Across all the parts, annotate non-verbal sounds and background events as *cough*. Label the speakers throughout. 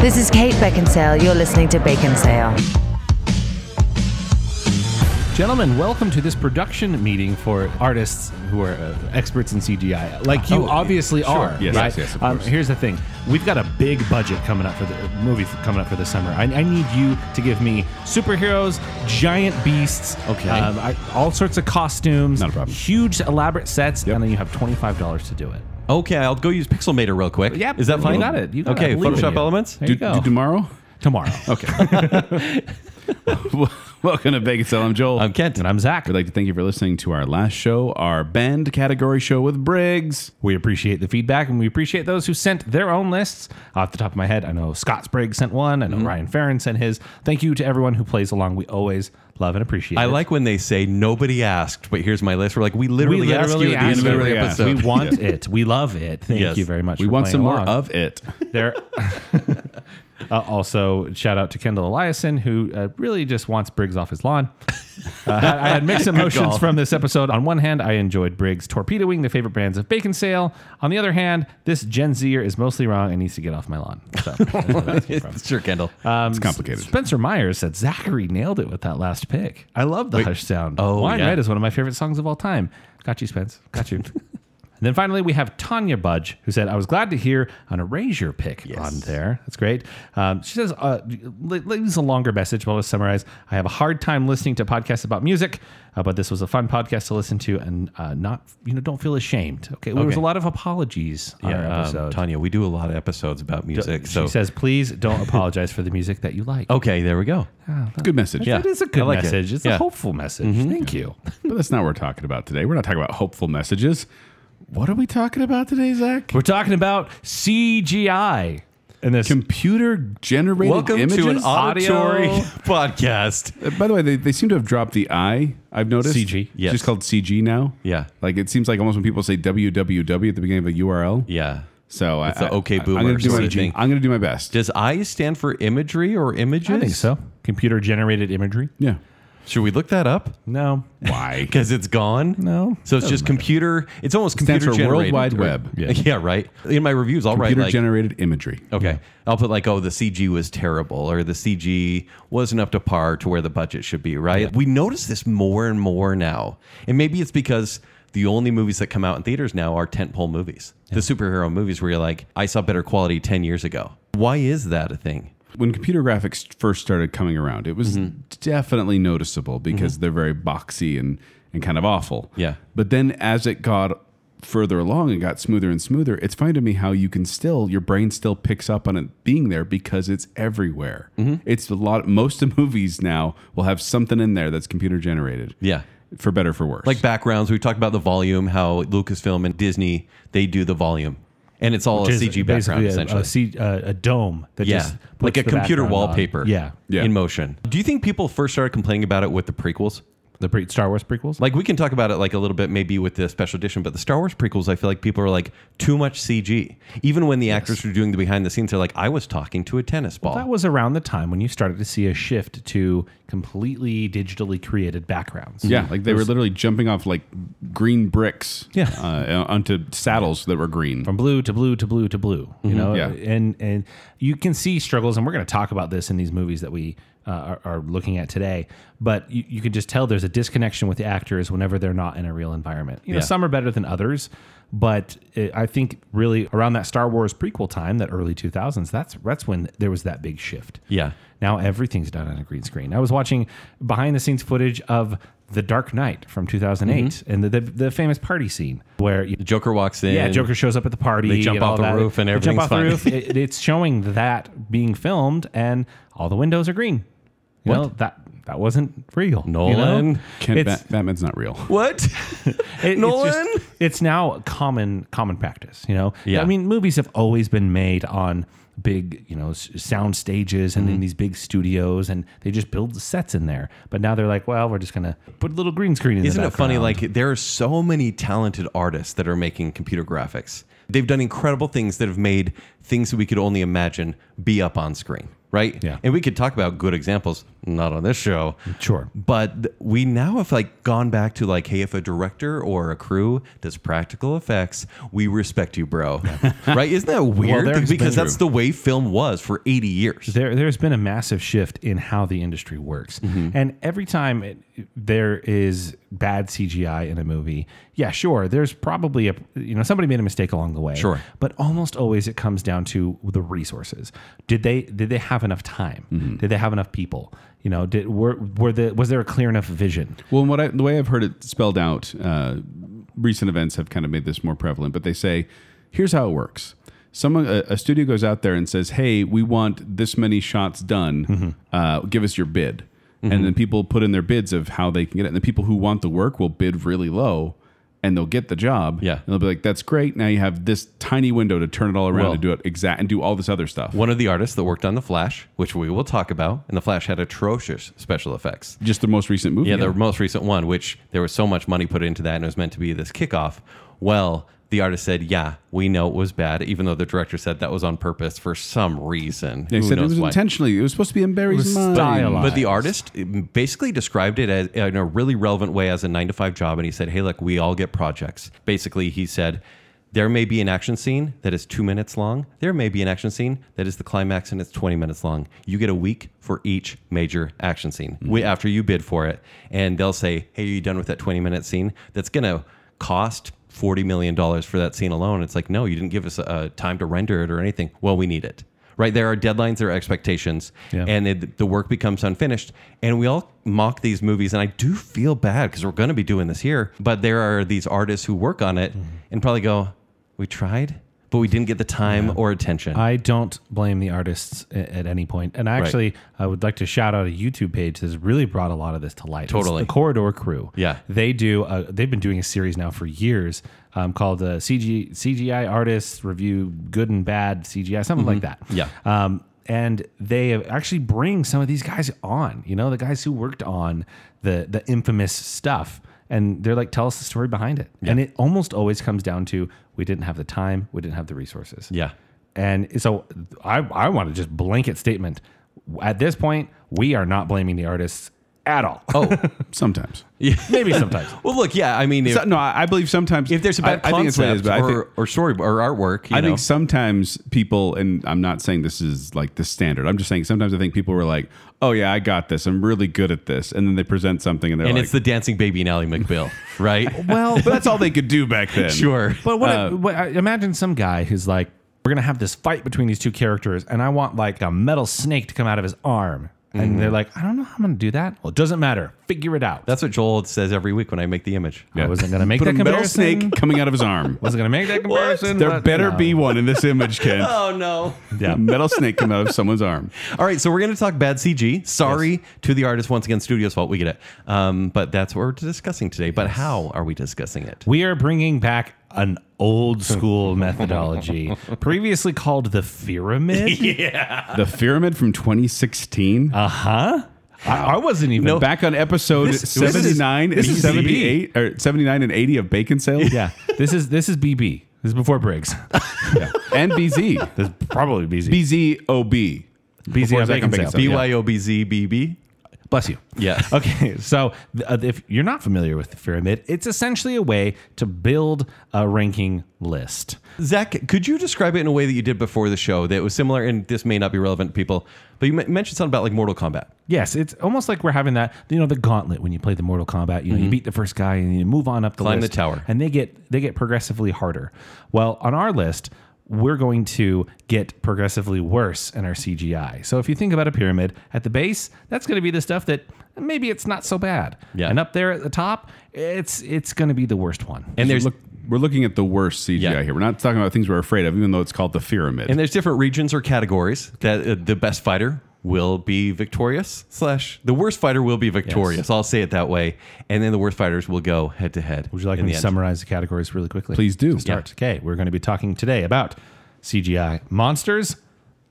Speaker 1: This is Kate Beckinsale. You're listening to Baconsale.
Speaker 2: Gentlemen, welcome to this production meeting for artists who are uh, experts in CGI, like you
Speaker 3: Oh,
Speaker 2: obviously
Speaker 3: sure.
Speaker 2: are.
Speaker 3: Yes,
Speaker 2: right?
Speaker 3: yes, yes, of
Speaker 2: um,
Speaker 3: course.
Speaker 2: here's the thing: we've got a big budget coming up for the movie f- coming up for the summer. I, I need you to give me superheroes, giant beasts,
Speaker 3: Okay.
Speaker 2: um, I, all sorts of costumes,
Speaker 3: Not a problem.
Speaker 2: huge elaborate sets,
Speaker 3: Yep.
Speaker 2: and then you have twenty five dollars to do it.
Speaker 4: Okay, I'll go use Pixelmator real quick.
Speaker 2: Yeah,
Speaker 4: is that
Speaker 2: you
Speaker 4: fine?
Speaker 2: got it. You got it. I
Speaker 4: okay,
Speaker 2: believe in
Speaker 4: Photoshop
Speaker 2: you.
Speaker 4: Elements.
Speaker 2: There
Speaker 3: Do,
Speaker 2: you go.
Speaker 3: do tomorrow? *laughs*
Speaker 2: Tomorrow. *laughs*
Speaker 3: Okay. Welcome to Vegas. I'm Joel.
Speaker 4: I'm Kent,
Speaker 2: and I'm Zach.
Speaker 3: We'd like to thank you for listening to our last show, our band category show with Briggs.
Speaker 2: We appreciate the feedback and we appreciate those who sent their own lists. Off the top of my head, I know Scott Sprague sent one. I know
Speaker 4: Mm-hmm.
Speaker 2: Ryan Farron sent his. Thank you to everyone who plays along. We always love and appreciate
Speaker 4: I
Speaker 2: it.
Speaker 4: like when they say nobody asked, but here's my list. We're like, we literally,
Speaker 2: we literally
Speaker 4: asked you at
Speaker 2: ask
Speaker 4: the end of
Speaker 3: literally
Speaker 4: every
Speaker 3: asked.
Speaker 4: episode.
Speaker 2: We
Speaker 4: *laughs*
Speaker 2: want it. We love it. Thank
Speaker 4: Yes.
Speaker 2: you very much.
Speaker 3: We
Speaker 2: for
Speaker 3: want
Speaker 2: playing
Speaker 3: some more
Speaker 2: along.
Speaker 3: of it.
Speaker 2: there. *laughs* Uh, also, shout out to Kendall Eliason, who uh, really just wants Briggs off his lawn. Uh, I I had mixed emotions
Speaker 4: call.
Speaker 2: from this episode. On one hand, I enjoyed Briggs torpedoing the favorite brands of bacon sale. On the other hand, this Gen Zer is mostly wrong and needs to get off my lawn. So, that's where that's from.
Speaker 4: *laughs* sure, Kendall.
Speaker 2: Uh,
Speaker 3: it's complicated.
Speaker 2: Spencer Myers said Zachary nailed it with that last pick. I love the hush sound.
Speaker 4: Oh,
Speaker 2: Wine
Speaker 4: yeah.
Speaker 2: Red is one of my favorite songs of all time. Got you, Spence. Got
Speaker 4: *laughs*
Speaker 2: you. and then finally, we have Tanya Budge, who said, I was glad to hear an erasure pick on there. That's great. Um, she says, uh, li- leaves a longer message, but I'll just summarize. I have a hard time listening to podcasts about music, uh, but this was a fun podcast to listen to and uh, not, you know, don't feel ashamed. Okay. There was a
Speaker 4: Okay.
Speaker 2: lot of apologies on
Speaker 4: Um,
Speaker 2: our episode.
Speaker 4: Tanya, we do a lot of episodes about music. so Oh,
Speaker 2: she says, please don't apologize for the music that you like.
Speaker 4: okay, there we go.
Speaker 3: Good message.
Speaker 4: Yeah.
Speaker 2: It Mm-hmm. is a good
Speaker 4: I like it.
Speaker 2: message. It's a
Speaker 4: Yeah.
Speaker 2: hopeful message. Thank you.
Speaker 3: But that's not what we're talking about today. We're not talking about hopeful messages. What are we talking about today, Zach?
Speaker 2: We're talking about CGI and this.
Speaker 3: Computer generated
Speaker 4: Welcome
Speaker 3: images.
Speaker 4: to an auditory *laughs*
Speaker 2: Audio.
Speaker 4: podcast.
Speaker 3: Uh, By the way, they, they seem to have dropped the I, I've noticed.
Speaker 2: CG,
Speaker 3: It's
Speaker 4: yes.
Speaker 3: just called CG now.
Speaker 4: Yeah.
Speaker 3: Like it seems like almost when people say www at the beginning of a URL.
Speaker 4: Yeah.
Speaker 3: So I,
Speaker 4: the
Speaker 3: I-
Speaker 4: OK
Speaker 3: I- I'm
Speaker 4: Boomer
Speaker 3: gonna do my,
Speaker 4: sort of thing.
Speaker 3: I'm gonna do my best.
Speaker 4: Does I stand for imagery or images?
Speaker 2: I think so. Computer generated imagery?
Speaker 4: *laughs*
Speaker 3: yeah.
Speaker 4: Should we look that up?
Speaker 2: No.
Speaker 4: *laughs*
Speaker 3: Why?
Speaker 4: Because it's gone.
Speaker 2: No.
Speaker 4: So it's just computer. It's almost computer
Speaker 3: for World
Speaker 4: generated.
Speaker 3: Wide
Speaker 4: or-
Speaker 3: Web.
Speaker 4: *laughs* Yeah. right. In my reviews, I'll write
Speaker 3: Computer
Speaker 4: like
Speaker 3: generated imagery.
Speaker 4: Okay. I'll put like, oh, the CG was terrible or the CG wasn't up to par to where the budget should be, right? We notice this more and more now. And maybe it's because the only movies that come out in theaters now are tentpole movies, the superhero movies where you're like, I saw better quality 10 years ago. Why is that a thing?
Speaker 3: When computer graphics first started coming around, it was
Speaker 4: Mm-hmm.
Speaker 3: definitely noticeable because they're very boxy and, and kind of awful.
Speaker 4: Yeah.
Speaker 3: But then as it got further along and got smoother and smoother, it's funny to me how you can still your brain still picks up on it being there because it's everywhere.
Speaker 4: Mm-hmm.
Speaker 3: It's a lot most *laughs* of movies now will have something in there that's computer generated.
Speaker 4: Yeah.
Speaker 3: For better or for worse.
Speaker 4: Like backgrounds, we talked about the volume, how Lucasfilm and Disney, they do the volume. And it's all
Speaker 2: Just
Speaker 4: a CG background,
Speaker 2: basically a-
Speaker 4: essentially.
Speaker 2: A, C- uh, a dome that
Speaker 4: yeah,
Speaker 2: just puts
Speaker 4: like a
Speaker 2: the
Speaker 4: computer
Speaker 2: background on.
Speaker 4: wallpaper.
Speaker 2: Yeah.
Speaker 3: Yeah.
Speaker 4: in motion. Do you think people first started complaining about it with the prequels?
Speaker 2: The pre- Star Wars prequels?
Speaker 4: Like we can talk about it like a little bit maybe with the special edition, but the Star Wars prequels, I feel like people are like too much CG. Even when the actors were doing the behind the scenes, they're like, I was talking to a tennis ball.
Speaker 2: that was around the time when you started to see a shift to completely digitally created backgrounds.
Speaker 3: Yeah, like they were literally jumping off like green bricks
Speaker 2: Yeah.
Speaker 3: uh, onto saddles that were green.
Speaker 2: from blue to blue to blue to blue
Speaker 4: Mm-hmm.
Speaker 2: you know
Speaker 3: Yeah.
Speaker 2: and and you can see struggles and we're going to talk about this in these movies that we uh, are, are looking at today but you, you can just tell there's a disconnection with the actors whenever they're not in a real environment you know
Speaker 4: Yeah.
Speaker 2: some are better than others but uh i think really around that star wars prequel time that early 2000s that's that's when there was that big shift
Speaker 4: Yeah.
Speaker 2: now everything's done on a green screen. I was watching behind the scenes footage of The Dark Knight from 2008
Speaker 4: Mm-hmm.
Speaker 2: and the, the the famous party scene where you
Speaker 4: Joker walks in.
Speaker 2: yeah, Joker shows up at the party.
Speaker 4: They jump
Speaker 2: and
Speaker 4: off
Speaker 2: all
Speaker 4: the
Speaker 2: that.
Speaker 4: roof and
Speaker 2: They
Speaker 4: everything's
Speaker 2: jump off the
Speaker 4: fine.
Speaker 2: roof. It- it's showing that being filmed, and all the windows are green. You know, that that wasn't real. you know?
Speaker 4: Nolan.
Speaker 3: Kent,
Speaker 2: it's,
Speaker 3: Bat- Batman's not real.
Speaker 2: *laughs*
Speaker 4: What?
Speaker 2: it- it's
Speaker 4: Nolan?
Speaker 2: just- it's now common common practice. You know,
Speaker 4: Yeah.
Speaker 2: I mean, movies have always been made on big, you know, s- sound stages
Speaker 4: Mm-hmm.
Speaker 2: and in these big studios, and they just build the sets in there. But now they're like, well, we're just gonna put a little green screen. in the
Speaker 4: Isn't it funny?
Speaker 2: background.
Speaker 4: Like there are so many talented artists that are making computer graphics. They've done incredible things that have made things that we could only imagine be up on screen, right?
Speaker 2: Yeah.
Speaker 4: And we could talk about good examples, not on this show.
Speaker 2: Sure.
Speaker 4: But th- we now have like gone back to like, hey, if a director or a crew does practical effects, we respect you, bro. *laughs* right? Isn't that weird?
Speaker 2: there's
Speaker 4: because
Speaker 2: been-
Speaker 4: that's the way film was for 80 years.
Speaker 2: There, there's been a massive shift in how the industry works. And every time it, there is bad CGI in a movie, yeah, sure, there's probably a, you know, somebody made a mistake along the way.
Speaker 4: Sure.
Speaker 2: But almost always it comes down to the resources. Did they, did they have enough time? Did they have enough people? You know, did, were, were the, was there a clear enough vision?
Speaker 3: Well, and what I, the way I've heard it spelled out, uh, recent events have kind of made this more prevalent. But they say, here's how it works: someone, a, a studio goes out there and says, "Hey, we want this many shots done.
Speaker 4: Mm-hmm.
Speaker 3: Uh, give us your bid." And then people put in their bids of how they can get it. And the people who want the work will bid really low, and they'll get the job.
Speaker 4: Yeah.
Speaker 3: and they'll be like, "That's great. Now you have this tiny window to turn it all around
Speaker 4: Well-
Speaker 3: and do it exact and do all this other stuff."
Speaker 4: One of the artists that worked on The Flash, which we will talk about, and The Flash had atrocious special effects.
Speaker 3: Just the most recent movie.
Speaker 4: Yeah, the most recent one, which there was so much money put into that and it was meant to be this kickoff. Well, the artist said, Yeah, we know it was bad, even though the director said that was on purpose for some reason.
Speaker 3: they
Speaker 4: Who
Speaker 3: said it
Speaker 4: knows
Speaker 3: was
Speaker 4: why.
Speaker 3: intentionally. It was supposed to be in Barry's
Speaker 2: was
Speaker 3: mind.
Speaker 2: stylized.
Speaker 4: Mm, But the artist eh, basically described it as, in a really relevant way as a nine to five job. And he said, Hey, look, we all get projects. Basically, he said, There may be an action scene that is two minutes long. There may be an action scene that is the climax and it's 20 minutes long. You get a week for each major action scene we, after you bid for it. And they'll say, Hey, are you done with that 20 minute scene? That's going to cost $40 million for that scene alone. It's like, No, you didn't give us uh, time to render it or anything. Well, we need it. Right, there are deadlines, there are expectations,
Speaker 2: Yeah.
Speaker 4: and it, the work becomes unfinished. And we all mock these movies, and I do feel bad because we're going to be doing this here. But there are these artists who work on it
Speaker 3: Mm-hmm.
Speaker 4: and probably go, "We tried, but we didn't get the time or attention."
Speaker 2: I don't blame the artists a- at any point. And I actually, I would like to shout out a YouTube page that's really brought a lot of this to light. It's
Speaker 4: Totally.
Speaker 2: the Corridor Crew.
Speaker 4: Yeah.
Speaker 2: they do. Uh, they've been doing a series now for years um, called uh, CG, CGI Artists Review Good and Bad CGI, something like that.
Speaker 4: Mm-hmm. Yeah.
Speaker 2: Um, and they actually bring some of these guys on, you know, the guys who worked on the the infamous stuff. And they're like, tell us the story behind it. And it almost always comes down to we didn't have the time, we didn't have the resources.
Speaker 4: yeah,
Speaker 2: And so I, I want to just blanket statement. At this point, we are not blaming the artists at all. Oh,
Speaker 3: Sometimes.
Speaker 2: *laughs* maybe sometimes.
Speaker 4: well, look, yeah, I mean, if,
Speaker 3: So- no, I, I believe sometimes
Speaker 4: if there's a bad
Speaker 3: I, I think that's
Speaker 4: concept
Speaker 3: what it is, but I think,
Speaker 4: or, or story or artwork, you
Speaker 3: I
Speaker 4: know,
Speaker 3: think sometimes people, and I'm not saying this is like the standard. I'm just saying sometimes I think people were like, "Oh yeah, I got this. I'm really good at this," and then they present something and they're
Speaker 4: and
Speaker 3: like,
Speaker 4: it's the dancing baby and
Speaker 3: *laughs*
Speaker 4: Ally McBeal, right?
Speaker 2: Well,
Speaker 3: "But that's all they could do back then."
Speaker 4: *laughs* sure.
Speaker 2: but what,
Speaker 3: Uh,
Speaker 2: what I imagine some guy who's like, we're going to have this fight between these two characters, and I want like a metal snake to come out of his arm.
Speaker 3: Mm-hmm.
Speaker 2: And they're like, I don't know how I'm going to do that. Well, it doesn't matter. Figure it out.
Speaker 4: That's what Joel says every week when I make the image.
Speaker 2: I wasn't going to make
Speaker 3: Put a
Speaker 2: that
Speaker 3: metal
Speaker 2: comparison.
Speaker 3: snake coming out of his
Speaker 4: *laughs*
Speaker 3: arm.
Speaker 2: *laughs* Wasn't going to make that comparison.
Speaker 3: there
Speaker 2: but,
Speaker 3: better
Speaker 2: you know.
Speaker 3: be one in this image, Ken.
Speaker 4: *laughs* Oh no.
Speaker 3: A metal snake coming out of someone's arm.
Speaker 4: All right, so we're going to talk bad CG. Sorry to the artist once again, studio's fault. We get it, um, but that's what we're discussing today. But how are we discussing it?
Speaker 2: We are bringing back an old school
Speaker 3: *laughs*
Speaker 2: methodology previously called the pyramid.
Speaker 3: The pyramid from 2016.
Speaker 2: Uh huh. I, I wasn't even
Speaker 4: Oh.
Speaker 2: back.
Speaker 3: Back on episode
Speaker 2: This- this is-
Speaker 3: 79
Speaker 2: this
Speaker 3: and
Speaker 2: is
Speaker 3: 78 or 79 and 80 of Bacon Sales
Speaker 2: Yeah, this is this is BB. This is before Briggs.
Speaker 3: and BZ.
Speaker 2: This is probably BZ.
Speaker 3: BZOB. Before
Speaker 2: I
Speaker 3: Zach
Speaker 2: can
Speaker 3: and
Speaker 2: think
Speaker 3: Bacon
Speaker 2: of.
Speaker 3: Sales.
Speaker 4: BYOBZBB.
Speaker 2: Bless you.
Speaker 4: Yeah.
Speaker 2: *laughs* Okay. So th- uh, if you're not familiar with the pyramid, it's essentially a way to build a ranking list.
Speaker 4: Zach, could you describe it in a way that you did before the show that was similar? And this may not be relevant to people, but you men- mentioned something about like Mortal Kombat.
Speaker 2: Yes, it's almost like we're having that, you know, the gauntlet when you play the Mortal Kombat. You know, you beat the first guy and you move on up the
Speaker 4: Mm-hmm. Climb the
Speaker 2: list,
Speaker 4: tower.
Speaker 2: and they get they get progressively harder. Well, on our list, we're going to get progressively worse in our CGI. So if you think about a pyramid at the base, that's going to be the stuff that maybe it's not so bad,
Speaker 4: Yeah.
Speaker 2: and up there at the top, it's it's going to be the worst one.
Speaker 4: And there's
Speaker 3: Look, we're looking at the worst CGI
Speaker 4: Yeah.
Speaker 3: here. We're not talking about things we're afraid of, even though it's called the pyramid.
Speaker 4: and there's different regions or categories that uh, the best fighter will be victorious slash the worst fighter will be victorious. I'll say it that way. And then the worst fighters will go head to head.
Speaker 2: Would you like
Speaker 4: in
Speaker 2: me
Speaker 4: the
Speaker 2: to
Speaker 4: end.
Speaker 2: summarize the categories really quickly?
Speaker 3: Please do.
Speaker 2: To start. Okay, we're going to be talking today about CGI monsters,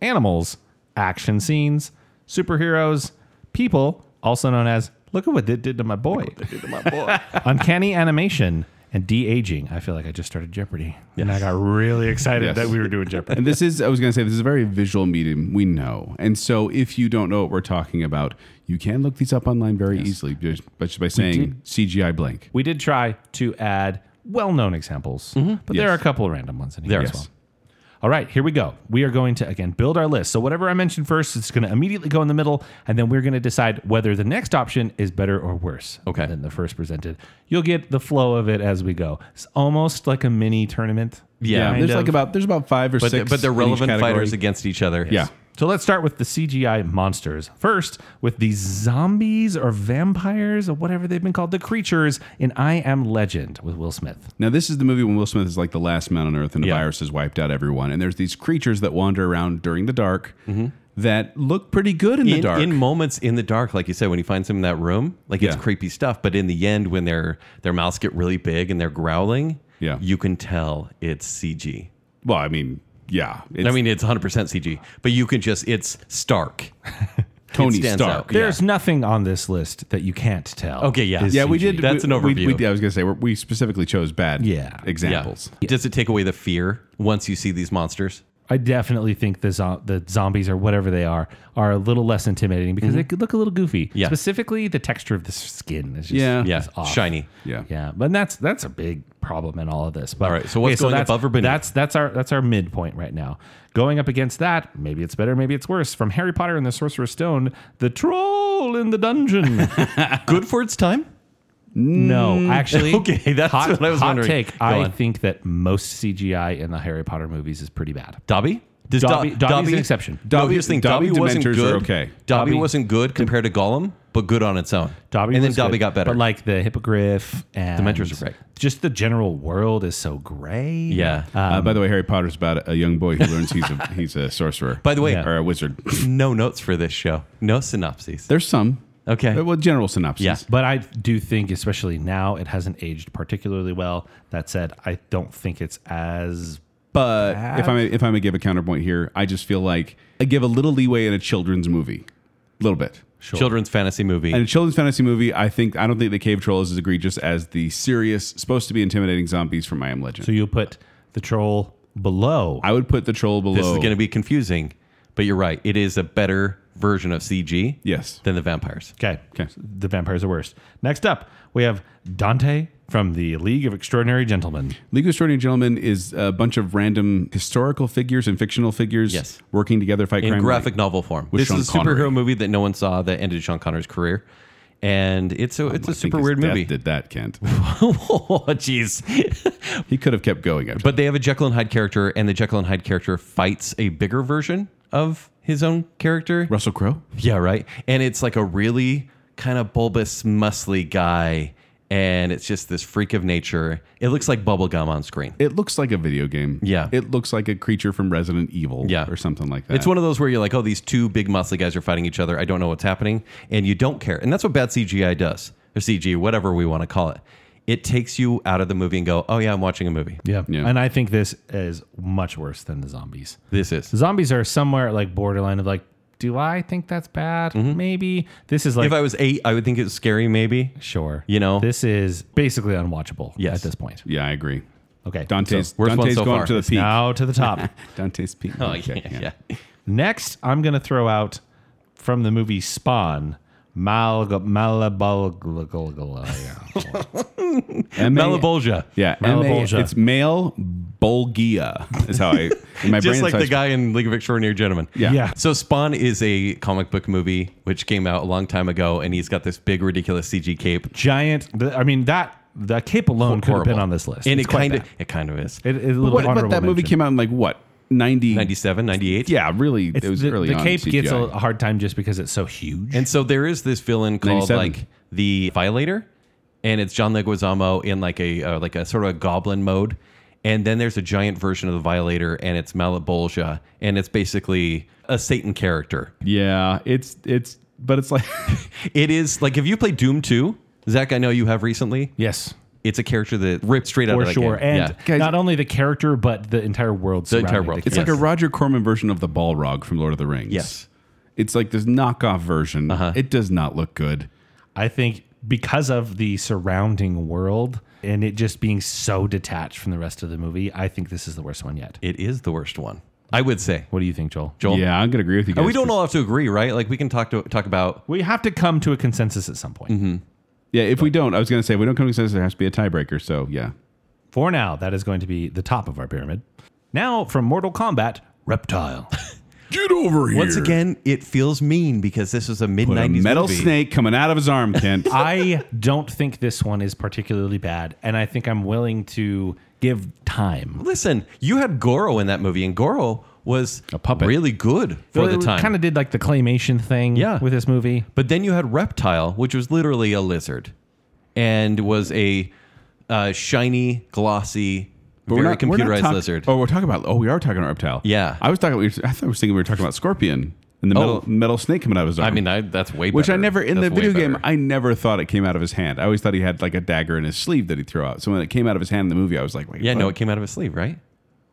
Speaker 2: animals, action scenes, superheroes, people, also known as look at what they did to my boy,
Speaker 4: My boy.
Speaker 2: *laughs* uncanny animation, and de aging. I feel like I just started Jeopardy, and I got really excited
Speaker 3: Yes.
Speaker 2: that we were doing Jeopardy.
Speaker 3: And this is, I was going to say, this is a very visual medium. We know. And so if you don't know what we're talking about, you can look these up online very easily just, but just by saying CGI blank.
Speaker 2: We did try to add well-known examples, but there
Speaker 3: Yes.
Speaker 2: are a couple of random ones in here
Speaker 4: Mm-hmm. There
Speaker 2: as
Speaker 4: is.
Speaker 2: well. All right, here we go. We are going to again build our list. So whatever I mentioned first, it's going to immediately go in the middle, and then we're going to decide whether the next option is better or worse
Speaker 4: Okay.
Speaker 2: than the first presented. You'll get the flow of it as we go. It's almost like a mini tournament.
Speaker 4: Yeah.
Speaker 2: kind
Speaker 3: there's like
Speaker 2: of.
Speaker 3: about there's about five or
Speaker 4: But,
Speaker 3: six,
Speaker 4: but they're
Speaker 3: in each
Speaker 4: relevant
Speaker 3: category.
Speaker 4: fighters against each other.
Speaker 3: Yeah,
Speaker 2: So let's start with the CGI monsters. First, with the zombies or vampires or whatever they've been called, the creatures in I Am Legend with Will Smith.
Speaker 3: Now, this is the movie when Will Smith is like the last man on earth and a
Speaker 4: Yeah.
Speaker 3: virus has wiped out everyone. And there's these creatures that wander around during the dark that look pretty good in, the
Speaker 4: Mm-hmm. in,
Speaker 3: dark.
Speaker 4: in moments in the dark, like you said, when you find them in that room, like it's
Speaker 3: Yeah.
Speaker 4: creepy stuff. But in the end, when their their mouths get really big and they're growling,
Speaker 3: Yeah.
Speaker 4: you can tell it's CG.
Speaker 3: well, I mean, yeah. It's
Speaker 4: I mean, it's 100% CG, but you can just, it's stark.
Speaker 3: Tony
Speaker 4: stands
Speaker 3: Stark.
Speaker 4: out. Yeah.
Speaker 2: There's nothing on this list that you can't tell.
Speaker 4: Okay, yeah.
Speaker 2: is
Speaker 3: Yeah, we
Speaker 2: CG.
Speaker 3: did.
Speaker 4: That's
Speaker 3: we-
Speaker 4: an
Speaker 3: we-
Speaker 4: overview.
Speaker 3: we- yeah, I was going to say, we're, we specifically chose bad
Speaker 2: Yeah.
Speaker 3: examples.
Speaker 4: Yeah. Does it take away the fear once you see these monsters?
Speaker 2: I definitely think the zo- the zombies or whatever they are are a little less intimidating because they could look a little goofy.
Speaker 4: Mm-hmm. Yeah.
Speaker 2: Specifically, the texture of the skin is just
Speaker 3: Yeah.
Speaker 4: Yeah.
Speaker 2: is off.
Speaker 4: Shiny.
Speaker 3: Yeah.
Speaker 2: Yeah, but that's that's a big problem in all of this. But,
Speaker 4: All right, so what's going
Speaker 2: that's-
Speaker 4: above or beneath?
Speaker 2: That's that's our that's our midpoint right now. Going up against that, maybe it's better, maybe it's worse. From Harry Potter and the Sorcerer's Stone, the troll in the dungeon.
Speaker 4: Good for its time?
Speaker 2: no, actually,
Speaker 4: Hmm. *laughs* Okay, that's
Speaker 2: hot,
Speaker 4: what I was
Speaker 2: hot
Speaker 4: wondering.
Speaker 2: take.
Speaker 4: Go
Speaker 2: I
Speaker 4: on.
Speaker 2: think that most CGI in the Harry Potter movies is pretty bad.
Speaker 4: Dobby? Does
Speaker 2: Dobby-
Speaker 4: Do-
Speaker 2: Dobby's an exception.
Speaker 4: Dobby,
Speaker 3: Dobby-
Speaker 4: no, here's the thing,
Speaker 3: Dobby
Speaker 4: Dobby, wasn't
Speaker 3: Dementors are
Speaker 4: good.
Speaker 3: okay.
Speaker 4: Dobby,
Speaker 2: Dobby-
Speaker 4: wasn't good compared to Gollum, but good on its own.
Speaker 2: Dobby
Speaker 4: and then
Speaker 2: was good,
Speaker 4: Dobby got better.
Speaker 2: but like the hippogriff and
Speaker 4: Dementors are great.
Speaker 2: Just the general world is so gray.
Speaker 4: yeah.
Speaker 3: Uh, by the way, Harry Potter's about a young boy who learns he's a
Speaker 4: *laughs*
Speaker 3: he's a sorcerer.
Speaker 4: By the way,
Speaker 3: or a wizard.
Speaker 4: no notes for this show. No synopses.
Speaker 3: There's some.
Speaker 4: Okay.
Speaker 3: Uh, Well, general synopsis.
Speaker 4: Yeah.
Speaker 2: But I do think, especially now, it hasn't aged particularly well. That said, I don't think it's as
Speaker 3: But if I if I may give a counterpoint here, I just feel like I give a little leeway in a children's movie, a little bit.
Speaker 4: Children's fantasy movie.
Speaker 3: And a children's fantasy movie, I think I don't think the cave troll is as egregious as the serious, supposed to be intimidating zombies from I Am Legend.
Speaker 2: so. You put the troll below.
Speaker 3: I would put the troll below.
Speaker 4: this is going to be confusing, but you're right. It is a better version of CG
Speaker 3: yes.
Speaker 4: than the vampires.
Speaker 2: Okay.
Speaker 3: Okay.
Speaker 2: The vampires are worst. Next up, we have Dante from the League of Extraordinary Gentlemen.
Speaker 3: League of Extraordinary Gentlemen is a bunch of random historical figures and fictional figures
Speaker 4: Yes.
Speaker 3: working together to fight
Speaker 4: In
Speaker 3: crime.
Speaker 4: graphic novel form. This
Speaker 3: Sean
Speaker 4: is a
Speaker 3: Connery.
Speaker 4: superhero movie that no one saw that ended Sean Connery's career. And it's a it's
Speaker 3: Oh, I think
Speaker 4: a super
Speaker 3: his
Speaker 4: weird
Speaker 3: death
Speaker 4: movie.
Speaker 3: Did that, Kent?
Speaker 4: *laughs* oh jeez. *laughs*
Speaker 3: He could have kept going. After
Speaker 4: But they have a Jekyll and Hyde character, and the Jekyll and Hyde character fights a bigger version of his own character.
Speaker 3: Russell Crowe.
Speaker 4: Yeah, right. And it's like a really kind of bulbous, muscly guy, and it's just this freak of nature. It looks like bubblegum on screen.
Speaker 3: It looks like a video game.
Speaker 4: Yeah.
Speaker 3: It looks like a creature from Resident Evil.
Speaker 4: Yeah.
Speaker 3: Or something like that.
Speaker 4: It's one of those where you're like, oh, these two big muscly guys are fighting each other. I don't know what's happening. And you don't care. And that's what bad CGI does, or CG, whatever we want to call it. It takes you out of the movie and go, oh, yeah, I'm watching a movie.
Speaker 2: Yeah.
Speaker 3: Yeah.
Speaker 2: And I think this is much worse than the zombies.
Speaker 4: This
Speaker 2: The
Speaker 4: is.
Speaker 2: zombies are somewhere like borderline of like, do I think that's bad? Maybe. This is like
Speaker 4: If I was eight, I would think it was scary, maybe.
Speaker 2: Sure.
Speaker 4: You know?
Speaker 2: this is basically unwatchable
Speaker 4: Yes.
Speaker 2: at this point.
Speaker 3: Yeah, I agree.
Speaker 2: Okay.
Speaker 3: Dante's
Speaker 4: worst one
Speaker 3: Dante's
Speaker 4: so
Speaker 3: going
Speaker 4: far.
Speaker 3: to the
Speaker 4: It's
Speaker 3: peak.
Speaker 2: Now to the top.
Speaker 3: Dante's peak.
Speaker 4: *laughs* Oh,
Speaker 3: Okay,
Speaker 4: yeah, yeah.
Speaker 2: Next, I'm going to throw out from the movie Spawn. Mal Malabalglia.
Speaker 3: M A-
Speaker 4: Malabolgia.
Speaker 3: Yeah,
Speaker 2: Malabolgia.
Speaker 3: M-A- it's male Bolgia is how I in my brain.
Speaker 4: *laughs* Just
Speaker 3: it's
Speaker 4: like
Speaker 3: how I
Speaker 4: the
Speaker 3: sp-
Speaker 4: guy in League of Extraordinary Gentlemen.
Speaker 3: Yeah.
Speaker 2: Yeah.
Speaker 4: So Spawn is a comic book movie which came out a long time ago, and he's got this big, ridiculous CG cape.
Speaker 2: Giant. The, I mean that the cape alone could have
Speaker 4: Horrible.
Speaker 2: been on this list.
Speaker 4: and
Speaker 2: It's
Speaker 4: it
Speaker 2: quite
Speaker 4: kind of
Speaker 2: bad.
Speaker 4: it kind of is.
Speaker 2: It is a little
Speaker 3: What, but
Speaker 2: honorable
Speaker 3: that movie
Speaker 2: mention.
Speaker 3: came out in like what 90,
Speaker 4: 97, 98.
Speaker 3: Yeah, really,
Speaker 2: It's
Speaker 3: it was
Speaker 2: the,
Speaker 3: early
Speaker 2: the
Speaker 3: on
Speaker 2: cape gets a,
Speaker 3: CGI.
Speaker 2: a hard time just because it's so huge.
Speaker 4: And so there is this villain called
Speaker 3: 97.
Speaker 4: like the Violator, and it's John Leguizamo in like a uh, like a sort of a goblin mode. And then there's a giant version of the Violator, and it's Malabolgia, and it's basically a Satan character. *laughs*
Speaker 3: yeah, it's it's but it's like *laughs*
Speaker 4: It is like if you play Doom 2, Zach, I know you have recently.
Speaker 2: yes,
Speaker 4: It's a character that ripped straight out
Speaker 2: for
Speaker 4: of that
Speaker 2: sure.
Speaker 4: game.
Speaker 2: And
Speaker 4: Yeah.
Speaker 3: Guys-
Speaker 2: not only the character, but the entire world.
Speaker 4: The entire
Speaker 2: surrounding
Speaker 4: world.
Speaker 3: it's
Speaker 2: character.
Speaker 3: like a
Speaker 4: Yes.
Speaker 3: Roger Corman version of the Balrog from Lord of the Rings.
Speaker 4: Yes. Uh-huh.
Speaker 3: it's like this knockoff version. It does not look good.
Speaker 2: I think because of the surrounding world and it just being so detached from the rest of the movie, I think this is the worst one yet.
Speaker 4: It is the worst one, I would say.
Speaker 2: What do you think, Joel?
Speaker 4: Joel,
Speaker 3: Yeah, I'm gonna agree with you. Guys
Speaker 4: and we don't all have to agree, right? Like we can talk to talk about.
Speaker 2: We have to come to a consensus at some point.
Speaker 3: Mm-hmm. Yeah, if we don't, I was gonna say if we don't come to consensus. There has to be a tiebreaker. So yeah,
Speaker 2: For now, that is going to be the top of our pyramid. Now, from Mortal Kombat,
Speaker 3: *laughs*
Speaker 2: Reptile.
Speaker 3: get over here.
Speaker 4: Once again, it feels mean because this was a mid
Speaker 3: Put a
Speaker 4: '90s
Speaker 3: metal
Speaker 4: movie.
Speaker 3: snake coming out of his arm,
Speaker 4: *laughs*
Speaker 3: Kent.
Speaker 2: I don't think this one is particularly bad, and I think I'm willing to give time.
Speaker 4: Listen, you had Goro in that movie, and Goro was
Speaker 3: A puppet.
Speaker 4: really good for the time.
Speaker 2: kind of did like the claymation thing
Speaker 4: Yeah.
Speaker 2: with this movie.
Speaker 4: But then you had Reptile, which was literally a lizard and was a uh, shiny, glossy,
Speaker 3: But
Speaker 4: very
Speaker 3: we're
Speaker 4: computerized
Speaker 3: talk-
Speaker 4: lizard.
Speaker 3: Oh, we're talking about. Oh, we are talking about reptile.
Speaker 4: Yeah.
Speaker 3: I was talking. I thought I was thinking we were talking about scorpion and the metal,
Speaker 4: Oh.
Speaker 3: metal snake coming out of his arm.
Speaker 4: I mean, I, that's way
Speaker 3: which I
Speaker 4: better.
Speaker 3: never in
Speaker 4: That's
Speaker 3: the video
Speaker 4: way
Speaker 3: game.
Speaker 4: better.
Speaker 3: I never thought it came out of his hand. I always thought he had like a dagger in his sleeve that he threw out. So when it came out of his hand in the movie, I was like, wait,
Speaker 4: yeah,
Speaker 3: what?
Speaker 4: no, it came out of his sleeve, right?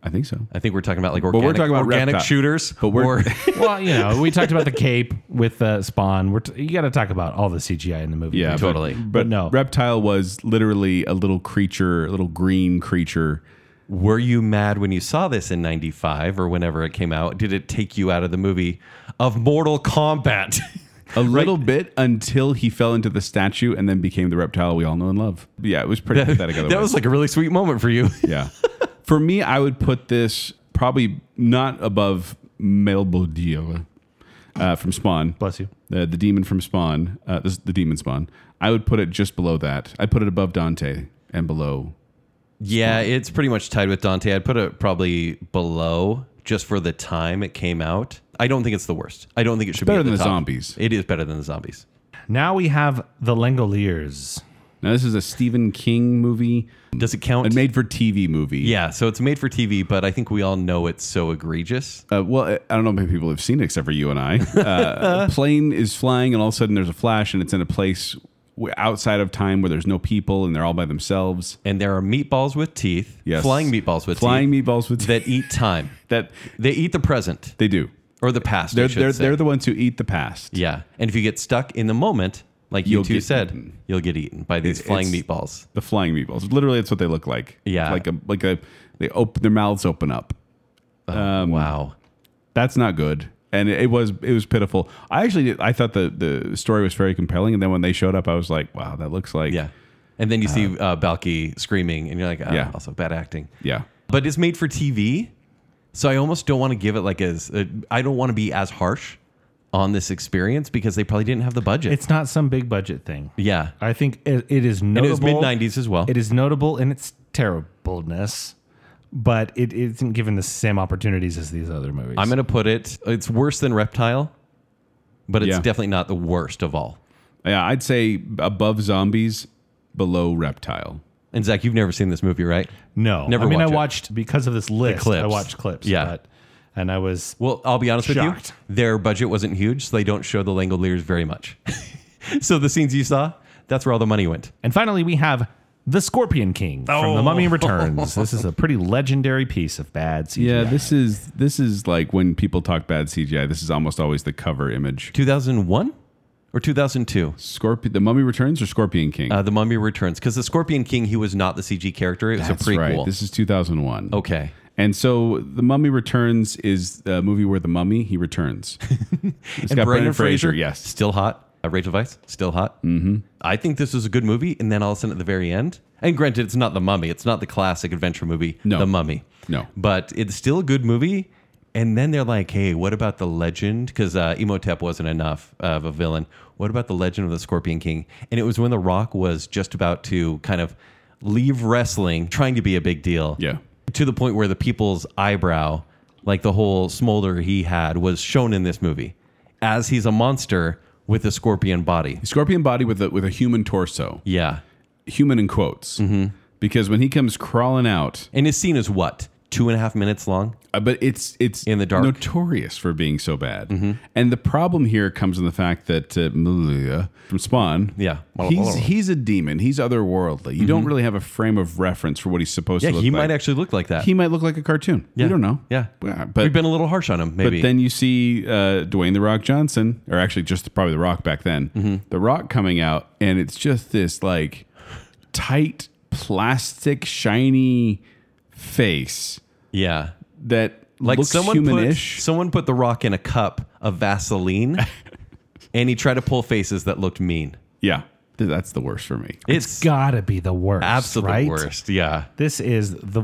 Speaker 3: I think so.
Speaker 4: I think we're talking about like
Speaker 3: we're
Speaker 4: organic,
Speaker 3: talking about
Speaker 4: organic
Speaker 3: reptile.
Speaker 4: shooters.
Speaker 3: But we're- *laughs*
Speaker 4: or-
Speaker 2: Well, you know, we talked about the cape with uh, Spawn. We're t- you got to talk about all the CGI in the movie.
Speaker 3: Yeah,
Speaker 2: right?
Speaker 3: but-
Speaker 4: Totally.
Speaker 3: But,
Speaker 2: But no.
Speaker 3: no, reptile was literally a little creature, a little green creature.
Speaker 4: were you mad when you saw this in 95 or whenever it came out? Did it take you out of the movie of Mortal *laughs* Kombat?
Speaker 3: A little bit until he fell into the statue and then became the reptile we all know and love. Yeah, it was pretty pathetic.
Speaker 4: *laughs* that
Speaker 3: otherwise.
Speaker 4: was like a really sweet moment for you.
Speaker 3: *laughs*
Speaker 4: *laughs*
Speaker 3: Yeah. For me, I would put this probably not above Melbodia uh, from Spawn.
Speaker 2: Bless you.
Speaker 3: Uh, the demon from Spawn. Uh, this, the demon Spawn. I would put it just below that. I put it above Dante and below.
Speaker 4: Yeah, it's pretty much tied with Dante. I'd put it probably below just for the time it came out. I don't think it's the worst. I don't think it should
Speaker 3: better
Speaker 4: be at
Speaker 3: than
Speaker 4: the
Speaker 3: the
Speaker 4: top.
Speaker 3: zombies.
Speaker 4: It is better than the zombies.
Speaker 2: Now we have the Langoliers.
Speaker 3: Now, this is a Stephen King movie,
Speaker 4: Does it count?
Speaker 3: a made for TV movie.
Speaker 4: yeah, so it's made for TV, but I think we all know it's so egregious.
Speaker 3: Uh, well, I I don't know if many people have seen it except for you and I.
Speaker 4: *laughs*
Speaker 3: Uh, a plane is flying, and all of a sudden there's a flash, and it's in a place w- outside of time where there's no people, and they're all by themselves.
Speaker 4: And there are meatballs with teeth,
Speaker 3: Yes.
Speaker 4: flying meatballs with
Speaker 3: flying
Speaker 4: teeth
Speaker 3: meatballs with
Speaker 4: that eat time.
Speaker 3: that
Speaker 4: They eat the present
Speaker 3: they do.
Speaker 4: or the past. I
Speaker 3: They're
Speaker 4: should
Speaker 3: they're,
Speaker 4: say.
Speaker 3: they're the ones who eat the past.
Speaker 4: yeah. And if you get stuck in the moment, like you
Speaker 3: You'll
Speaker 4: two
Speaker 3: get
Speaker 4: said,
Speaker 3: eaten.
Speaker 4: you'll get eaten by these
Speaker 3: It-
Speaker 4: flying
Speaker 3: it's-
Speaker 4: meatballs.
Speaker 3: The flying meatballs. Literally, that's what they look like.
Speaker 4: Yeah.
Speaker 3: Like a like a they open their mouths open up.
Speaker 4: Oh,
Speaker 3: Um,
Speaker 4: wow.
Speaker 3: That's not good. And it, it was it was pitiful. I actually did, I thought the the story was very compelling, and then when they showed up, I was like, wow, that looks like
Speaker 4: Yeah. And then you see uh, Balky screaming, and you're like, oh,
Speaker 3: Yeah.
Speaker 4: also bad acting.
Speaker 3: yeah.
Speaker 4: But it's made for TV, so I almost don't want to give it like as uh, I don't want to be as harsh on this experience because they probably didn't have the budget.
Speaker 2: It's not some big budget thing.
Speaker 4: yeah,
Speaker 2: I think it, it is
Speaker 4: and
Speaker 2: notable.
Speaker 4: it was mid '90s as well.
Speaker 2: It is notable in its terribleness, but it isn't given the same opportunities as these other movies.
Speaker 4: I'm gonna put it. It's worse than Reptile, but it's
Speaker 3: Yeah.
Speaker 4: definitely not the worst of all.
Speaker 3: Yeah, I'd say above zombies, below reptile.
Speaker 4: And Zach, you've never seen this movie, right?
Speaker 2: no,
Speaker 4: Never
Speaker 2: I mean,
Speaker 4: watch
Speaker 2: I
Speaker 4: it.
Speaker 2: watched because of this list. I
Speaker 4: clips.
Speaker 2: watched clips.
Speaker 4: Yeah.
Speaker 2: but- and I was
Speaker 4: Well, I'll be honest
Speaker 2: Shocked.
Speaker 4: with you. Their budget wasn't huge, so they don't show the Langoliers very much. *laughs* so the scenes you saw, that's where all the money went.
Speaker 2: And finally, we have The Scorpion King from The
Speaker 4: Oh.
Speaker 2: Mummy Returns. this
Speaker 4: *laughs*
Speaker 2: is a pretty legendary piece of bad CGI.
Speaker 3: Yeah, this is this is like when people talk bad CGI. This is almost always the cover image.
Speaker 4: 2001 or 2002.
Speaker 3: Scorpion, the Mummy Returns or Scorpion King.
Speaker 4: Uh, the Mummy Returns, because the Scorpion King, he was not the CG character. It was
Speaker 3: That's
Speaker 4: a prequel. Oh,
Speaker 3: right. This is 2001.
Speaker 4: okay.
Speaker 3: And so The Mummy Returns is a movie where the mummy, he
Speaker 4: *laughs*
Speaker 3: returns. It's got Brendan Fraser, yes.
Speaker 4: Still hot. Uh, Rachel Weisz, still hot. Mm-hmm. I think this is a good movie. And then all of a sudden at the very end, and granted, it's not The Mummy. It's not the classic adventure movie,
Speaker 3: No.
Speaker 4: The Mummy.
Speaker 3: No.
Speaker 4: But it's still a good movie. And then they're like, hey, what about the legend? Because uh, Imhotep wasn't enough of a villain. What about the legend of the Scorpion King? And it was when The Rock was just about to kind of leave wrestling, trying to be a big deal.
Speaker 3: Yeah.
Speaker 4: to the point where the people's eyebrow, like the whole smolder he had, was shown in this movie as he's a monster with a scorpion body.
Speaker 3: Scorpion body with a with a human torso.
Speaker 4: Yeah. Mm-hmm.
Speaker 3: Human in quotes. Because when he comes crawling out,
Speaker 4: And his scene is what? two and a half minutes long.
Speaker 3: Uh, but it's it's
Speaker 4: In the dark. Mm-hmm.
Speaker 3: notorious for being so bad. And the problem here comes in the fact that uh, Malia from Spawn,
Speaker 4: Yeah.
Speaker 3: he's he's a demon. He's otherworldly. You don't really have a frame of reference for what he's supposed
Speaker 4: Mm-hmm. Yeah,
Speaker 3: to look
Speaker 4: he
Speaker 3: like.
Speaker 4: might actually look like that.
Speaker 3: he might look like a cartoon.
Speaker 4: yeah.
Speaker 3: You don't know.
Speaker 4: Yeah.
Speaker 3: but
Speaker 4: We've been a little harsh on him,
Speaker 3: but
Speaker 4: maybe.
Speaker 3: then you see uh, Dwayne the Rock Johnson, or actually just probably the Rock back then,
Speaker 2: Mm-hmm.
Speaker 3: the Rock coming out, and it's just this like tight plastic shiny face
Speaker 4: yeah.
Speaker 3: that
Speaker 4: Like
Speaker 3: looks
Speaker 4: someone put,
Speaker 3: humanish.
Speaker 4: someone put the rock in a cup of
Speaker 3: *laughs*
Speaker 4: Vaseline and he tried to pull faces that looked mean.
Speaker 3: Yeah, th- that's the worst for me.
Speaker 4: It's
Speaker 2: Gotta be the worst.
Speaker 4: absolute
Speaker 2: right?
Speaker 4: worst. Yeah.
Speaker 2: This is the.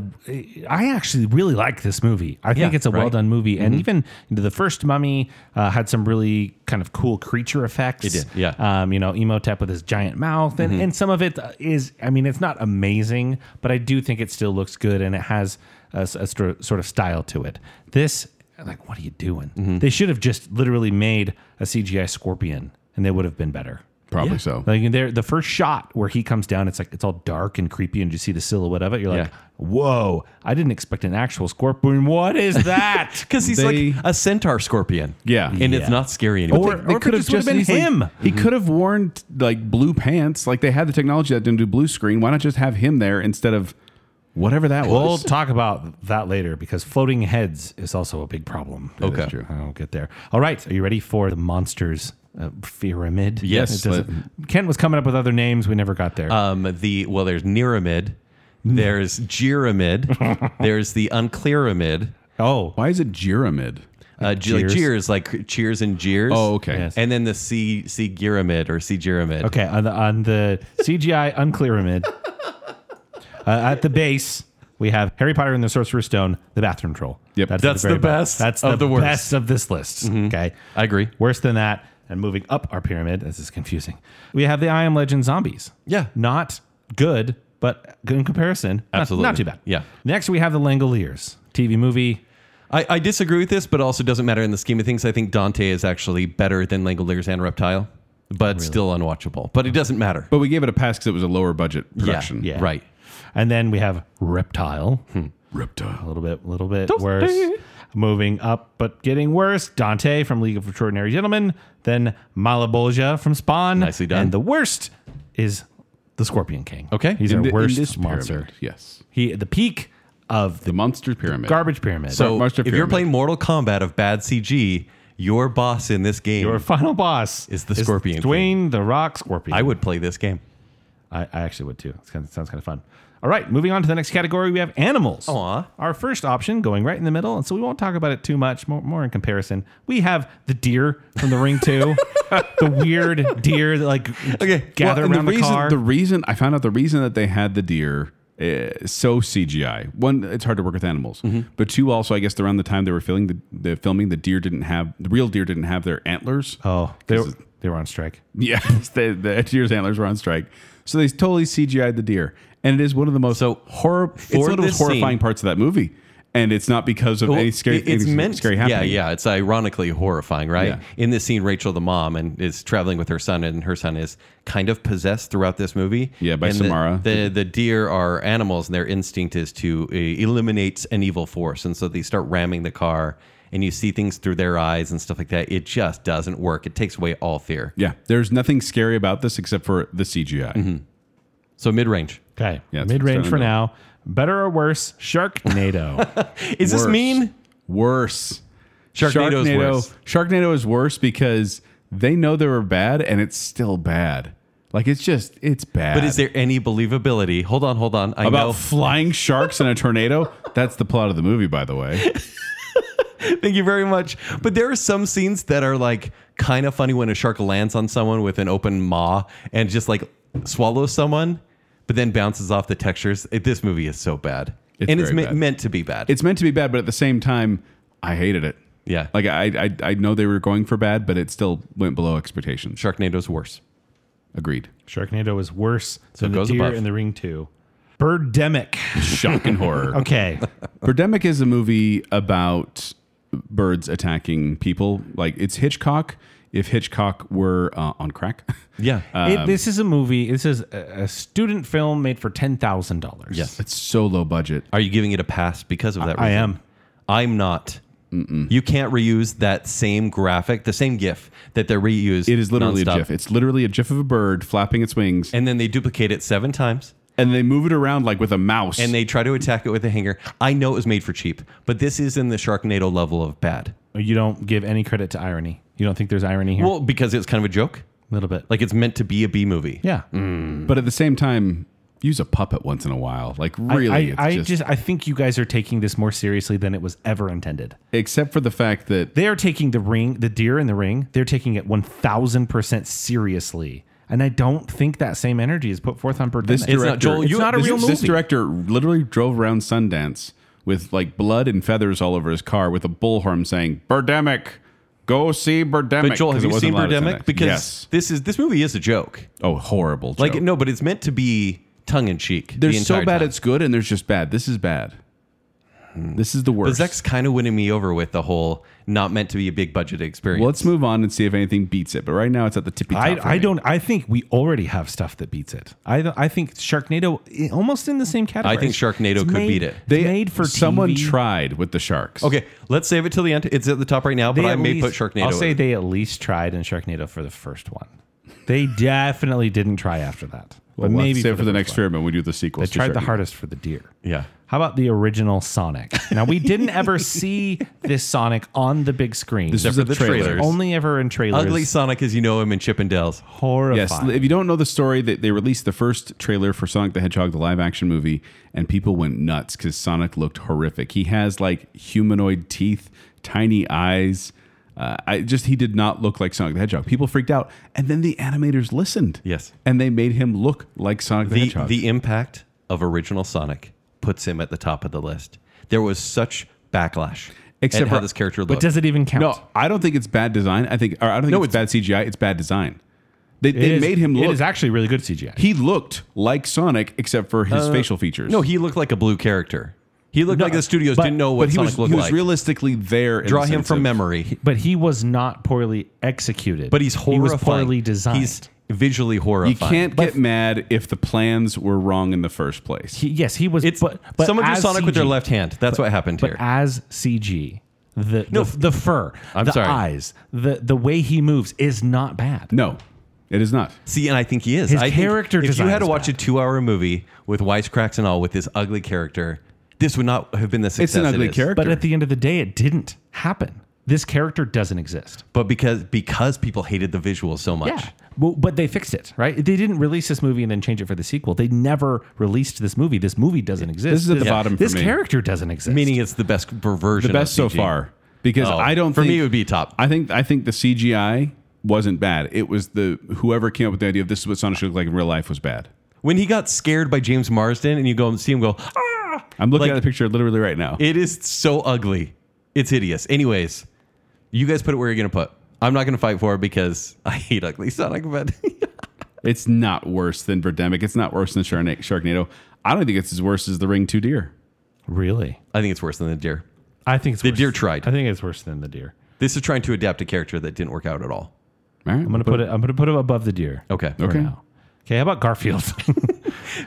Speaker 2: I actually really like this movie. I think
Speaker 4: Yeah,
Speaker 2: it's a
Speaker 4: right? Mm-hmm.
Speaker 2: well done movie, and even the first Mummy uh, had some really kind of cool creature effects. It
Speaker 4: did, yeah. Mm-hmm.
Speaker 2: Um, you know, Emotep with his giant mouth, and, and some of it is. I mean, it's not amazing, but I do think it still looks good, and it has a, s- a stor- sort of style to it. This, like, what are you doing?
Speaker 4: Mm-hmm.
Speaker 2: They should have just literally made a CGI scorpion, and they would have been better.
Speaker 3: Probably so.
Speaker 2: Like there, the first shot where he comes down, it's like it's all dark and creepy, and you see the silhouette of it. You're like,
Speaker 4: Yeah.
Speaker 2: "Whoa! I didn't expect an actual scorpion. What
Speaker 4: *laughs*
Speaker 2: is that?"
Speaker 4: Because he's
Speaker 3: They-
Speaker 4: like a centaur scorpion.
Speaker 3: Yeah.
Speaker 4: And it's
Speaker 2: Yeah.
Speaker 4: not scary anymore.
Speaker 2: Or- if it just would've been
Speaker 3: easily-
Speaker 2: him. Mm-hmm.
Speaker 3: He could have worn t- like blue pants. Like they had the technology that didn't do blue screen. Why not just have him there instead of whatever that
Speaker 2: we'll
Speaker 3: was?
Speaker 2: talk about that later because floating heads is also a big problem.
Speaker 4: Okay.
Speaker 2: That's true. I'll get there. All right, are you ready for the monsters uh, pyramid?
Speaker 4: Yes,
Speaker 2: It doesn't- Kent was coming up with other names. We never got there.
Speaker 4: um, the well, there's Neramid,
Speaker 3: *laughs*
Speaker 4: there's Jeramid, there's the uh, Unclearamid.
Speaker 2: oh,
Speaker 3: Why is it Jeramid?
Speaker 4: Uh, cheers. Like
Speaker 2: Jeers.
Speaker 4: cheers, like cheers and jeers.
Speaker 3: Oh, okay.
Speaker 2: Yes.
Speaker 4: And then the C C Geramid or C Geramid.
Speaker 2: Okay, on the on the CGI unclearamid uh, at the base we have Harry Potter and the Sorcerer's Stone, the bathroom troll.
Speaker 3: Yep.
Speaker 4: That's
Speaker 2: very
Speaker 4: the best
Speaker 2: That's
Speaker 4: of
Speaker 2: the,
Speaker 4: the worst. Mm-hmm.
Speaker 2: best of this list. Okay,
Speaker 4: I agree.
Speaker 2: Worse than that, and moving up our pyramid, this is confusing. We have the I Am Legend zombies.
Speaker 4: Yeah.
Speaker 2: not good, but good in comparison, not-
Speaker 4: Absolutely.
Speaker 2: not, too bad.
Speaker 4: Yeah.
Speaker 2: Next we have the Langoliers TV movie.
Speaker 4: I, I disagree with this, but also doesn't matter in the scheme of things. I think Dante is actually better than Langoliers and Reptile, but still unwatchable. But it doesn't matter.
Speaker 3: But we gave it a pass because it was a lower budget production.
Speaker 2: Yeah,
Speaker 4: Right. Hmm.
Speaker 2: And then we have Reptile. a
Speaker 3: Reptile.
Speaker 2: little bit, a little bit worse. Moving up, but getting worse. Dante from League of Extraordinary Gentlemen, then Malabolgia from Spawn.
Speaker 4: Nicely done.
Speaker 2: And the worst is the Scorpion King.
Speaker 4: Okay.
Speaker 2: he's
Speaker 3: In
Speaker 2: our
Speaker 3: the- in
Speaker 2: worst
Speaker 3: this pyramid,
Speaker 2: monster.
Speaker 3: Yes.
Speaker 2: He the peak of the
Speaker 3: The monster pyramid.
Speaker 2: garbage pyramid.
Speaker 4: So
Speaker 3: Monster
Speaker 4: if you're
Speaker 3: Pyramid.
Speaker 4: playing Mortal Kombat of bad CG, your boss in this game,
Speaker 2: your final boss
Speaker 4: Is the Scorpion
Speaker 2: Dwayne the Rock Scorpion.
Speaker 4: I would play this game.
Speaker 2: I, I actually would too. It's kind of, sounds kind of fun. All right, moving on to the next category, we have animals.
Speaker 4: Aw.
Speaker 2: Our first option going right in the middle, and so we won't talk about it too much. More, more in comparison, we have the deer from The Ring Two, the weird deer that like
Speaker 4: Okay,
Speaker 2: gather
Speaker 3: and
Speaker 2: around the,
Speaker 3: reason,
Speaker 2: car.
Speaker 3: The reason I found out the reason that they had the deer uh, so CGI. One, it's hard to work with animals,
Speaker 4: Mm-hmm.
Speaker 3: but two, also I guess around the time they were filming the, the filming, the deer didn't have the real deer didn't have their antlers. *laughs*
Speaker 2: oh, they were, they were on strike.
Speaker 3: yeah, the, the deer's antlers were on strike, so they totally CGI'd the deer, and it is one of the most
Speaker 4: So,
Speaker 3: horror. It's one of the
Speaker 4: this
Speaker 3: most horrifying
Speaker 4: scene-
Speaker 3: parts of that movie, and it's not because of
Speaker 4: Well,
Speaker 3: any scary.
Speaker 4: it- It's
Speaker 3: anything
Speaker 4: meant.
Speaker 3: scary
Speaker 4: yeah,
Speaker 3: happening.
Speaker 4: yeah. It's ironically horrifying, right?
Speaker 3: Yeah.
Speaker 4: In this scene, Rachel, the mom, and is traveling with her son, and her son is kind of possessed throughout this movie.
Speaker 3: Yeah, by
Speaker 4: And the-
Speaker 3: Samara.
Speaker 4: The, the deer are animals, and their instinct is to uh, eliminate an evil force, and so they start ramming the car. And you see things through their eyes and stuff like that. It just doesn't work. It takes away all fear.
Speaker 3: Yeah, there's nothing scary about this except for the CGI.
Speaker 4: Mm-hmm. So mid range.
Speaker 2: Okay,
Speaker 3: Yeah, it's-
Speaker 2: mid range
Speaker 3: it's
Speaker 2: for
Speaker 3: down in the
Speaker 2: now. Better or worse, Sharknado.
Speaker 4: *laughs* Is this
Speaker 3: Worse.
Speaker 4: mean?
Speaker 3: Worse.
Speaker 4: Sharknado is worse.
Speaker 3: Sharknado is worse because they know they were bad and it's still bad. Like it's just it's bad.
Speaker 4: But is there any believability? Hold on, hold on. I
Speaker 3: about
Speaker 4: know.
Speaker 3: flying sharks in a
Speaker 4: *laughs*
Speaker 3: tornado? That's the plot of the movie, by the way.
Speaker 4: Thank you very much. But there are some scenes that are like kind of funny when a shark lands on someone with an open maw and just like swallows someone, but then bounces off the textures. It- this movie is so bad.
Speaker 3: It's
Speaker 4: and it's
Speaker 3: very
Speaker 4: me-
Speaker 3: bad.
Speaker 4: meant to be bad.
Speaker 3: It's meant to be bad, but at the same time, I hated it.
Speaker 4: Yeah.
Speaker 3: Like I I, I know they were going for bad, but it still went below expectations.
Speaker 4: Sharknado's worse.
Speaker 3: Agreed.
Speaker 2: Sharknado is worse than
Speaker 4: it
Speaker 2: the
Speaker 4: goes
Speaker 2: deer
Speaker 4: above.
Speaker 2: in The Ring Two. Birdemic.
Speaker 3: Shock and
Speaker 4: *laughs*
Speaker 3: horror.
Speaker 2: Okay,
Speaker 3: Birdemic is a movie about birds attacking people. Like it's Hitchcock if Hitchcock were uh, on crack. *laughs* uh,
Speaker 4: Yeah.
Speaker 3: Um,
Speaker 2: It- this is a movie. This is a, a student film made for ten thousand dollars.
Speaker 4: Yes.
Speaker 3: it's so low budget.
Speaker 4: Are you giving it a pass because of that?
Speaker 2: I
Speaker 4: reason?
Speaker 2: am.
Speaker 4: I'm not. You can't reuse that same graphic, the same GIF that they reused.
Speaker 3: It is literally
Speaker 4: nonstop.
Speaker 3: a GIF. It's literally a GIF of a bird flapping its wings, and,
Speaker 4: And then they duplicate it seven times
Speaker 3: they move it around like with a mouse.
Speaker 4: and they try to attack it with a hanger. I know it was made for cheap, but this is in the Sharknado level of bad.
Speaker 2: You don't give any credit to irony. You don't think there's irony here?
Speaker 4: Well, because it's kind of a joke.
Speaker 2: a little bit.
Speaker 4: Like it's meant to be a B movie.
Speaker 2: yeah.
Speaker 4: Mm,
Speaker 3: but at the same time, use a puppet once in a while. Like
Speaker 2: I-
Speaker 3: really,
Speaker 2: I,
Speaker 3: it's
Speaker 2: I
Speaker 3: just,
Speaker 2: just I think you guys are taking this more seriously than it was ever intended.
Speaker 3: except for the fact that
Speaker 2: They are taking the ring, the deer in the ring. They're taking it one thousand percent seriously, and I don't think that same energy is put forth on Birdemic.
Speaker 3: this
Speaker 4: It's
Speaker 3: director,
Speaker 4: not- Joel, you-
Speaker 2: not a
Speaker 3: this,
Speaker 2: real
Speaker 3: this
Speaker 2: movie.
Speaker 3: director literally drove around Sundance with like blood and feathers all over his car with a bullhorn saying "Birdemic, go see Birdemic."
Speaker 4: But Joel,
Speaker 3: 'cause
Speaker 4: have
Speaker 3: it
Speaker 4: you
Speaker 3: wasn't
Speaker 4: seen
Speaker 3: allowed at
Speaker 4: Birdemic?
Speaker 3: Sundance.
Speaker 4: Because
Speaker 3: yes.
Speaker 4: this is this movie is a joke.
Speaker 3: Oh, horrible!
Speaker 4: Like
Speaker 3: joke.
Speaker 4: no, but it's meant to be tongue in cheek. the
Speaker 3: There's so
Speaker 4: entire
Speaker 3: bad
Speaker 4: time.
Speaker 3: it's good, and there's just bad. This is bad. This is the
Speaker 4: But
Speaker 3: worst.
Speaker 4: Zach's kind of winning me over with the whole not meant to be a big budget experience.
Speaker 3: Well, let's move on and see if anything beats it. But right now, it's at the tippy top. for
Speaker 2: I, I
Speaker 3: me.
Speaker 2: don't. I think we already have stuff that beats it. I th- I think Sharknado i- almost in the same category.
Speaker 4: I think Sharknado could
Speaker 2: made-
Speaker 4: beat it.
Speaker 2: They made for
Speaker 3: someone
Speaker 2: TV.
Speaker 3: tried with the sharks.
Speaker 4: Okay, let's save it till the end. It's at the top right now, but
Speaker 2: They
Speaker 4: I
Speaker 2: at
Speaker 4: may
Speaker 2: least-
Speaker 4: put Sharknado.
Speaker 2: I'll say
Speaker 4: in.
Speaker 2: they at least tried in Sharknado for the first one. They definitely didn't try after that. but
Speaker 3: Well, we'll
Speaker 2: maybe
Speaker 3: maybe save for the
Speaker 2: first
Speaker 3: next
Speaker 2: one.
Speaker 3: experiment. We do the sequel.
Speaker 2: They tried the hardest for the deer.
Speaker 4: yeah.
Speaker 2: How about the original Sonic? Now we didn't
Speaker 3: *laughs*
Speaker 2: ever see this Sonic on the big screen.
Speaker 3: This is
Speaker 4: for
Speaker 3: the,
Speaker 4: the
Speaker 3: trailer.
Speaker 4: trailers.
Speaker 2: only ever in trailers.
Speaker 4: Ugly Sonic as you know him in Chip and Dale's.
Speaker 3: Yes,
Speaker 2: horrifying.
Speaker 3: if you don't know the story, they, they released the first trailer for Sonic the Hedgehog, the live action movie, and people went nuts because Sonic looked horrific. He has like humanoid teeth, tiny eyes. Uh, I just he did not look like Sonic the Hedgehog. People freaked out, and then the animators listened.
Speaker 4: Yes.
Speaker 3: and they made him look like Sonic the,
Speaker 4: The
Speaker 3: Hedgehog.
Speaker 4: the impact of original Sonic puts him at the top of the list. There was such backlash
Speaker 3: Except
Speaker 4: at how
Speaker 3: for-
Speaker 4: this character looked.
Speaker 2: but does it even count?
Speaker 3: No, I don't think it's bad design. I think or I don't think
Speaker 4: No,
Speaker 3: it's, bad CGI. It's bad design. They,
Speaker 2: It
Speaker 3: they
Speaker 2: is-
Speaker 3: made him
Speaker 2: It
Speaker 3: look.
Speaker 2: is actually really good CGI.
Speaker 3: he looked like Sonic except for his facial features.
Speaker 4: Uh, no, he looked like a blue character. He looked like the studios
Speaker 2: but-
Speaker 4: didn't know
Speaker 3: but
Speaker 4: what
Speaker 3: he
Speaker 4: Sonic
Speaker 3: was,
Speaker 4: looked
Speaker 3: he was
Speaker 4: like.
Speaker 3: realistically there. in
Speaker 4: Draw
Speaker 3: the
Speaker 4: him
Speaker 3: sense
Speaker 4: from
Speaker 3: of-
Speaker 4: memory.
Speaker 2: but he was not poorly executed.
Speaker 4: But he's horrifying.
Speaker 2: He was poorly designed.
Speaker 4: He's visually horrifying.
Speaker 3: You can't get mad if the plans were wrong in the first place.
Speaker 2: He- yes, he was.
Speaker 4: It's
Speaker 2: but, but
Speaker 4: someone drew
Speaker 2: as
Speaker 4: Sonic with their
Speaker 2: CG.
Speaker 4: left hand. That's what happened
Speaker 2: But
Speaker 4: here.
Speaker 2: as CG, the no, the, the fur,
Speaker 4: I'm
Speaker 2: the
Speaker 4: sorry.
Speaker 2: eyes, the the way he moves is not bad.
Speaker 3: no, it is not.
Speaker 4: See, and I think he is.
Speaker 2: His
Speaker 4: I think
Speaker 2: character
Speaker 4: If you
Speaker 2: design
Speaker 4: had to
Speaker 2: is
Speaker 4: watch a
Speaker 2: bad.
Speaker 4: two-hour movie with wisecracks and all, with this ugly character, this would not have been the
Speaker 3: It's
Speaker 4: success.
Speaker 3: an
Speaker 4: it
Speaker 3: ugly
Speaker 4: is.
Speaker 3: character.
Speaker 2: But at the end of the day, it didn't happen. This character doesn't exist.
Speaker 4: but because because people hated the visuals so much.
Speaker 2: Yeah. Well, but they fixed it, right? They didn't release this movie and then change it for the sequel. They never released this movie. This movie doesn't exist.
Speaker 3: This is at the bottom for
Speaker 2: This
Speaker 3: me.
Speaker 2: character doesn't exist.
Speaker 4: Meaning it's the best ver- version.
Speaker 3: The best so
Speaker 4: of CG.
Speaker 3: far because
Speaker 4: Oh,
Speaker 3: I don't.
Speaker 4: for me,
Speaker 3: think-
Speaker 4: it would be top.
Speaker 3: I think I think the CGI wasn't bad. It was the whoever came up with the idea of this is what Sonic should look like in real life was bad.
Speaker 4: When he got scared by James Marsden, and you go and see him go, ah,
Speaker 3: I'm looking
Speaker 4: Like-
Speaker 3: at the picture literally right now.
Speaker 4: it is so ugly. It's hideous. Anyways, you guys put it where you're gonna put. I'm not gonna fight for it because I hate ugly Sonic. But *laughs*
Speaker 3: It's not worse than Birdemic. It's not worse than Sharna- Sharknado. I don't think it's as worse as The Ring Two Deer.
Speaker 2: really,
Speaker 4: I think it's worse than the deer.
Speaker 2: I think it's the
Speaker 4: deer tried.
Speaker 2: I think it's worse than the deer.
Speaker 4: This is trying to adapt a character that didn't work out at all.
Speaker 3: All right,
Speaker 2: I'm gonna put it. I'm gonna put it above the deer.
Speaker 4: Oh, Okay.
Speaker 3: Okay.
Speaker 2: now. Okay, how about Garfield?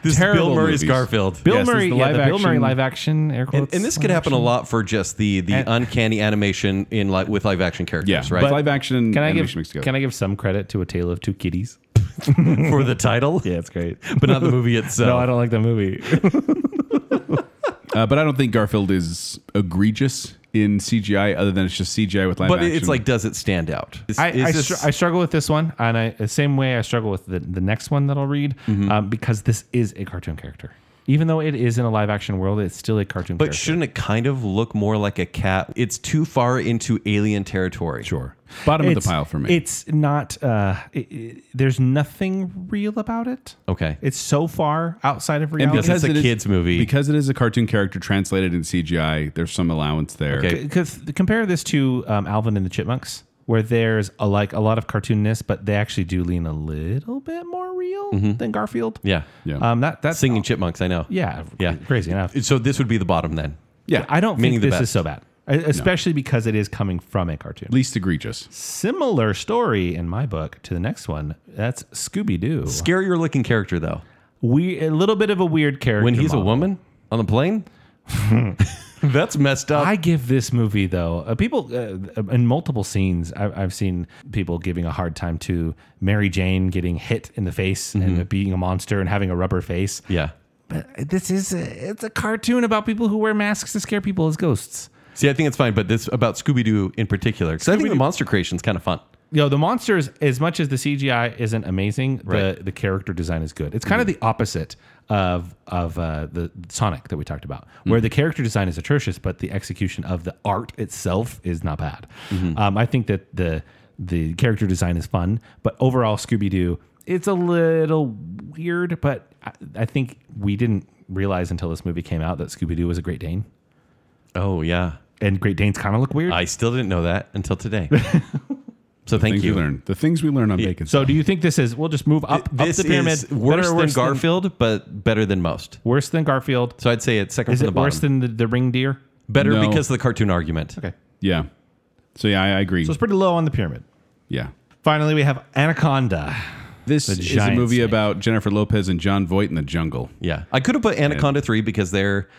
Speaker 4: This
Speaker 3: Terrible
Speaker 4: is Bill Murray's
Speaker 3: movies.
Speaker 4: Garfield.
Speaker 2: Bill
Speaker 3: Yes, this
Speaker 2: Murray,
Speaker 3: is the
Speaker 2: yeah,
Speaker 3: live
Speaker 2: the Bill Murray
Speaker 3: action-
Speaker 2: live action air quotes.
Speaker 4: And, and this could happen a lot for just the the uncanny animation in like with live action
Speaker 3: Yeah,
Speaker 4: characters,
Speaker 3: right.
Speaker 4: right?
Speaker 3: live action and
Speaker 2: Can I
Speaker 3: animation
Speaker 2: give
Speaker 3: mixed together.
Speaker 2: Can I give some credit to A Tale of Two Kitties?
Speaker 4: for the
Speaker 3: *laughs*
Speaker 4: title,
Speaker 2: Yeah, it's *laughs* great.
Speaker 4: *laughs* but not the movie itself.
Speaker 2: no, I don't like that movie.
Speaker 3: Uh, but I don't think Garfield is egregious in CGI, other than it's just CGI with live
Speaker 4: But
Speaker 3: action.
Speaker 4: it's like, does it stand out? Is,
Speaker 2: I,
Speaker 4: is
Speaker 2: I,
Speaker 4: this-
Speaker 2: str- I struggle with this one, and I the same way I struggle with the, the next one that I'll read
Speaker 3: Mm-hmm.
Speaker 2: um, because this is a cartoon character. Even though it is in a live action world, it's still a cartoon
Speaker 4: but
Speaker 2: character.
Speaker 4: shouldn't it kind of look more like a cat? It's too far into alien territory.
Speaker 3: sure bottom of
Speaker 2: It's-
Speaker 3: the pile for me.
Speaker 2: It's not. Uh, it, it- there's nothing real about it.
Speaker 4: Okay.
Speaker 2: It's so far outside of
Speaker 3: And
Speaker 2: reality.
Speaker 4: because- it's a
Speaker 3: it is-
Speaker 4: kids' movie.
Speaker 3: because it is a cartoon character translated in CGI, there's some allowance there.
Speaker 4: Okay.
Speaker 2: because compare this to um, Alvin and the Chipmunks, where there's a, like a lot of cartoonness, but they actually do lean a little bit more real than Garfield.
Speaker 4: Mm-hmm. Yeah.
Speaker 3: Yeah.
Speaker 2: Um, that that's
Speaker 4: Singing chipmunks, I know.
Speaker 2: Yeah,
Speaker 4: Yeah.
Speaker 2: crazy enough.
Speaker 4: So this would be the bottom then.
Speaker 3: yeah.
Speaker 2: I don't
Speaker 4: Meaning
Speaker 2: think
Speaker 4: the
Speaker 2: this
Speaker 4: best.
Speaker 2: is so bad. e, especially because it is coming from a cartoon.
Speaker 3: Least egregious.
Speaker 2: Similar story in my book to the next one. That's Scooby Doo.
Speaker 4: Scarier looking character though.
Speaker 2: We a little bit of a weird character.
Speaker 4: When he's a
Speaker 2: model.
Speaker 4: woman on the plane, *laughs* that's messed up.
Speaker 2: Hmm. I give this movie though. Uh, people uh, in multiple scenes, I've, I've seen people giving a hard time to Mary Jane getting hit in the face and being a monster and having a rubber face.
Speaker 4: yeah.
Speaker 2: But this is a, it's a cartoon about people who wear masks to scare people as ghosts.
Speaker 4: See, I think it's fine, but this about Scooby Doo in particular. Because I think the
Speaker 2: Scooby-Doo-
Speaker 4: monster creation's kind of fun.
Speaker 2: You know, the monsters, as much as the CGI isn't amazing, the,
Speaker 4: Right. Mhm.
Speaker 2: the character design is good. It's kind of the opposite of of uh, the Sonic that we talked about,
Speaker 4: Mm-hmm.
Speaker 2: where the character design is atrocious, but the execution of the art itself is not bad.
Speaker 4: Mm-hmm.
Speaker 2: Um, I think that the the character design is fun, but overall, Scooby Doo, it's a little weird. But I, I think we didn't realize until this movie came out that Scooby Doo was a Great Dane,
Speaker 4: Oh yeah.
Speaker 2: and Great Danes kind of look weird.
Speaker 4: I still didn't know that
Speaker 2: *laughs*
Speaker 4: until today. so
Speaker 3: Things
Speaker 4: thank
Speaker 3: we
Speaker 4: you.
Speaker 3: learn. The things we learn on bacon.
Speaker 2: So do you think this is? We'll just move up, up
Speaker 4: This
Speaker 2: the pyramid.
Speaker 4: is worse
Speaker 2: Better or
Speaker 4: than Garfield, but better than most.
Speaker 2: worse than Garfield.
Speaker 4: So I'd say it's second
Speaker 2: Is
Speaker 4: from
Speaker 2: it
Speaker 4: the bottom.
Speaker 2: worse than the, the ring deer?
Speaker 4: better
Speaker 3: No.
Speaker 4: because of the cartoon argument.
Speaker 2: Okay,
Speaker 3: yeah. So yeah, I, I agree.
Speaker 2: so it's pretty low on the pyramid.
Speaker 3: yeah.
Speaker 2: Finally, we have Anaconda.
Speaker 3: This
Speaker 2: The
Speaker 3: is a
Speaker 2: giant
Speaker 3: movie
Speaker 2: snake.
Speaker 3: about Jennifer Lopez and John Voight in the jungle.
Speaker 4: Yeah, I could have put Anaconda three because they're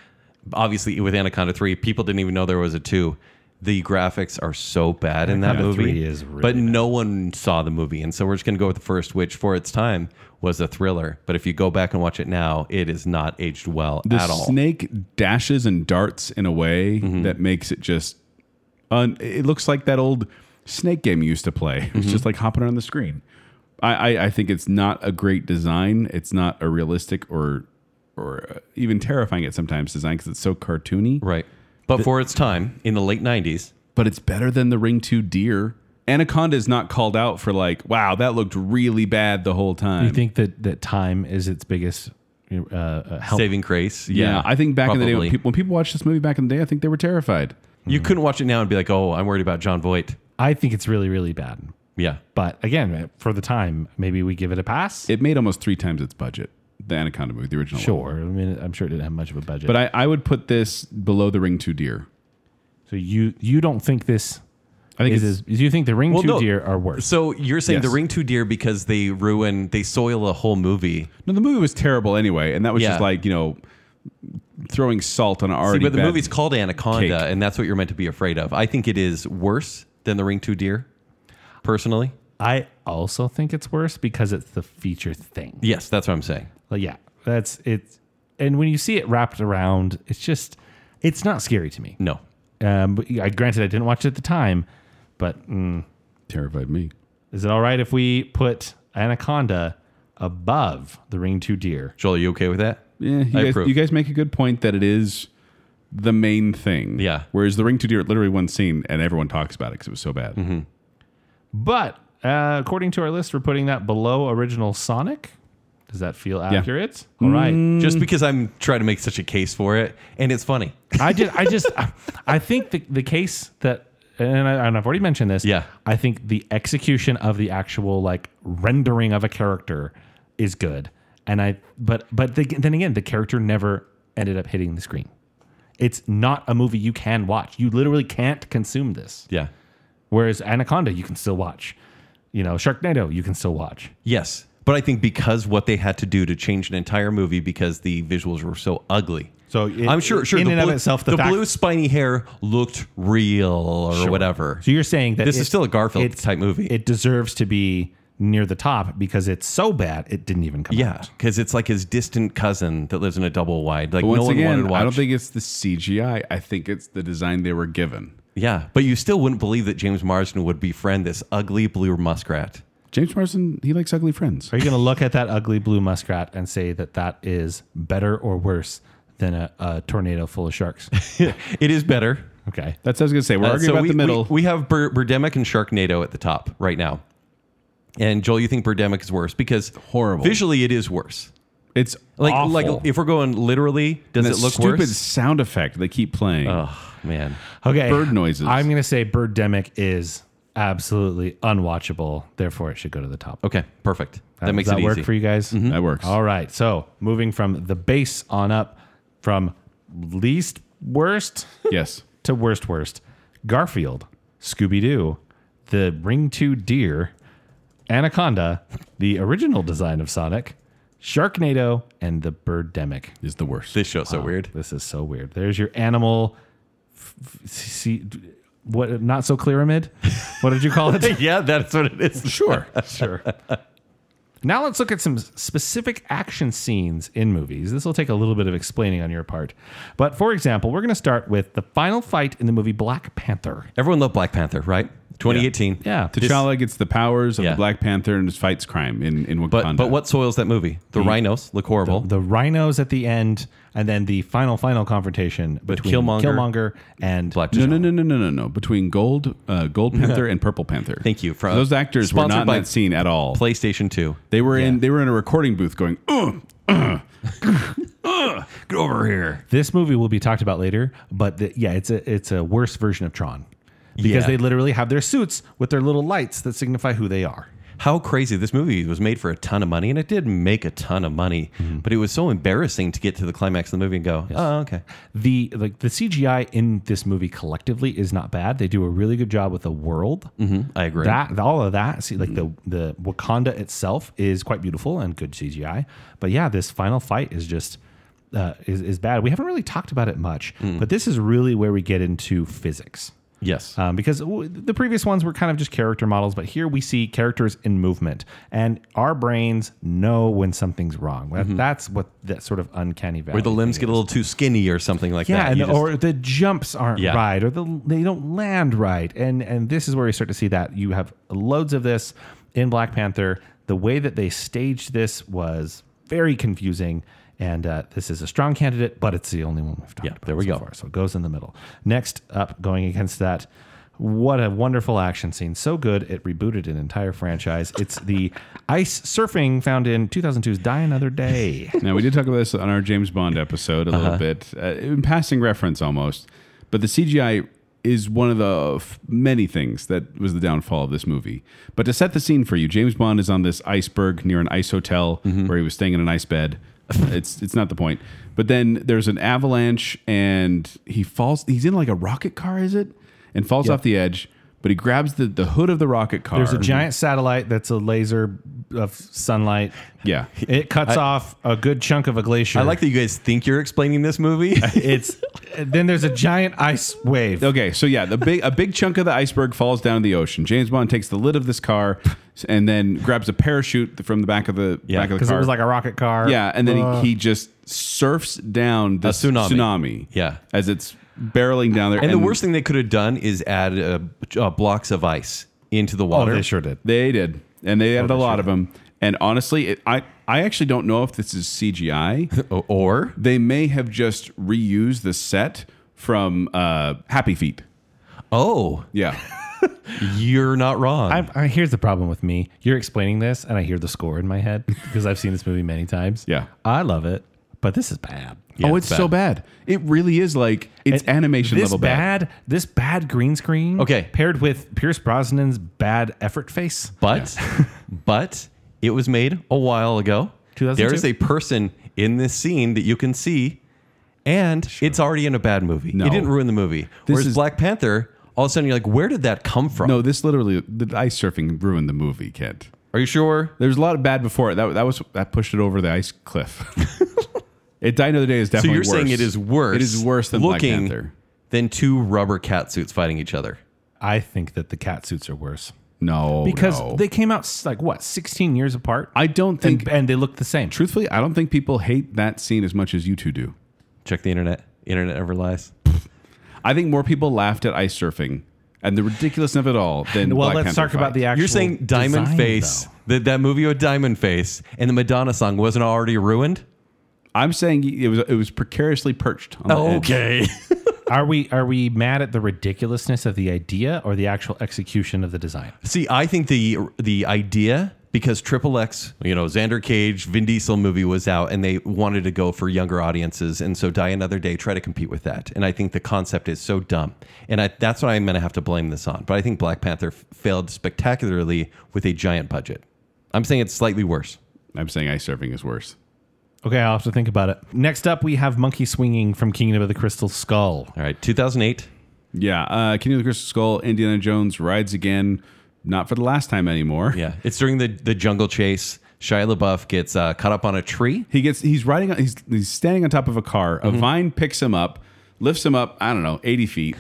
Speaker 4: obviously with Anaconda three, people didn't even know there was a two. The graphics are so bad in that
Speaker 2: Anaconda
Speaker 4: movie,
Speaker 2: 3 is really
Speaker 4: but no one saw the movie, and so we're just going to go with the first, which for its time was a thriller. But if you go back and watch it now, it is not aged well
Speaker 3: The
Speaker 4: at all. Mm-hmm.
Speaker 3: snake dashes and darts in a way that makes it just. Un- it looks like that old snake game you used to play. *laughs* It's
Speaker 4: Mm-hmm.
Speaker 3: just like hopping around the screen. I, I, I think it's not a great design. It's not a realistic or or uh, even terrifying at sometimes design because it's so cartoony.
Speaker 4: right, but for its time in the late '90s,
Speaker 3: But it's better than the Ring Two Deer. Anaconda is not called out for like, wow, that looked really bad the whole time.
Speaker 2: You think that that time is its biggest uh, uh, help?
Speaker 4: Saving Grace.
Speaker 3: yeah,
Speaker 4: Yeah,
Speaker 3: I think back in the day
Speaker 4: probably.
Speaker 3: when people, when people watched this movie back in the day, I think they were terrified.
Speaker 4: you couldn't watch it now and be like, "Oh, I'm worried about John Voight."
Speaker 2: I think it's really really bad.
Speaker 4: Yeah,
Speaker 2: But again, for the time, maybe we give it a pass.
Speaker 3: It made almost three times its budget. The Anaconda movie, the original. one.
Speaker 2: sure, I mean, I'm sure it didn't have much of a budget.
Speaker 3: But I, I would put this below the Ring Two Deer.
Speaker 2: so you you don't think this?
Speaker 3: I think
Speaker 2: is,
Speaker 3: it's-
Speaker 2: is do you think the ring
Speaker 4: Well,
Speaker 2: two
Speaker 4: no.
Speaker 2: deer are worse?
Speaker 4: So you're saying
Speaker 3: Yes.
Speaker 4: the Ring Too Dear because they ruin, they soil a whole movie.
Speaker 3: No, the movie was terrible anyway, and that was
Speaker 4: Yeah.
Speaker 3: just like you know throwing salt on an
Speaker 4: See,
Speaker 3: already.
Speaker 4: but the
Speaker 3: bad-
Speaker 4: movie's called Anaconda,
Speaker 3: Cake.
Speaker 4: and that's what you're meant to be afraid of. I think it is worse than the Ring Too Dear, personally.
Speaker 2: I also think it's worse because it's the feature thing.
Speaker 4: Yes, that's what I'm saying.
Speaker 2: Like, yeah, that's it. And when you see it wrapped around, it's just, it's not scary to me.
Speaker 4: No.
Speaker 2: Um, but I granted I didn't watch it at the time, but mm,
Speaker 3: terrified me.
Speaker 2: is it all right if we put Anaconda above the Ring Two Deer?
Speaker 4: Joel, you okay with that?
Speaker 3: Yeah,
Speaker 4: I
Speaker 3: you guys,
Speaker 4: approve.
Speaker 3: you guys make a good point that it is the main thing.
Speaker 4: Yeah.
Speaker 3: Whereas the Ring Two Deer, literally one scene, and everyone talks about it because it was so bad.
Speaker 2: But uh, according to our list, we're putting that below original Sonic. Does that feel accurate? All right.
Speaker 3: Mm.
Speaker 4: Just because I'm trying to make such a case for it, and it's funny.
Speaker 2: I just, I just, I think the, the case that, and, I, and I've already mentioned this.
Speaker 4: Yeah.
Speaker 2: I think the execution of the actual like rendering of a character is good, and I, but, but the, then again, the character never ended up hitting the screen. It's not a movie you can watch. You literally can't consume this.
Speaker 4: Yeah.
Speaker 2: Whereas Anaconda, you can still watch. You know, Sharknado, you can still watch.
Speaker 4: Yes. But I think because what they had to do to change an entire movie because the visuals were so ugly.
Speaker 2: So it-
Speaker 4: I'm sure, sure
Speaker 2: in
Speaker 4: the
Speaker 2: and of
Speaker 4: blue-
Speaker 2: itself, the fact-
Speaker 4: blue spiny hair looked real or
Speaker 2: Sure.
Speaker 4: whatever.
Speaker 2: So you're saying that
Speaker 4: This is
Speaker 2: is
Speaker 4: still a Garfield type movie.
Speaker 2: It deserves to be near the top because it's so bad it didn't even come
Speaker 4: Yeah,
Speaker 2: out.
Speaker 4: because it's like his distant cousin that lives in a double wide. Like
Speaker 3: But once
Speaker 4: no one wanted
Speaker 3: again,
Speaker 4: to watch.
Speaker 3: I don't think it's the CGI. I think it's the design they were given.
Speaker 4: yeah, but you still wouldn't believe that James Marsden would befriend this ugly
Speaker 2: *laughs*
Speaker 4: blue muskrat.
Speaker 3: James Marsden, he likes ugly friends.
Speaker 2: Are you going to look at that ugly blue muskrat and say that that is better or worse than a, a tornado full of
Speaker 4: *laughs*
Speaker 2: sharks?
Speaker 4: It is better.
Speaker 2: Okay.
Speaker 3: That's what I was gonna say. We're
Speaker 4: Uh,
Speaker 3: arguing
Speaker 4: so
Speaker 3: about
Speaker 4: we,
Speaker 3: the middle.
Speaker 4: We, we have Bur- Birdemic and Sharknado at the top right now. And Joel, you think Birdemic is worse because
Speaker 3: Horrible.
Speaker 4: Visually, it is worse.
Speaker 3: it's
Speaker 4: Like
Speaker 3: awful.
Speaker 4: like if we're going literally, does
Speaker 3: that
Speaker 4: it look
Speaker 3: stupid
Speaker 4: worse?
Speaker 3: sound effect they keep playing.
Speaker 4: Oh man,
Speaker 2: Okay.
Speaker 3: Bird noises.
Speaker 2: I'm going to say Birdemic is absolutely unwatchable. Therefore, it should go to the top.
Speaker 4: okay, perfect. That,
Speaker 2: Does
Speaker 4: makes
Speaker 2: that
Speaker 4: it
Speaker 2: work
Speaker 4: easy. Mm-hmm.
Speaker 2: for you guys?
Speaker 4: Hmm?
Speaker 3: That works.
Speaker 2: All right. So moving from the base on up, from least worst
Speaker 3: Yes.
Speaker 2: to worst worst Garfield, Scooby Doo, The Ring Two Deer, Anaconda, the original design of Sonic, Sharknado, and the Birdemic.
Speaker 3: Is the worst.
Speaker 4: This show's so weird.
Speaker 2: This is so weird. *laughs* There's your animal. f- f- See what? Not so clear amid. What did you call
Speaker 4: *laughs*
Speaker 2: it?
Speaker 4: Yeah, that's what it is.
Speaker 2: Sure, sure. Now let's look at some specific action scenes in movies. This will take a little bit of explaining on your part. But for example, we're going to start with the final fight in the movie Black Panther.
Speaker 4: Everyone loved Black Panther, right? 2018.
Speaker 2: Yeah.
Speaker 3: T'Challa gets the powers of
Speaker 4: uh, Yeah.
Speaker 3: the Black Panther and just fights crime in, in Wakanda.
Speaker 4: But but what soils that movie? The rhinos look horrible.
Speaker 2: The rhinos at the end, and then the final, final confrontation between
Speaker 4: Killmonger-
Speaker 2: Killmonger and
Speaker 4: Black
Speaker 3: No, no, no, no, no, no, no. Between Gold, uh,
Speaker 4: *laughs*
Speaker 3: Gold Panther, and Purple Panther.
Speaker 4: Thank you. From-
Speaker 3: Those actors were
Speaker 4: sponsored
Speaker 3: not in
Speaker 4: by-
Speaker 3: that scene at all.
Speaker 4: PlayStation 2.
Speaker 3: They were in. They were in a recording booth going. Ugh.
Speaker 4: Get over here.
Speaker 2: This movie will be talked about later, but the, yeah, it's a it's a worse version of Tron because
Speaker 4: Yeah.
Speaker 2: they literally have their suits with their little lights that signify who they are.
Speaker 4: How crazy. This movie was made for a ton of money, and it did make a ton of money, but it was so embarrassing to get to the climax of the movie and go, oh, okay.
Speaker 2: the like the CGI in this movie collectively is not bad. They do a really good job with the world.
Speaker 4: Mm-hmm. I agree.
Speaker 2: That all of that, see, like the the Wakanda itself is quite beautiful and good CGI. But yeah, this final fight is just uh, is is bad. We haven't really talked about it much,
Speaker 4: Hmm.
Speaker 2: but this is really where we get into physics.
Speaker 4: yes.
Speaker 2: Um, because w- the previous ones were kind of just character models, but here we see characters in movement, and our brains know when something's wrong. That, That's what that sort of uncanny valley.
Speaker 4: Mm-hmm. Where the limbs get a little too skinny or something like
Speaker 2: Yeah,
Speaker 4: that.
Speaker 2: and
Speaker 4: You
Speaker 2: the,
Speaker 4: just-
Speaker 2: or the jumps aren't
Speaker 4: Yeah.
Speaker 2: right, or the, they don't land right, and and this is where you start to see that you have loads of this in Black Panther. The way that they staged this was very confusing, and uh, this is a strong candidate, but it's the only one we've talked
Speaker 4: Yeah,
Speaker 2: about.
Speaker 4: there we
Speaker 2: so
Speaker 4: go.
Speaker 2: Far. So it goes in the middle. Next up, going against that. What a wonderful action scene. So good, it rebooted an entire franchise. It's
Speaker 4: *laughs*
Speaker 2: the ice surfing found in 2002's Die Another Day.
Speaker 3: Now we did talk about this on our James Bond episode a
Speaker 2: Uh-huh.
Speaker 3: little bit, uh, in passing reference almost. But the CGI is one of the f- many things that was the downfall of this movie. But to set the scene for you, James Bond is on this iceberg near an ice hotel
Speaker 2: Mm-hmm.
Speaker 3: where he was staying in an ice bed. it's it's not the point. But then there's an avalanche and he falls. He's in like a rocket car, is it? And falls off the edge. But he grabs the, the hood of the rocket car.
Speaker 2: There's a giant satellite that's a laser of sunlight.
Speaker 3: Yeah.
Speaker 2: It cuts off a good chunk of a glacier.
Speaker 4: I like that you guys think you're explaining this movie.
Speaker 2: *laughs* it's then there's a giant ice wave.
Speaker 3: Okay, so yeah, the big a big chunk of the iceberg falls down in the ocean. James Bond takes the lid of this car and then grabs a parachute from the back of the
Speaker 4: Yeah,
Speaker 3: back of the
Speaker 2: Because
Speaker 3: car.
Speaker 2: it was like a rocket car. Uh,
Speaker 3: yeah, and then he, he just surfs down the
Speaker 4: tsunami. Yeah.
Speaker 3: as it's barreling down there.
Speaker 4: and the worst thing they could have done is add uh, uh, blocks of ice into the
Speaker 2: Oh,
Speaker 4: water.
Speaker 2: they sure did.
Speaker 3: they did, and they added a lot of them. And honestly, it, I I actually don't know if this is CGI.
Speaker 4: O- Or
Speaker 3: they may have just reused the set from uh, Happy Feet.
Speaker 4: oh,
Speaker 3: Yeah.
Speaker 4: you're not wrong.
Speaker 2: I, I, here's the problem with me. You're explaining this, and I hear the score in my
Speaker 3: *laughs*
Speaker 2: head because I've seen this movie many times.
Speaker 3: Yeah.
Speaker 2: I love it, but this is bad.
Speaker 3: oh, it's so bad. It really is like it's
Speaker 2: And
Speaker 3: animation
Speaker 2: this
Speaker 3: level bad.
Speaker 2: This bad green screen.
Speaker 4: Okay.
Speaker 2: Paired with Pierce Brosnan's bad effort face.
Speaker 3: *laughs*
Speaker 4: but but it was made a while ago.
Speaker 2: 2002?
Speaker 4: There is a person in this scene that you can see, and it's already in a bad movie.
Speaker 3: No.
Speaker 4: It didn't ruin the movie. Whereas
Speaker 3: is-
Speaker 4: Black Panther, all of a sudden you're like, where did that come from?
Speaker 3: No, this literally the ice surfing ruined the movie, Kent.
Speaker 4: Are you sure?
Speaker 3: There's a lot of bad before it. That that was that pushed it over the ice cliff. it died another day is
Speaker 4: So
Speaker 3: definitely.
Speaker 4: you're saying
Speaker 3: worse.
Speaker 4: it is worse?
Speaker 3: It is worse than Black
Speaker 4: looking
Speaker 3: Panther.
Speaker 4: than two rubber cat suits fighting each other.
Speaker 2: I think that the cat suits are worse.
Speaker 3: No,
Speaker 2: because
Speaker 3: no.
Speaker 2: they came out s- like what 16 years apart
Speaker 3: I don't
Speaker 2: and,
Speaker 3: think.
Speaker 2: and they look the same
Speaker 3: truthfully, I don't think people hate that scene as much as you two do.
Speaker 4: Check the internet. Internet ever lies.
Speaker 3: I think more people laughed at ice surfing and the ridiculousness of it all than.
Speaker 2: well
Speaker 3: Black
Speaker 2: let's
Speaker 3: Panther
Speaker 2: talk about
Speaker 3: fight.
Speaker 2: the actual
Speaker 4: You're saying Diamond
Speaker 2: design,
Speaker 4: Face,
Speaker 2: though.
Speaker 4: that that movie with Diamond Face and the Madonna song wasn't already ruined?
Speaker 3: I'm saying it was it was precariously perched. On the
Speaker 2: Oh, *laughs*
Speaker 3: edge.
Speaker 2: are we are we mad at the ridiculousness of the idea or the actual execution of the design
Speaker 4: See, I think the the idea because Triple X, you know, Xander Cage, Vin Diesel movie was out, and they wanted to go for younger audiences, and so Die Another Day try to compete with that, and I think the concept is so dumb, and I, that's what I'm going to have to blame this on. But I think Black Panther f- failed spectacularly with a giant budget. I'm saying it's slightly worse.
Speaker 3: I'm saying ice surfing is worse.
Speaker 2: okay i'll have to think about it next up we have monkey swinging from kingdom of the crystal skull
Speaker 4: All right, 2008,
Speaker 3: Yeah. Uh, Kenny the Crystal Skull, Indiana Jones rides again, not for the last time anymore.
Speaker 4: Yeah, it's during the the jungle chase. Shia LaBeouf gets uh, caught up on a tree.
Speaker 3: He gets he's riding on he's he's standing on top of a car.
Speaker 2: Mm-hmm.
Speaker 3: A vine picks him up, lifts him up, I don't know, 80 feet.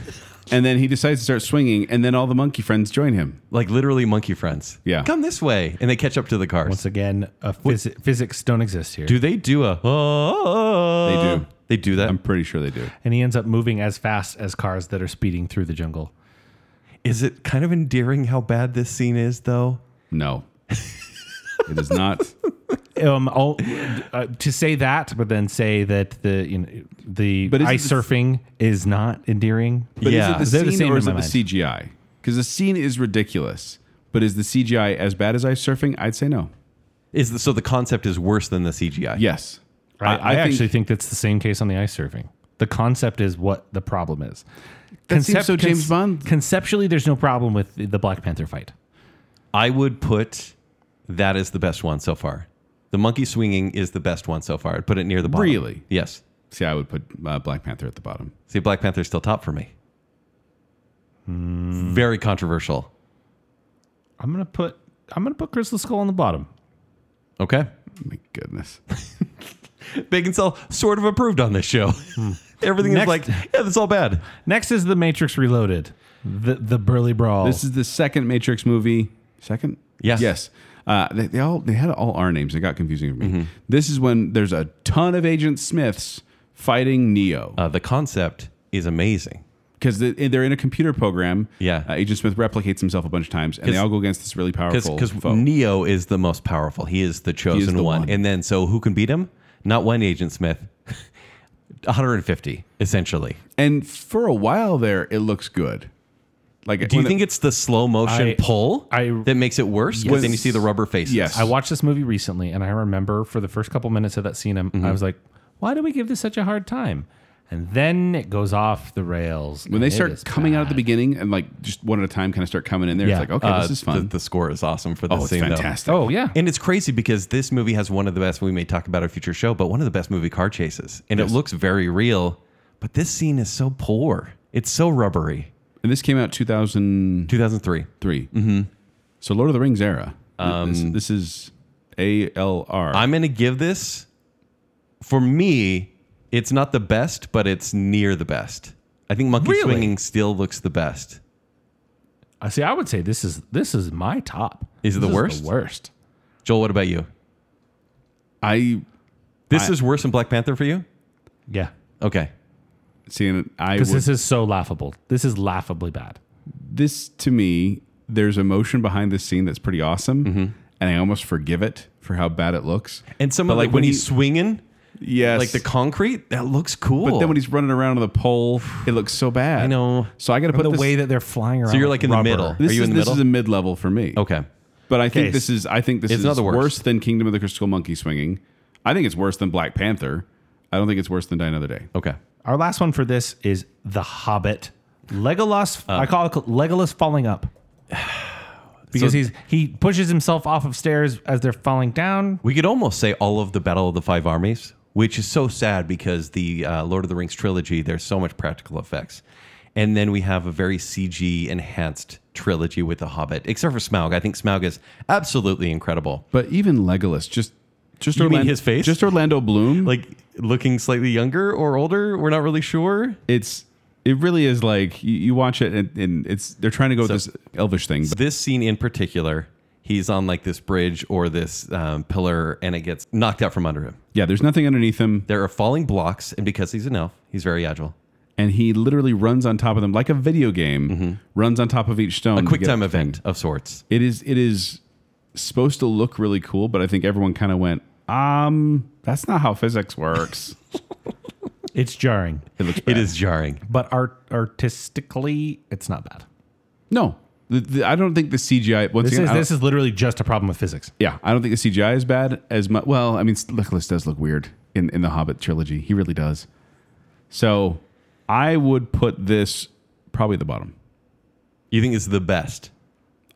Speaker 3: And then he decides to start swinging, and then all the monkey friends join him.
Speaker 4: Like literally, monkey friends.
Speaker 3: Yeah.
Speaker 4: come this way, and they catch up to the cars.
Speaker 2: Once again, uh, phys- physics don't exist here.
Speaker 4: do they do a?
Speaker 3: They
Speaker 4: Oh,
Speaker 3: do.
Speaker 4: They do that.
Speaker 3: I'm pretty sure they do.
Speaker 2: And he ends up moving as fast as cars that are speeding through the jungle.
Speaker 4: Is it kind of endearing how bad this scene is, though?
Speaker 3: No. it is
Speaker 2: *laughs*
Speaker 3: not.
Speaker 2: Um, all, uh, to say that, but then say that the you know, the
Speaker 3: But is it
Speaker 2: ice
Speaker 3: the-
Speaker 2: surfing is not endearing.
Speaker 3: But
Speaker 4: Yeah.
Speaker 3: is it
Speaker 2: They're the
Speaker 3: the scene
Speaker 2: same
Speaker 3: or
Speaker 2: in
Speaker 3: is it
Speaker 2: my
Speaker 3: the
Speaker 2: mind.
Speaker 3: CGI? Because the scene is ridiculous. But is the CGI as bad as ice surfing? I'd say no.
Speaker 4: Is the, so the concept is worse than the CGI.
Speaker 3: Yes.
Speaker 2: I, I, actually think that's the same case on the ice surfing. The concept is what the problem is.
Speaker 3: That seems so James Bond.
Speaker 2: Conceptually, there's no problem with the, the Black Panther fight.
Speaker 4: I would put that as the best one so far. The monkey swinging is the best one so far. I'd put it near the bottom.
Speaker 3: Really?
Speaker 4: Yes.
Speaker 3: See, I would put uh, Black Panther at the bottom.
Speaker 4: See, Black Panther's still top for me.
Speaker 3: Hmm.
Speaker 4: Very controversial.
Speaker 2: I'm gonna put I'm gonna put Crystal Skull on the bottom.
Speaker 4: Okay.
Speaker 3: My goodness.
Speaker 4: Bacon Cell sort of approved on this show.
Speaker 3: Hmm.
Speaker 4: *laughs* Everything is
Speaker 2: Next-
Speaker 4: like, yeah, that's all bad.
Speaker 2: Next is the Matrix Reloaded. The the burly brawl.
Speaker 3: This is the second Matrix movie. Second?
Speaker 4: Yes.
Speaker 3: Yes. Uh, they, they all they had all our names. It got confusing for me.
Speaker 4: Mm-hmm.
Speaker 3: This is when there's a ton of Agent Smiths fighting Neo
Speaker 4: Uh, the concept is amazing.
Speaker 3: because they're in a computer program.
Speaker 4: Yeah.
Speaker 3: Uh, Agent Smith replicates himself a bunch of times, and they
Speaker 4: 'Cause-
Speaker 3: all go against this really powerful
Speaker 4: Because
Speaker 3: foe.
Speaker 4: Neo is the most powerful. He is the chosen
Speaker 3: the
Speaker 4: one.
Speaker 3: one.
Speaker 4: And then, so who can beat him? Not one Agent Smith. *laughs* 150, essentially.
Speaker 3: and for a while there, it looks good. Like,
Speaker 4: Do you think it's the slow motion
Speaker 2: I-
Speaker 4: pull
Speaker 2: I-
Speaker 4: that makes it worse?
Speaker 3: Yes.
Speaker 4: Because then you see the rubber faces. Uh,
Speaker 3: Yes.
Speaker 2: I watched this movie recently, and I remember for the first couple minutes of that scene, I'm,
Speaker 4: Mm-hmm.
Speaker 2: I was like, "Why do we give this such a hard time?" And then it goes off the rails
Speaker 3: when they start coming out at the beginning and like just one at a time, kind of start coming in there?
Speaker 2: Yeah.
Speaker 3: It's like, okay,
Speaker 4: Uh,
Speaker 3: this is
Speaker 4: The,
Speaker 3: fun.
Speaker 4: the score is awesome for this
Speaker 3: oh, it's
Speaker 4: scene, though.
Speaker 3: fantastic.
Speaker 2: Oh yeah,
Speaker 4: And it's crazy because this movie has one of the best, we may talk about our future show, but one of the best movie car chases. And it looks very real, but this scene is so poor. It's so rubbery.
Speaker 3: And this came out 2000.
Speaker 4: 2003.
Speaker 3: 3 Mm-hmm. Um, So Lord of the Rings era. this, this is A L R.
Speaker 4: I'm going to give this, for me, it's not the best, but it's near the best. I think Monkey
Speaker 2: Really?
Speaker 4: Swinging still looks the best.
Speaker 2: I see. I would say this is this is my top.
Speaker 4: Is it the
Speaker 2: This
Speaker 4: worst?
Speaker 2: The worst.
Speaker 4: Joel, what about you?
Speaker 3: I
Speaker 4: This is worse than Black Panther for you?
Speaker 2: Yeah,
Speaker 4: Okay.
Speaker 3: see. I would,
Speaker 2: because this is so laughable. This is laughably bad.
Speaker 3: this to me, there's emotion behind this scene that's pretty awesome, and I almost forgive it for how bad it looks.
Speaker 4: And some of
Speaker 3: like, when
Speaker 4: like when he's
Speaker 3: he-
Speaker 4: swinging,
Speaker 3: Yes,
Speaker 4: like the concrete, that looks cool.
Speaker 3: but then when he's running around on the pole, it looks so bad.
Speaker 4: I know.
Speaker 3: So I got to put
Speaker 2: the
Speaker 3: this,
Speaker 2: way that they're flying around.
Speaker 4: so you're
Speaker 2: with
Speaker 4: like in the
Speaker 2: rubber.
Speaker 4: middle.
Speaker 3: This
Speaker 4: Are you
Speaker 3: is,
Speaker 4: in the
Speaker 3: this
Speaker 4: middle?
Speaker 3: is a mid level for me.
Speaker 4: okay.
Speaker 3: but I think
Speaker 2: Okay.
Speaker 3: this is I think this
Speaker 4: It's
Speaker 3: is
Speaker 4: not the worst.
Speaker 3: worse than Kingdom of the Crystal Monkey swinging. I think it's worse than Black Panther. I don't think it's worse than Die Another Day.
Speaker 4: Okay.
Speaker 2: Our last one for this is The Hobbit. Legolas,
Speaker 4: Uh.
Speaker 2: I call it Legolas falling up. *sighs* Because
Speaker 4: So-
Speaker 2: he's he pushes himself off of stairs as they're falling down.
Speaker 4: We could almost say all of the Battle of the Five Armies, which is so sad because the uh, Lord of the Rings trilogy, there's so much practical effects. And then we have a very CG enhanced trilogy with The Hobbit, except for Smaug. I think Smaug is absolutely incredible.
Speaker 3: But even Legolas, just just
Speaker 4: You mean
Speaker 3: Orlando,
Speaker 4: his face?
Speaker 3: just Orlando Bloom. Like
Speaker 4: Like looking slightly younger or older, we're not really sure.
Speaker 3: it's it really is like you, you watch it and, and it's they're trying to go with this elvish thing. But
Speaker 4: This scene in particular, he's on like this bridge or this um, pillar and it gets knocked out from under him.
Speaker 3: yeah, there's nothing underneath him,
Speaker 4: There are falling blocks, and because he's an elf, he's very agile.
Speaker 3: and he literally runs on top of them like a video game. Runs on top of each stone.
Speaker 4: Mm-hmm.
Speaker 3: to
Speaker 4: A quick
Speaker 3: get
Speaker 4: time
Speaker 3: up the thing.
Speaker 4: event of sorts.
Speaker 3: It is it is supposed to look really cool, but I think everyone kind of went, um, that's not how physics
Speaker 4: *laughs*
Speaker 3: works.
Speaker 2: It's jarring,
Speaker 3: it looks
Speaker 4: It
Speaker 3: bad.
Speaker 4: is jarring.
Speaker 2: but art artistically, it's not bad.
Speaker 3: no. The, the, I don't think the CGI. Once
Speaker 2: This
Speaker 3: again,
Speaker 2: is
Speaker 3: I don't-
Speaker 2: this is literally just a problem with physics.
Speaker 3: Yeah, I don't think the CGI is bad as much. Well, I mean, Legolas does look weird in, in the Hobbit trilogy. He really does. So I would put this probably at the bottom.
Speaker 4: You think it's the best?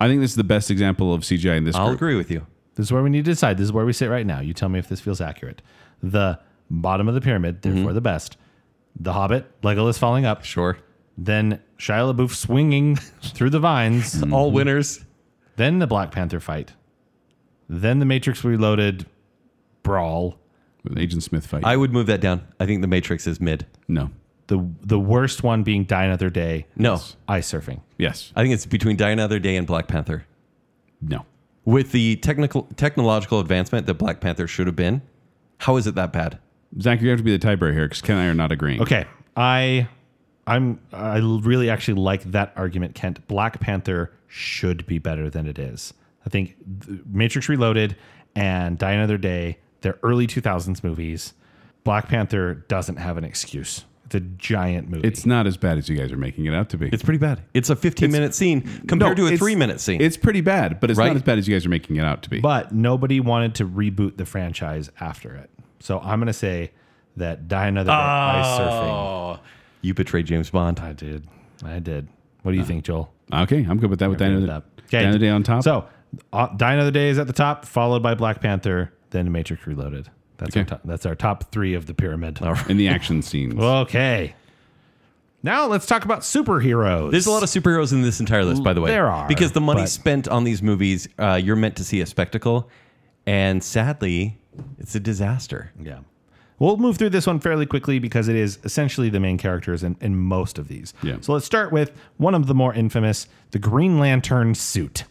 Speaker 3: I think this is the best example of CGI in this
Speaker 4: I'll
Speaker 3: group.
Speaker 4: agree with you.
Speaker 2: This is where we need to decide. This is where we sit right now. You tell me if this feels accurate. The bottom of the pyramid, therefore the best. The Hobbit, Legolas falling up.
Speaker 4: Sure.
Speaker 2: then Shia LaBeouf swinging through the vines,
Speaker 4: All winners.
Speaker 2: then the Black Panther fight, then the Matrix Reloaded brawl,
Speaker 3: With Agent Smith fight.
Speaker 4: I would move that down. I think the Matrix is mid.
Speaker 3: no.
Speaker 2: the the worst one being Die Another Day,
Speaker 4: No,
Speaker 2: ice surfing.
Speaker 3: Yes.
Speaker 4: I think it's between Die Another Day and Black Panther.
Speaker 3: no.
Speaker 4: With the technical technological advancement that Black Panther should have been, how is it that bad?
Speaker 3: Zach, you have to be the tiebreaker here because Ken and I are not agreeing.
Speaker 2: Okay, I I'm I really actually like that argument, Kent. Black Panther should be better than it is. I think th- Matrix Reloaded and Die Another Day, they're early 2000s movies. Black Panther doesn't have an excuse. It's a giant movie.
Speaker 3: It's not as bad as you guys are making it out to be.
Speaker 4: It's pretty bad. It's a 15 minute scene compared
Speaker 3: No,
Speaker 4: to a
Speaker 3: it's-
Speaker 4: three minute scene.
Speaker 3: It's pretty bad, but it's
Speaker 4: Right?
Speaker 3: not as bad as you guys are making it out to be.
Speaker 2: but nobody wanted to reboot the franchise after it. So I'm going to say that Die Another Day, ice surfing.
Speaker 4: oh, you betrayed James Bond.
Speaker 2: I did. I did. What do you think, Joel?
Speaker 3: okay, I'm good with that. With Dino,
Speaker 2: Good with
Speaker 3: the,
Speaker 2: that. 'Kay.
Speaker 3: Day on top.
Speaker 2: So, uh, Die Another Day is at the top, followed by Black Panther, then Matrix Reloaded. That's our
Speaker 3: Okay.
Speaker 2: top, that's our top three of the pyramid.
Speaker 3: in the action scenes,
Speaker 2: Okay. Now let's talk about superheroes.
Speaker 4: There's a lot of superheroes in this entire list, by the way.
Speaker 2: There are,
Speaker 4: Because the money
Speaker 2: but-
Speaker 4: spent on these movies, uh, you're meant to see a spectacle. And sadly, it's a disaster.
Speaker 2: yeah. We'll move through this one fairly quickly because it is essentially the main characters in, in most of these.
Speaker 3: Yeah.
Speaker 2: So let's start with one of the more infamous, the Green Lantern suit.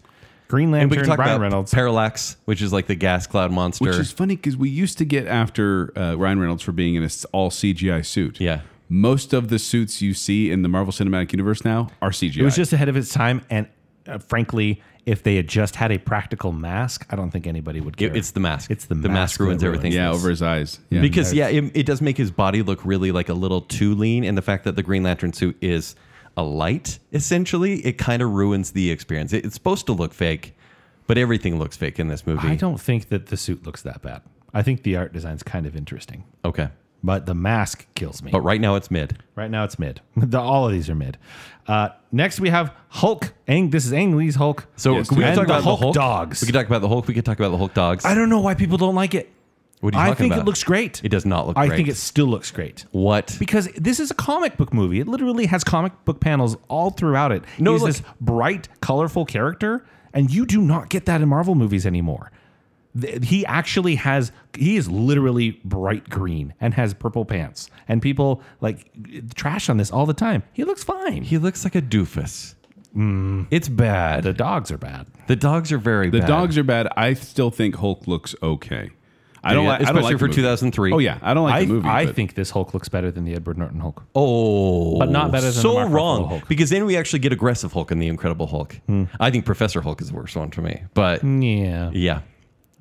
Speaker 2: Green
Speaker 4: We
Speaker 2: Lantern,
Speaker 4: can talk
Speaker 2: Ryan
Speaker 4: about
Speaker 2: Reynolds.
Speaker 4: Parallax, which is like the gas cloud monster.
Speaker 3: which is funny because we used to get after uh, Ryan Reynolds for being in an all CGI suit.
Speaker 4: Yeah.
Speaker 3: most of the suits you see in the Marvel Cinematic Universe now are CGI.
Speaker 2: It was just ahead of its time, and uh, frankly, if they had just had a practical mask, I don't think anybody would care.
Speaker 4: It- it's the mask.
Speaker 2: It's the
Speaker 4: The
Speaker 2: mask
Speaker 4: mask
Speaker 2: that
Speaker 4: ruins
Speaker 2: ruins
Speaker 4: everything.
Speaker 3: yeah,
Speaker 4: else.
Speaker 3: over his eyes. Yeah.
Speaker 4: because yeah, it, it does make his body look really like a little too lean, and the fact that the Green Lantern suit is a light essentially, it kind of ruins the experience. It- it's supposed to look fake, but everything looks fake in this movie.
Speaker 2: I don't think that the suit looks that bad. I think the art design's kind of interesting,
Speaker 4: okay,
Speaker 2: but the mask kills me.
Speaker 4: but right now it's mid.
Speaker 2: right now it's mid. *laughs* The- all of these are mid. Uh, next we have Hulk. Ang, this is Ang Lee's Hulk.
Speaker 4: So
Speaker 3: Yes,
Speaker 4: can we
Speaker 3: and
Speaker 4: talk
Speaker 2: the
Speaker 4: about
Speaker 2: Hulk
Speaker 4: the Hulk
Speaker 2: dogs.
Speaker 4: We could talk about the Hulk. We could talk about the Hulk dogs.
Speaker 2: I don't know why people don't like it.
Speaker 4: What are you
Speaker 2: I
Speaker 4: talking
Speaker 2: think
Speaker 4: about?
Speaker 2: it looks great.
Speaker 4: It does not look.
Speaker 2: I
Speaker 4: great.
Speaker 2: think it still looks great.
Speaker 4: what
Speaker 2: because this is a comic book movie. It literally has comic book panels all throughout it.
Speaker 4: No,
Speaker 2: He's
Speaker 4: look-
Speaker 2: this bright, colorful character, and you do not get that in Marvel movies anymore. Th- He actually has, he is literally bright green and has purple pants. And people like trash on this all the time. He looks fine.
Speaker 4: he looks like a doofus.
Speaker 3: Mm.
Speaker 4: It's bad.
Speaker 2: the dogs are bad.
Speaker 4: The dogs are very
Speaker 3: the
Speaker 4: bad.
Speaker 3: dogs are bad. I still think Hulk looks okay. I don't
Speaker 4: Yeah,
Speaker 3: like. I don't
Speaker 4: especially
Speaker 3: like the
Speaker 4: for
Speaker 3: movie.
Speaker 4: 2003.
Speaker 3: Oh yeah, I don't like
Speaker 2: I,
Speaker 3: the movie.
Speaker 2: I
Speaker 3: but-
Speaker 2: think this Hulk looks better than the Edward Norton Hulk.
Speaker 4: Oh,
Speaker 2: But not better than
Speaker 4: so
Speaker 2: the Mark Ruffalo
Speaker 4: wrong.
Speaker 2: Hulk.
Speaker 4: Because then we actually get aggressive Hulk and the Incredible Hulk.
Speaker 3: Hmm.
Speaker 4: I think Professor Hulk is the worst one for me. But
Speaker 2: Yeah.
Speaker 4: yeah,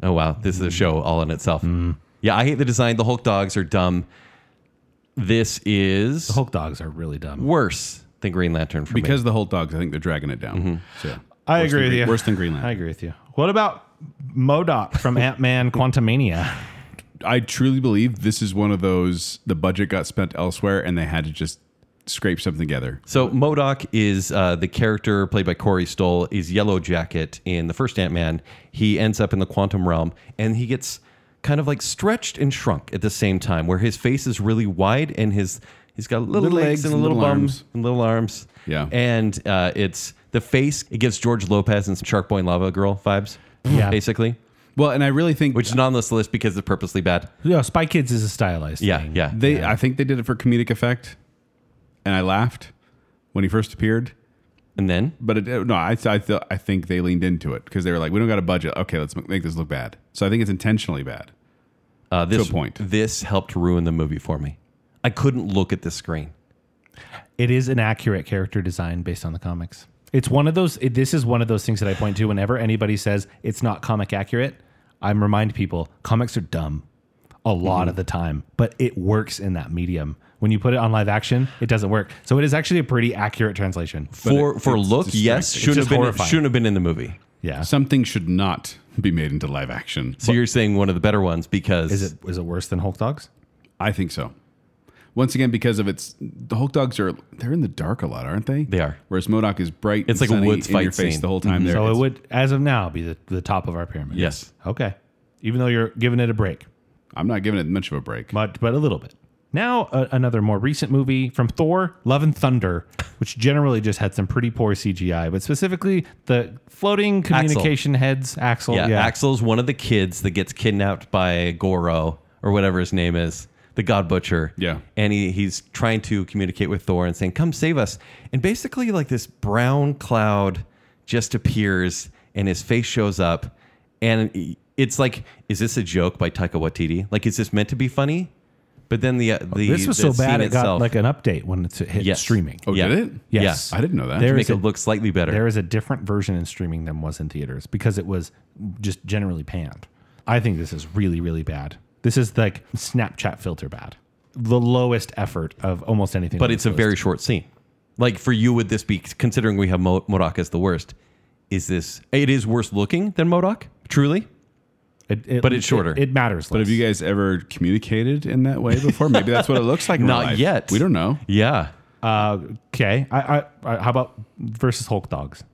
Speaker 4: oh wow, this is a show all in itself.
Speaker 3: Hmm.
Speaker 4: Yeah, I hate the design. The Hulk dogs are dumb. This is
Speaker 2: Hulk dogs are really dumb.
Speaker 4: worse than Green Lantern for me.
Speaker 3: because the Hulk dogs, I think they're dragging it down.
Speaker 4: Mm-hmm.
Speaker 3: So,
Speaker 2: I
Speaker 3: worse
Speaker 2: agree
Speaker 3: than,
Speaker 2: with you.
Speaker 3: Worse than Green Lantern.
Speaker 2: I agree with you. What about Modoc *laughs* from Ant Man Quantumania?
Speaker 3: I truly believe this is one of those the budget got spent elsewhere and they had to just scrape something together.
Speaker 4: So Modoc is uh, the character played by Corey Stoll is Yellow Jacket in the first Ant Man. He ends up in the quantum realm and he gets kind of like stretched and shrunk at the same time, where his face is really wide and his he's got little,
Speaker 3: Little legs
Speaker 4: legs, and a
Speaker 3: and
Speaker 4: little,
Speaker 3: little
Speaker 4: bum
Speaker 3: arms.
Speaker 4: and little arms.
Speaker 3: Yeah.
Speaker 4: and uh, it's the face. It gives George Lopez and Shark Boy and Lava Girl vibes.
Speaker 2: Yeah.
Speaker 4: basically,
Speaker 3: Well, and I really think
Speaker 4: which is not on this list because it's purposely bad.
Speaker 2: Yeah, Spy Kids is a stylized
Speaker 4: Yeah,
Speaker 2: thing.
Speaker 4: yeah.
Speaker 3: they I think they did it for comedic effect, and I laughed when he first appeared.
Speaker 4: And then
Speaker 3: But it, no, I I, th- I think they leaned into it because they were like, we don't got a budget. Okay, let's m- make this look bad. So I think it's intentionally bad.
Speaker 4: uh, this
Speaker 3: a point.
Speaker 4: this helped ruin the movie for me. I couldn't look at the screen.
Speaker 2: It is an accurate character design based on the comics. It's one of those. It, this is one of those things that I point to whenever anybody says it's not comic accurate. I remind people comics are dumb a lot
Speaker 4: Mm-hmm.
Speaker 2: of the time, but it works in that medium. When you put it on live action, it doesn't work. So it is actually a pretty accurate translation.
Speaker 4: for
Speaker 3: it-
Speaker 4: for
Speaker 3: it's
Speaker 4: look, yes,
Speaker 3: distracting.
Speaker 2: It's
Speaker 4: shouldn't have been
Speaker 2: just horrifying.
Speaker 4: shouldn't have been in the movie.
Speaker 2: Yeah.
Speaker 3: Something should not be made into live action.
Speaker 4: So you're saying one of the better ones because
Speaker 2: Is it is it worse than Hulk Dogs?
Speaker 3: I think so. Once again, because of its the Hulk dogs are they're in the dark a lot, aren't they?
Speaker 4: They are.
Speaker 3: Whereas Modoc is bright. and
Speaker 4: It's like a
Speaker 3: sunny
Speaker 4: woods
Speaker 3: in your
Speaker 4: fight
Speaker 3: face
Speaker 4: scene. Mm-hmm.
Speaker 3: the whole time. There,
Speaker 2: So it
Speaker 3: It's-
Speaker 2: would, as of now, be the, the top of our pyramid.
Speaker 4: yes.
Speaker 2: Okay. Even though you're giving it a break,
Speaker 3: I'm not giving it much of a break.
Speaker 2: but but a little bit. Now, a another more recent movie from Thor, Love and Thunder, which generally just had some pretty poor CGI, but specifically the floating communication heads, Axel.
Speaker 4: Yeah,
Speaker 2: Yeah,
Speaker 4: Axel's one of the kids that gets kidnapped by Goro or whatever his name is, the God Butcher.
Speaker 3: Yeah.
Speaker 4: And he, he's trying to communicate with Thor and saying, Come save us. And basically, like this brown cloud just appears and his face shows up. And it's like, Is this a joke by Taika Waititi? Like, is this meant to be funny? But then the, uh, the
Speaker 2: this was
Speaker 4: the
Speaker 2: so bad
Speaker 4: scene
Speaker 2: it got
Speaker 4: itself-
Speaker 2: like an update when it's hit
Speaker 4: Yes.
Speaker 2: streaming.
Speaker 3: Oh,
Speaker 4: Yeah.
Speaker 3: did it?
Speaker 4: Yeah.
Speaker 2: Yes,
Speaker 3: I didn't know that.
Speaker 2: There
Speaker 4: to
Speaker 2: is
Speaker 4: make
Speaker 2: a-
Speaker 4: it look slightly better.
Speaker 2: There is a different version in streaming than was in theaters because it was just generally panned. I think this is really, really bad. This is like Snapchat filter bad. The lowest effort of almost anything. on
Speaker 4: but
Speaker 2: this
Speaker 4: it's a
Speaker 2: list.
Speaker 4: very short scene. Like for you, would this be considering we have Mo- Modoc as the worst? Is this? It is worse looking than Modoc, truly.
Speaker 2: It,
Speaker 4: but it's shorter.
Speaker 2: It, it matters. Less.
Speaker 3: But have you guys ever communicated in that way before? Maybe that's what it looks
Speaker 4: *laughs*
Speaker 3: like. in real
Speaker 4: Not
Speaker 3: life.
Speaker 4: yet.
Speaker 3: We don't know.
Speaker 4: Yeah,
Speaker 2: Uh, okay. I, I, I, how about versus Hulk dogs,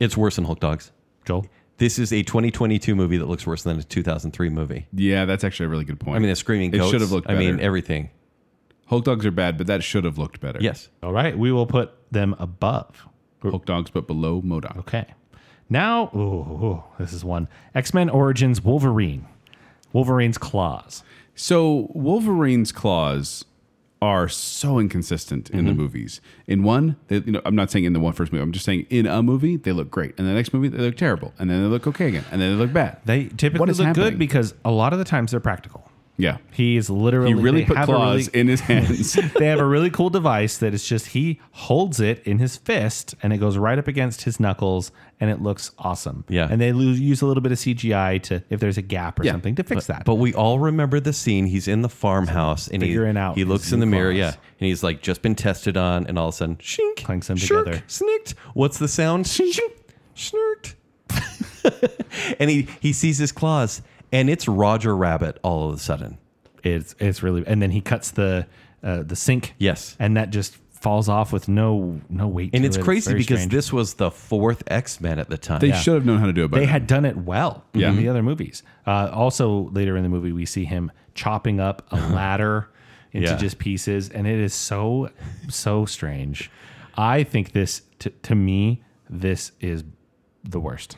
Speaker 4: it's worse than Hulk Dogs.
Speaker 2: Joel?
Speaker 4: This is a 2022 movie that looks worse than a 2003 movie.
Speaker 3: Yeah, that's actually a really good point.
Speaker 4: I mean, the screaming
Speaker 3: It
Speaker 4: goats.
Speaker 3: should have looked.
Speaker 4: I mean,
Speaker 3: better.
Speaker 4: everything.
Speaker 3: Hulk dogs are bad, but that should have looked better.
Speaker 4: Yes.
Speaker 2: All right. We will put them above.
Speaker 3: Hulk dogs, but below Modoc.
Speaker 2: Okay. Now, ooh, this is one X Men Origins Wolverine. Wolverine's claws.
Speaker 3: So Wolverine's claws are so inconsistent in
Speaker 2: Mm-hmm.
Speaker 3: the movies. In one, they, you know, I'm not saying in the one first movie. I'm just saying in a movie they look great, and the next movie they look terrible, and then they look okay again, and then they look bad.
Speaker 2: They typically
Speaker 3: What
Speaker 2: look
Speaker 3: is happening?
Speaker 2: good because a lot of the times they're practical.
Speaker 3: yeah,
Speaker 2: He is literally.
Speaker 3: he really
Speaker 2: they
Speaker 3: put
Speaker 2: have a
Speaker 3: claws
Speaker 2: really-
Speaker 3: in
Speaker 2: *laughs*
Speaker 3: his hands.
Speaker 2: they have a really cool device that is just he holds it in his fist and it goes right up against his knuckles and it looks awesome.
Speaker 4: Yeah.
Speaker 2: And they lose, use a little bit of CGI to if there's a gap or
Speaker 3: Yeah,
Speaker 2: something to fix that.
Speaker 4: But we all remember the scene. He's in the farmhouse and he,
Speaker 2: Figuring out
Speaker 4: he
Speaker 2: his
Speaker 4: looks in the
Speaker 2: new
Speaker 4: mirror,
Speaker 2: claws.
Speaker 4: yeah, and he's like just been tested on, and all of a sudden, shink,
Speaker 2: Clanks them
Speaker 4: shirk,
Speaker 2: together.
Speaker 4: snicked. What's the sound? Shink, snirked. *laughs* and he he sees his claws, and it's Roger Rabbit all of a sudden.
Speaker 2: it's it's really and then he cuts the uh, the sink.
Speaker 4: Yes.
Speaker 2: And that just falls off with no no weight.
Speaker 4: And
Speaker 2: to
Speaker 4: it's
Speaker 2: it.
Speaker 4: crazy
Speaker 2: very
Speaker 4: because
Speaker 2: strange.
Speaker 4: this was the fourth X Men at the time.
Speaker 3: they should have known how to do it. By
Speaker 2: they
Speaker 3: now.
Speaker 2: had done it well
Speaker 3: Yeah.
Speaker 2: in the other movies. Uh, also, later in the movie, we see him chopping up a ladder into
Speaker 4: Yeah.
Speaker 2: just pieces, and it is so so strange. I think this to, to me this is the worst.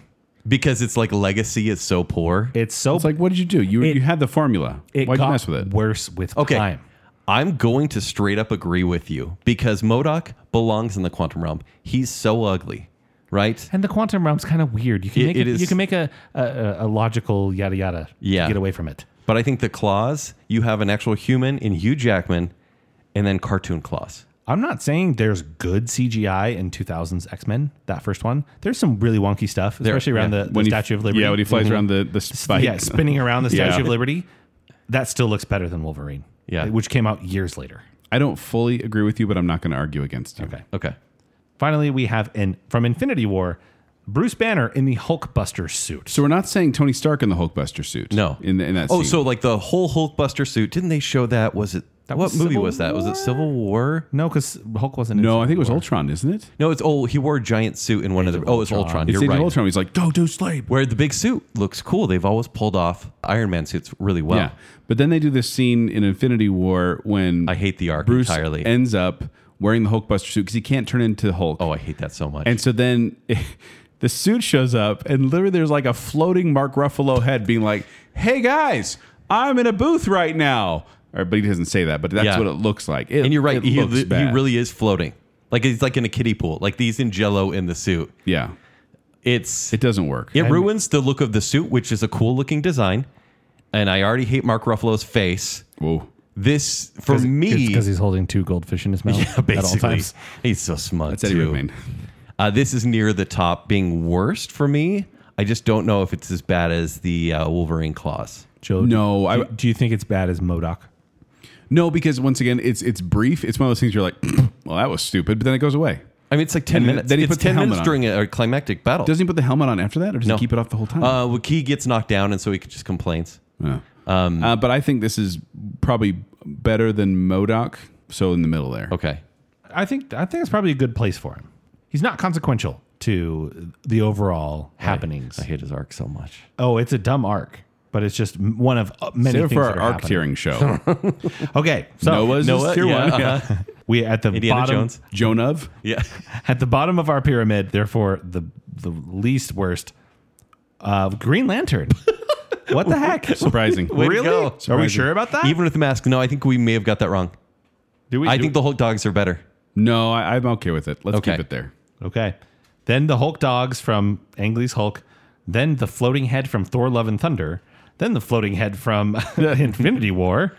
Speaker 4: because it's like legacy is so poor.
Speaker 2: It's so
Speaker 3: It's like, what did you do? You
Speaker 2: It-
Speaker 3: you had the formula.
Speaker 2: it
Speaker 3: Why'd
Speaker 2: got
Speaker 3: you mess with it?
Speaker 2: worse with
Speaker 4: Okay.
Speaker 2: time.
Speaker 4: I'm going to straight up agree with you because Modoc belongs in the quantum realm. He's so ugly, right?
Speaker 2: And the quantum realm's kind of weird. You can
Speaker 4: It-
Speaker 2: make
Speaker 4: it
Speaker 2: it
Speaker 4: is-
Speaker 2: you can make a, a- a, a logical yada yada.
Speaker 4: Yeah.
Speaker 2: to get away from it.
Speaker 4: But I think the claws, you have an actual human in Hugh Jackman and then cartoon claws.
Speaker 2: I'm not saying there's good CGI in 2000's X Men, that first one. There's some really wonky stuff, especially around
Speaker 4: yeah.
Speaker 2: the, the
Speaker 3: When he-
Speaker 2: Statue of Liberty.
Speaker 3: Yeah, when he flies
Speaker 2: Mhm.
Speaker 3: around the the spike.
Speaker 2: Yeah, spinning around the Statue
Speaker 3: *laughs* Yeah.
Speaker 2: of Liberty. That still looks better than Wolverine. uh,
Speaker 4: Yeah.
Speaker 2: Which came out years later.
Speaker 3: I don't fully agree with you, but I'm not going to argue against you.
Speaker 2: Okay.
Speaker 4: Okay.
Speaker 2: Finally, we have in from Infinity War, Bruce Banner in the Hulkbuster suit.
Speaker 3: So we're not saying Tony Stark in the Hulkbuster suit.
Speaker 4: No.
Speaker 3: in, the, in that.
Speaker 4: Oh,
Speaker 3: scene.
Speaker 4: so like the whole Hulkbuster suit, didn't they show that? Was it
Speaker 2: That
Speaker 4: what
Speaker 2: was
Speaker 4: movie
Speaker 2: Civil
Speaker 4: was that? Was it
Speaker 2: War?
Speaker 4: Civil War?
Speaker 2: no, because Hulk wasn't. in
Speaker 3: no, I think it was
Speaker 2: Civil War.
Speaker 3: Ultron, isn't it?
Speaker 4: No, it's oh he wore a giant suit in one of the oh it's Ultron.
Speaker 3: It's
Speaker 4: You're
Speaker 3: in
Speaker 4: right.
Speaker 3: Ultron. He's like, go do slave.
Speaker 4: Where the big suit looks cool. They've always pulled off Iron Man suits really well.
Speaker 3: Yeah, but then they do this scene in Infinity War when
Speaker 4: I hate the arc
Speaker 3: Bruce
Speaker 4: entirely.
Speaker 3: ends up wearing the Hulkbuster suit because he can't turn into Hulk.
Speaker 4: Oh, I hate that so much.
Speaker 3: and so then *laughs* the suit shows up, and literally there's like a floating Mark Ruffalo head being like, "Hey guys, I'm in a booth right now." Or, but he doesn't say that, but that's
Speaker 4: Yeah.
Speaker 3: what it looks like. It-
Speaker 4: and you're right.
Speaker 3: it
Speaker 4: He,
Speaker 3: looks
Speaker 4: he
Speaker 3: bad.
Speaker 4: really is floating. Like he's like in a kiddie pool. Like he's in jello in the suit.
Speaker 3: yeah.
Speaker 4: It's
Speaker 3: It
Speaker 4: it,
Speaker 3: doesn't work.
Speaker 4: ruins the look of the suit, which is a cool looking design. And I already hate Mark Ruffalo's face.
Speaker 3: Whoa.
Speaker 4: This for
Speaker 2: It's
Speaker 4: me
Speaker 2: because he's holding two goldfish in his
Speaker 3: *laughs*
Speaker 2: mouth
Speaker 4: *laughs*
Speaker 2: at all
Speaker 4: basically
Speaker 2: times.
Speaker 4: he's so smug
Speaker 3: That's Eddie
Speaker 4: too.
Speaker 3: Redmayne.
Speaker 4: Uh, this is near the top, being worst for me. I just don't know if it's as bad as the uh, Wolverine claws.
Speaker 2: Joe,
Speaker 3: No,
Speaker 2: do,
Speaker 3: I-
Speaker 2: do, do you think it's bad as Modoc?
Speaker 3: No, because once again, it's it's brief. It's one of those things you're like, *clears throat* well, that was stupid, but then it goes away.
Speaker 4: I mean, it's like ten
Speaker 3: And then-
Speaker 4: minutes.
Speaker 3: then he
Speaker 4: it's
Speaker 3: puts the
Speaker 4: ten
Speaker 3: helmet
Speaker 4: minutes
Speaker 3: on.
Speaker 4: during a, a climactic battle.
Speaker 3: Doesn't he put the helmet on after that, or does
Speaker 4: No.
Speaker 3: he keep it off the whole time?
Speaker 4: Uh, well, he gets knocked down, and so he just complains.
Speaker 3: Yeah.
Speaker 4: um,
Speaker 3: Uh, but I think this is probably better than Modoc. So in the middle there.
Speaker 4: Okay.
Speaker 2: I think I think it's probably a good place for him. He's not consequential to the overall happenings.
Speaker 4: I hate his arc so much.
Speaker 2: Oh, it's a dumb arc. but it's just m- one of uh, many
Speaker 3: Save it
Speaker 2: things
Speaker 3: for
Speaker 2: that
Speaker 3: our
Speaker 2: are
Speaker 3: arc
Speaker 2: happening. *laughs*
Speaker 3: tearing show.
Speaker 2: Okay, so
Speaker 3: Noah's
Speaker 4: Noah,
Speaker 3: is tier
Speaker 4: yeah,
Speaker 3: one.
Speaker 4: uh-huh.
Speaker 2: *laughs* we at the
Speaker 4: Indiana
Speaker 2: bottom
Speaker 4: Jones.
Speaker 3: Joan of.
Speaker 4: *laughs* Yeah.
Speaker 2: at the bottom of our pyramid. Therefore, the the least worst uh, Green Lantern. what the heck? *laughs*
Speaker 3: Surprising.
Speaker 4: Way to
Speaker 2: really?
Speaker 4: go.
Speaker 2: Are we
Speaker 3: Surprising.
Speaker 2: sure about that?
Speaker 4: Even with the mask, no, I think we may have got that wrong.
Speaker 2: do we?
Speaker 4: I
Speaker 2: do-
Speaker 4: think the Hulk dogs are better.
Speaker 3: No, I, I'm okay with it. Let's
Speaker 4: Okay.
Speaker 3: keep it there.
Speaker 2: Okay. Then the Hulk dogs from Ang Lee's Hulk. Then the floating head from Thor: Love and Thunder. Then the floating head from *laughs* Infinity War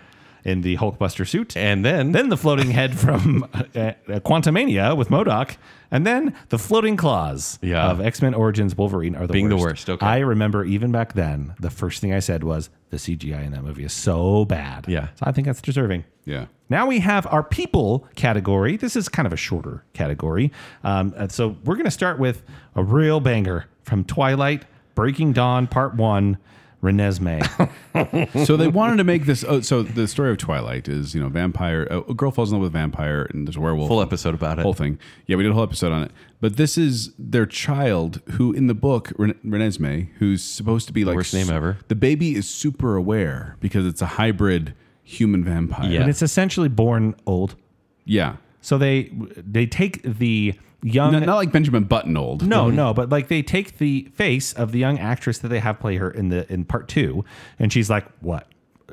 Speaker 2: in the Hulkbuster suit.
Speaker 4: And then,
Speaker 2: then the floating head from *laughs* uh, uh, Quantumania with Modoc. And then the floating claws
Speaker 4: Yeah.
Speaker 2: of X Men Origins Wolverine are the
Speaker 4: Being the
Speaker 2: worst.
Speaker 4: worst, okay.
Speaker 2: I remember even back then, the first thing I said was the CGI in that movie is so bad.
Speaker 4: Yeah.
Speaker 2: So I think that's deserving.
Speaker 3: Yeah.
Speaker 2: Now we have our people category. This is kind of a shorter category. Um, uh, so we're going to start with a real banger from Twilight Breaking Dawn Part 1, Renesmee.
Speaker 3: so they wanted to make this. Oh, so the story of Twilight is you know vampire. oh, A girl falls in love with a vampire, and there's a werewolf.
Speaker 4: Full episode about it.
Speaker 3: Whole thing. Yeah, we did a whole episode on it. But this is their child, who in the book Ren- Renesmee, who's supposed to be like
Speaker 4: Worst name
Speaker 3: s-
Speaker 4: ever.
Speaker 3: The baby is super aware because it's a hybrid human vampire.
Speaker 4: Yeah.
Speaker 2: and it's essentially born old.
Speaker 3: yeah.
Speaker 2: So they they take the young
Speaker 3: Not, not like Benjamin Button old.
Speaker 2: Um, No, no, but like they take the face of the young actress that they have play her in the in part two, and she's like what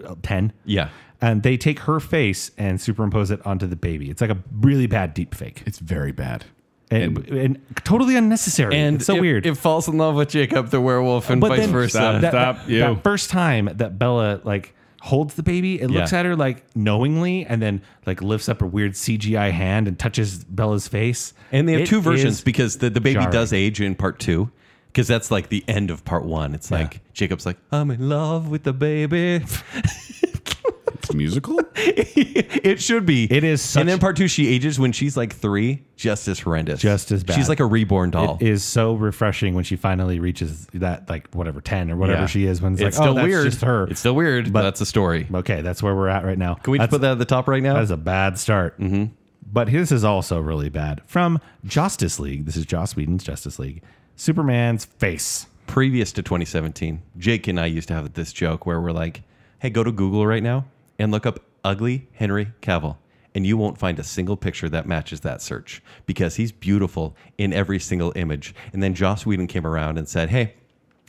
Speaker 2: uh, ten?
Speaker 4: Yeah.
Speaker 2: and they take her face and superimpose it onto the baby. It's like a really bad deep fake
Speaker 3: it's very bad.
Speaker 2: and, and, totally unnecessary.
Speaker 4: and
Speaker 2: it's so
Speaker 4: it-
Speaker 2: weird.
Speaker 4: It falls in love with Jacob the werewolf and vice versa.
Speaker 3: Stop,
Speaker 2: that,
Speaker 3: stop,
Speaker 2: that-
Speaker 3: you.
Speaker 2: that first time that Bella like holds the baby, it looks
Speaker 4: Yeah.
Speaker 2: at her like knowingly, and then like lifts up a weird CGI hand and touches Bella's face.
Speaker 4: And they have
Speaker 2: It
Speaker 4: two versions
Speaker 2: is-
Speaker 4: because the, the baby
Speaker 2: jarring.
Speaker 4: does age in part two. Because that's like the end of part one. It's like Jacob's like, I'm in love with the baby. *laughs*
Speaker 3: It's
Speaker 2: *laughs*
Speaker 3: a musical.
Speaker 4: it should be.
Speaker 2: It is such-
Speaker 4: and then part two, she ages when she's like three. Just as horrendous.
Speaker 2: Just as bad.
Speaker 4: She's like a reborn doll.
Speaker 2: It is so refreshing when she finally reaches that like whatever ten or whatever
Speaker 4: Yeah.
Speaker 2: she is. When it's, like,
Speaker 4: still
Speaker 2: oh, that's
Speaker 4: weird.
Speaker 2: just her.
Speaker 4: It's still weird, but that's the story.
Speaker 2: okay. That's where we're at right now.
Speaker 4: Can we just put that at the top right now?
Speaker 2: That is a bad start. Mm-hmm. But his is also really bad. From Justice League. This is Joss Whedon's Justice League. Superman's face.
Speaker 4: previous to 2017, Jake and I used to have this joke where we're like, hey, go to Google right now and look up ugly Henry Cavill, and you won't find a single picture that matches that search because he's beautiful in every single image. And then Joss Whedon came around and said, hey,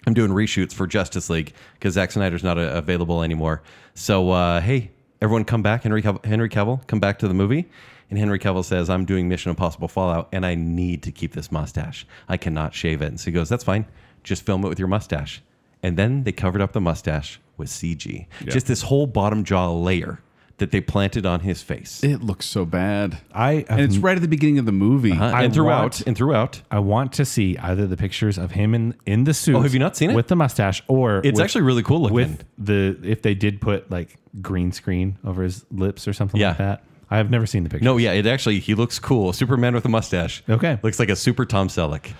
Speaker 4: I'm doing reshoots for Justice League because Zack Snyder's not uh, available anymore. So, uh, hey, everyone come back. Henry, Cav- Henry Cavill, come back to the movie. And Henry Cavill says, I'm doing Mission Impossible Fallout and I need to keep this mustache. I cannot shave it. And so he goes, That's fine. Just film it with your mustache. And then they covered up the mustache with CG. Just this whole bottom jaw layer that they planted on his face.
Speaker 3: It looks so bad.
Speaker 2: I
Speaker 3: and it's
Speaker 2: have-
Speaker 3: right at the beginning of the movie.
Speaker 4: Uh,
Speaker 2: I
Speaker 4: and throughout,
Speaker 2: want-
Speaker 4: and throughout,
Speaker 2: I want to see either the pictures of him in, in the suit.
Speaker 4: Oh, have you not seen it?
Speaker 2: With the mustache or
Speaker 4: it's
Speaker 2: with-
Speaker 4: actually really cool looking.
Speaker 2: with the if they did put like green screen over his lips or something
Speaker 4: Yeah.
Speaker 2: like that. I have never seen the picture.
Speaker 4: no, yeah, it actually, he looks cool. Superman with a mustache.
Speaker 2: Okay.
Speaker 4: Looks like a super Tom Selleck.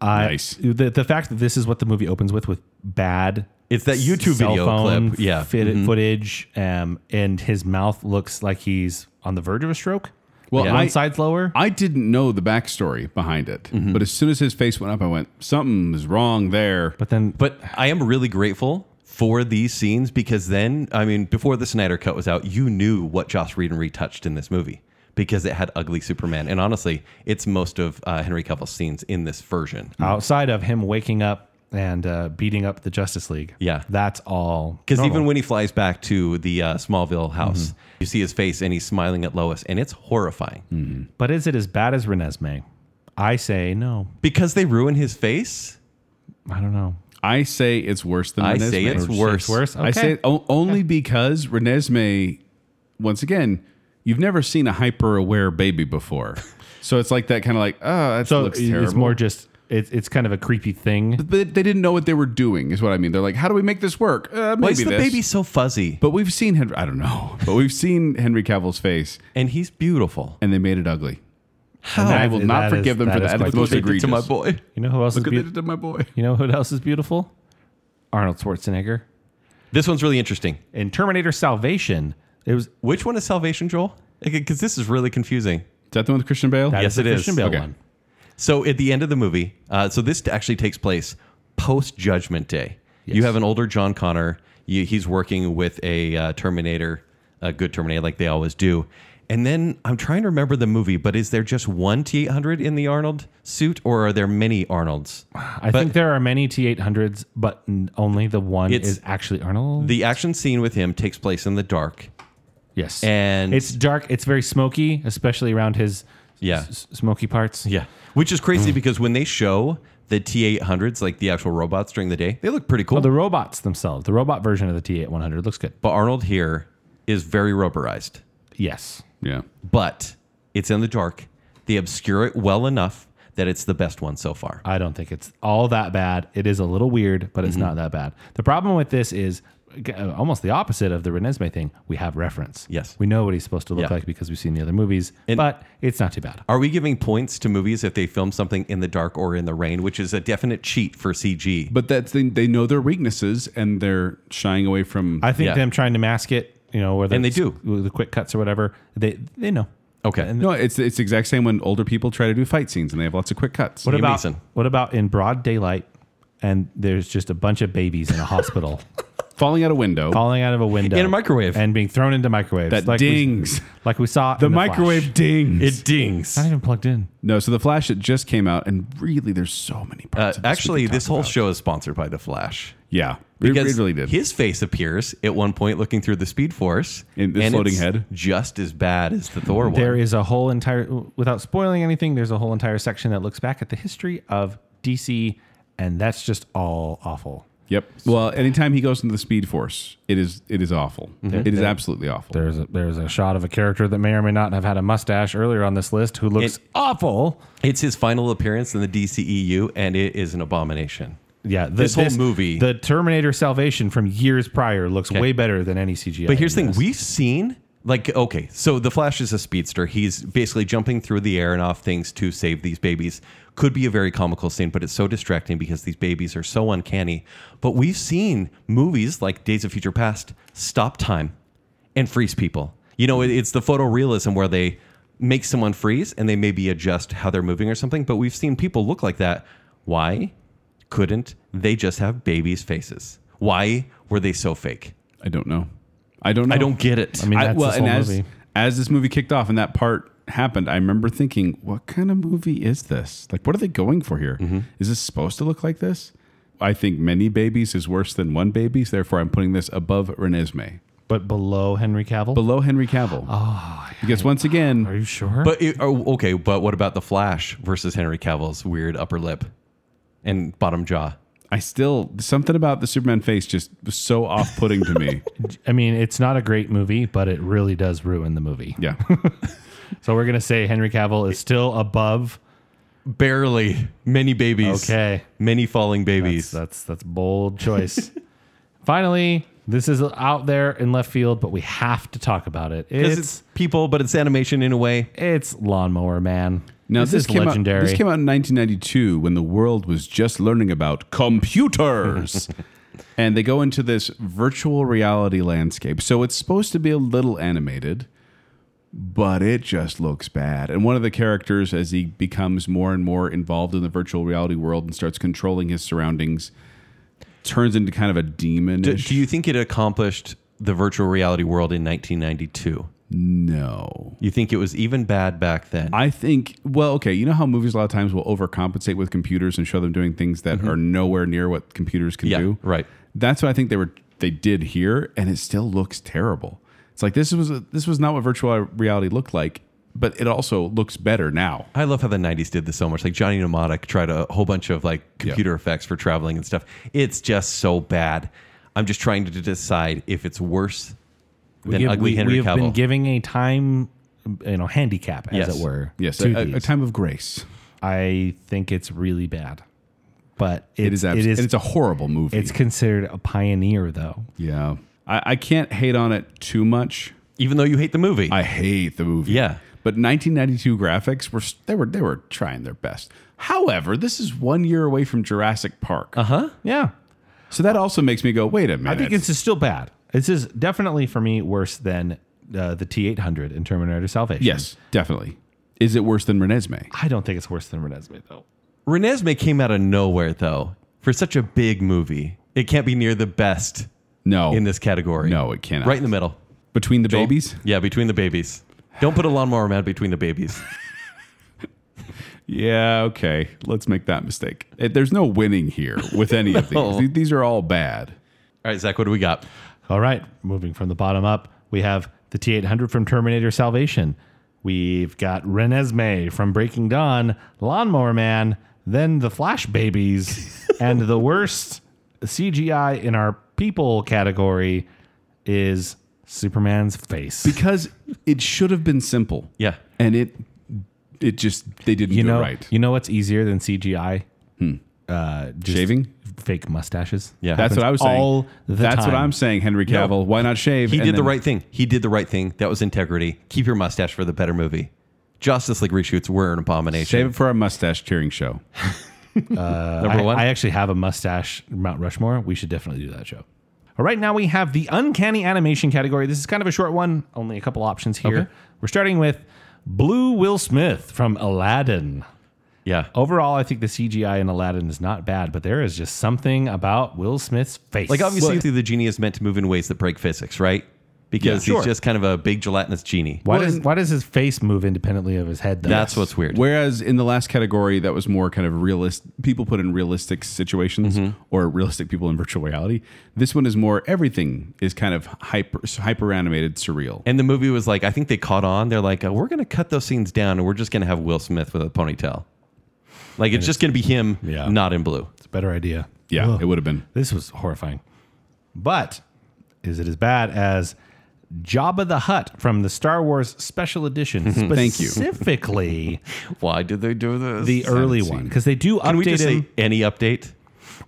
Speaker 2: I-
Speaker 3: Nice.
Speaker 2: The, the fact that this is what the movie opens with with bad.
Speaker 4: It's that YouTube
Speaker 2: cell
Speaker 4: video
Speaker 2: phone
Speaker 4: clip. Yeah.
Speaker 2: fit, footage, um, and his mouth looks like he's on the verge of a stroke.
Speaker 3: Well,
Speaker 2: one
Speaker 3: I-
Speaker 2: side's lower.
Speaker 3: I didn't know the backstory behind it,
Speaker 4: Mm-hmm.
Speaker 3: but as soon as his face went up, I went, "Something is wrong there."
Speaker 2: but then,
Speaker 4: But I am really grateful for these scenes because then, I mean, before the Snyder Cut was out, you knew what Joss Whedon retouched in this movie because it had ugly Superman. And honestly, it's most of uh, Henry Cavill's scenes in this version.
Speaker 2: outside of him waking up and uh, beating up the Justice League,
Speaker 4: Yeah.
Speaker 2: that's all.
Speaker 4: Because
Speaker 2: normal. Mm-hmm.
Speaker 4: even when he flies back to the uh, Smallville house, you see his face and he's smiling at Lois, and it's horrifying
Speaker 2: Mm. but is it as bad as Renesmee? I say no.
Speaker 4: because they ruin his face.
Speaker 2: I don't know.
Speaker 3: I say it's worse than
Speaker 4: I
Speaker 3: Renesmee.
Speaker 4: say it's worse.
Speaker 2: It's worse. Okay.
Speaker 3: I say it o- only because Renesmee, once again, you've never seen a hyper aware baby before,
Speaker 2: *laughs*
Speaker 3: so it's like that kind of like, oh, that
Speaker 2: so.
Speaker 3: looks
Speaker 2: It's
Speaker 3: terrible.
Speaker 2: more just it's it's kind of a creepy thing.
Speaker 3: but they didn't know what they were doing, is what I mean. They're like, "How do we make this work?" Uh, maybe
Speaker 4: Why is the
Speaker 3: this.
Speaker 4: baby so fuzzy?
Speaker 3: But we've seen Henry. I don't
Speaker 2: *laughs*
Speaker 3: know. But we've seen Henry Cavill's face,
Speaker 4: And he's beautiful.
Speaker 3: and they made it ugly.
Speaker 4: How?
Speaker 3: And I will not
Speaker 2: that is-
Speaker 3: forgive them
Speaker 2: that
Speaker 3: for
Speaker 2: is
Speaker 3: that. It's
Speaker 2: quite
Speaker 3: the most
Speaker 4: They did
Speaker 3: egregious.
Speaker 4: to my boy.
Speaker 2: You know who else is
Speaker 3: Look what they
Speaker 2: beautiful?
Speaker 3: did to my boy.
Speaker 2: You know who else is beautiful? Arnold Schwarzenegger.
Speaker 4: This one's really interesting.
Speaker 2: In Terminator Salvation, it was
Speaker 4: Which one is Salvation, Joel? Because this is really confusing.
Speaker 3: Is that the one with Christian Bale?
Speaker 2: that
Speaker 4: Yes,
Speaker 2: is the
Speaker 4: it is.
Speaker 2: Christian Bale
Speaker 3: Okay.
Speaker 2: one.
Speaker 4: So at the end of the movie, uh, so this actually takes place post Judgment Day. You have an older John Connor. You, he's working with a uh, Terminator, a good Terminator, like they always do. And then I'm trying to remember the movie, but is there just one T800 in the Arnold suit, or are there many Arnolds?
Speaker 2: I think there are many T800s, but n- only the one
Speaker 4: It's-
Speaker 2: is actually Arnold.
Speaker 4: The action scene with him takes place in the dark.
Speaker 2: yes.
Speaker 4: and-
Speaker 2: it's dark. It's very smoky, especially around his
Speaker 4: Yeah.
Speaker 2: s- s- smoky parts.
Speaker 4: Yeah. Which is crazy because when they show the T 800s, like the actual robots during the day, they look pretty cool.
Speaker 2: Oh, the robots themselves, the robot version of the T800 looks good.
Speaker 4: but Arnold here is very rubberized,
Speaker 2: Yes.
Speaker 3: Yeah.
Speaker 4: but it's in the dark. They obscure it well enough that it's the best one so far.
Speaker 2: I don't think it's all that bad. It is a little weird, but it's
Speaker 4: Mm-hmm.
Speaker 2: not that bad. The problem with this is g- uh, almost the opposite of the Renesmee thing. We have reference.
Speaker 4: Yes.
Speaker 2: We know what he's supposed to look
Speaker 4: Yeah.
Speaker 2: like because we've seen the other movies, but it's not too bad.
Speaker 4: Are we giving points to movies if they film something in the dark or in the rain, which is a definite cheat for CG?
Speaker 3: But that's the, they know their weaknesses and they're shying away from.
Speaker 2: I think
Speaker 4: Yeah.
Speaker 2: them trying to mask it, you know, whether
Speaker 4: And they
Speaker 2: it's
Speaker 4: do.
Speaker 2: with the quick cuts or whatever, they they know.
Speaker 4: Okay.
Speaker 3: no, it's it's the exact same when older people try to do fight scenes and they have lots of quick cuts.
Speaker 2: What
Speaker 4: Ian
Speaker 2: about
Speaker 4: Mason.
Speaker 2: what about in broad daylight and there's just a bunch of babies in a
Speaker 4: *laughs*
Speaker 2: hospital
Speaker 3: Falling out a window.
Speaker 2: falling out of a window
Speaker 4: In a microwave.
Speaker 2: and being thrown into microwaves
Speaker 3: That
Speaker 2: we-
Speaker 3: dings.
Speaker 2: like we saw
Speaker 3: *laughs* the
Speaker 2: in
Speaker 3: microwave
Speaker 2: Flash.
Speaker 3: dings.
Speaker 4: it dings. Uh,
Speaker 2: not even plugged in.
Speaker 3: no, so the Flash it just came out and really there's so many
Speaker 4: Uh,
Speaker 3: parts. of this we
Speaker 4: actually,
Speaker 3: could
Speaker 4: this
Speaker 3: talk
Speaker 4: whole
Speaker 3: about.
Speaker 4: show is sponsored by The Flash.
Speaker 3: Yeah, it,
Speaker 4: Because
Speaker 3: it really did.
Speaker 4: His face appears at one point looking through the Speed Force.
Speaker 3: In this
Speaker 4: and
Speaker 3: floating
Speaker 4: it's
Speaker 3: head?
Speaker 4: Just as bad as the Thor one.
Speaker 2: There is a whole entire, without spoiling anything, there's a whole entire section that looks back at the history of DC, and that's just all awful.
Speaker 3: Yep. Well, anytime he goes into the Speed Force, it is it is awful.
Speaker 4: Mm-hmm.
Speaker 3: It is absolutely awful.
Speaker 2: There's a, there's a shot of a character that may or may not have had a mustache earlier on this list who looks
Speaker 4: It-
Speaker 2: awful.
Speaker 4: It's his final appearance in the DCEU, and it is an abomination.
Speaker 2: Yeah, the-
Speaker 4: This whole movie-
Speaker 2: the Terminator Salvation from years prior, looks way better than any CGI.
Speaker 4: But here's the
Speaker 2: in
Speaker 4: thing
Speaker 2: this.
Speaker 4: we've seen, like, okay, so the Flash is a speedster. He's basically jumping through the air and off things to save these babies. Could be a very comical scene, but it's so distracting because these babies are so uncanny. But we've seen movies like Days of Future Past stop time and freeze people. You know, it, it's the photorealism where they make someone freeze and they maybe adjust how they're moving or something. But we've seen people look like that. Why couldn't they just have babies' faces? Why were they so fake?
Speaker 3: I don't know. I don't know.
Speaker 4: I don't get it.
Speaker 2: I mean, that's this whole
Speaker 3: as,
Speaker 2: movie.
Speaker 3: as this movie kicked off and that part happened, I remember thinking, what kind of movie is this? Like, what are they going for here? Is
Speaker 2: Mm-hmm.
Speaker 3: this supposed to look like this? I think many babies is worse than one baby, so therefore I'm putting this above Renesmee,
Speaker 2: but below Henry Cavill.
Speaker 3: below Henry Cavill. Oh, because once again,
Speaker 2: Are you sure?
Speaker 4: But it, oh, okay, but what about the Flash versus Henry Cavill's weird upper lip and bottom jaw?
Speaker 3: I still something about the Superman face just was so off-putting to
Speaker 2: *laughs*
Speaker 3: me.
Speaker 2: I mean, it's not a great movie, but it really does ruin the movie.
Speaker 3: Yeah,
Speaker 2: So we're gonna say Henry Cavill is still above.
Speaker 4: Barely many babies.
Speaker 2: Okay.
Speaker 4: many falling babies.
Speaker 2: That's that's bold
Speaker 4: *laughs*
Speaker 2: choice. Finally, this is out there in left field, but we have to talk about it.
Speaker 4: 'Cause
Speaker 2: It's
Speaker 4: it's
Speaker 2: it's,
Speaker 4: people, but it's animation in a way.
Speaker 2: Lawnmower Man.
Speaker 3: Now this,
Speaker 2: is
Speaker 3: came
Speaker 2: legendary.
Speaker 3: Out, this came out in 1992 when the world was just learning about computers. and they go into this virtual reality landscape. So it's supposed to be a little animated, but it just looks bad. And one of the characters as he becomes more and more involved in the virtual reality world and starts controlling his surroundings turns into kind of a demon.
Speaker 4: Do, do you think it accomplished the virtual reality world in 1992?
Speaker 3: No.
Speaker 4: You think it was even bad back then?
Speaker 3: I think, well, okay, you know how movies a lot of times will overcompensate with computers and show them doing things that
Speaker 2: Mm-hmm.
Speaker 3: are nowhere near what computers can
Speaker 4: Yeah,
Speaker 3: do.
Speaker 4: right.
Speaker 3: That's what I think they were they did here, and it still looks terrible. It's like this was this was not what virtual reality looked like, but it also looks better now.
Speaker 4: I love how the 90s did this so much. Like Johnny Mnemonic tried a whole bunch of like computer effects for traveling and stuff. It's just so bad. I'm just trying to decide if it's worse than
Speaker 2: Give-
Speaker 4: ugly
Speaker 2: we,
Speaker 4: Henry
Speaker 2: we have been
Speaker 4: Cavill.
Speaker 2: giving a time, you know, handicap as
Speaker 4: Yes.
Speaker 2: it were.
Speaker 3: Yes,
Speaker 2: to
Speaker 3: a, a-
Speaker 2: these.
Speaker 3: a time of grace.
Speaker 2: I think it's really bad, but
Speaker 3: It is. Abs-
Speaker 2: it is
Speaker 3: and it's a horrible movie.
Speaker 2: it's considered a pioneer though.
Speaker 3: yeah. I, I can't hate on it too much.
Speaker 4: Even though you hate the movie.
Speaker 3: I hate the movie.
Speaker 4: Yeah.
Speaker 3: But 1992 graphics were they were they were trying their best. However, this is one year away from Jurassic Park,
Speaker 4: huh?
Speaker 2: Yeah,
Speaker 3: so that also makes me go, wait a
Speaker 2: I
Speaker 3: minute.
Speaker 2: think it's still bad. This is definitely for me worse than uh, the T eight hundred in Terminator Salvation.
Speaker 3: yes, definitely. Is it worse than Renesmee?
Speaker 2: I don't think it's worse than Renesmee though.
Speaker 4: Renesmee came out of nowhere though for such a big movie. It can't be near the best
Speaker 3: No.
Speaker 4: in this category.
Speaker 3: No, it cannot.
Speaker 4: Right in the middle.
Speaker 3: Between the
Speaker 4: Joel?
Speaker 3: babies?
Speaker 4: Yeah, between the babies. Don't put a lawnmower man between
Speaker 3: *laughs*
Speaker 4: the babies.
Speaker 3: Yeah, okay. Let's make that mistake. Eh, There's no winning here with any
Speaker 4: *laughs*
Speaker 3: of these. Th- These are all bad.
Speaker 4: All right, Zach, what do we got?
Speaker 2: All right, moving from the bottom up, we have the T800 from Terminator Salvation. We've got Renesmee from Breaking Dawn, Lawnmower Man, then the Flash Babies, and the worst CGI in our people category is Superman's face.
Speaker 3: Because it should have been simple.
Speaker 4: Yeah.
Speaker 3: And it it just they didn't
Speaker 2: you
Speaker 3: do
Speaker 2: know,
Speaker 3: it right.
Speaker 2: you know what's easier than CGI? Uh, just
Speaker 3: Shaving?
Speaker 2: fake mustaches.
Speaker 4: Yeah.
Speaker 3: That's what I was saying.
Speaker 2: all the
Speaker 3: That's what
Speaker 2: time.
Speaker 3: I'm saying, Henry Cavill. Why not shave?
Speaker 4: He
Speaker 3: and
Speaker 4: did the
Speaker 3: then-
Speaker 4: right thing. He did the right thing. That was integrity. Keep your mustache for the better movie. Justice League reshoots were an abomination.
Speaker 3: Shave it for our mustache cheering show.
Speaker 4: Number
Speaker 2: I,
Speaker 4: one.
Speaker 2: I actually have a mustache Mount Rushmore. We should definitely do that show. All right, now we have the uncanny animation category. This is kind of a short one, only a couple options here.
Speaker 4: Okay.
Speaker 2: We're starting with Blue Will Smith from Aladdin.
Speaker 4: yeah.
Speaker 3: Oh,
Speaker 2: Overall, I think the CGI in Aladdin is not bad, but there is just something about Will Smith's face.
Speaker 4: Like obviously the genie is meant to move in ways that break physics, right? Because
Speaker 2: Yeah, sure.
Speaker 4: he's just kind of a big gelatinous genie.
Speaker 2: why
Speaker 3: Well,
Speaker 2: does
Speaker 3: and-
Speaker 2: why does his face move independently of his head? Though?
Speaker 4: *sighs* That's what's weird.
Speaker 3: Whereas in the last category, that was more kind of realist. People put in realistic situations
Speaker 4: Mm-hmm.
Speaker 3: or realistic people in virtual reality. This one is more everything is kind of hyper hyper animated, surreal.
Speaker 4: and the movie was like, I think they caught on. They're like, uh, we're going to cut those scenes down and we're just going to have Will Smith with a ponytail. Like it's just going to be him,
Speaker 2: Yeah.
Speaker 4: not in blue.
Speaker 2: it's a better idea.
Speaker 3: yeah,
Speaker 2: Ugh.
Speaker 3: it would have been.
Speaker 2: This was horrifying. But is it as bad as Jabba the Hutt from the Star Wars Special Edition?
Speaker 3: *laughs* Thank you. *laughs*
Speaker 2: Specifically
Speaker 4: Why did they do this?
Speaker 2: the early
Speaker 3: seen
Speaker 2: one.
Speaker 3: it.
Speaker 2: Because they do
Speaker 4: Can
Speaker 2: update
Speaker 4: we just
Speaker 2: him,
Speaker 4: say any update?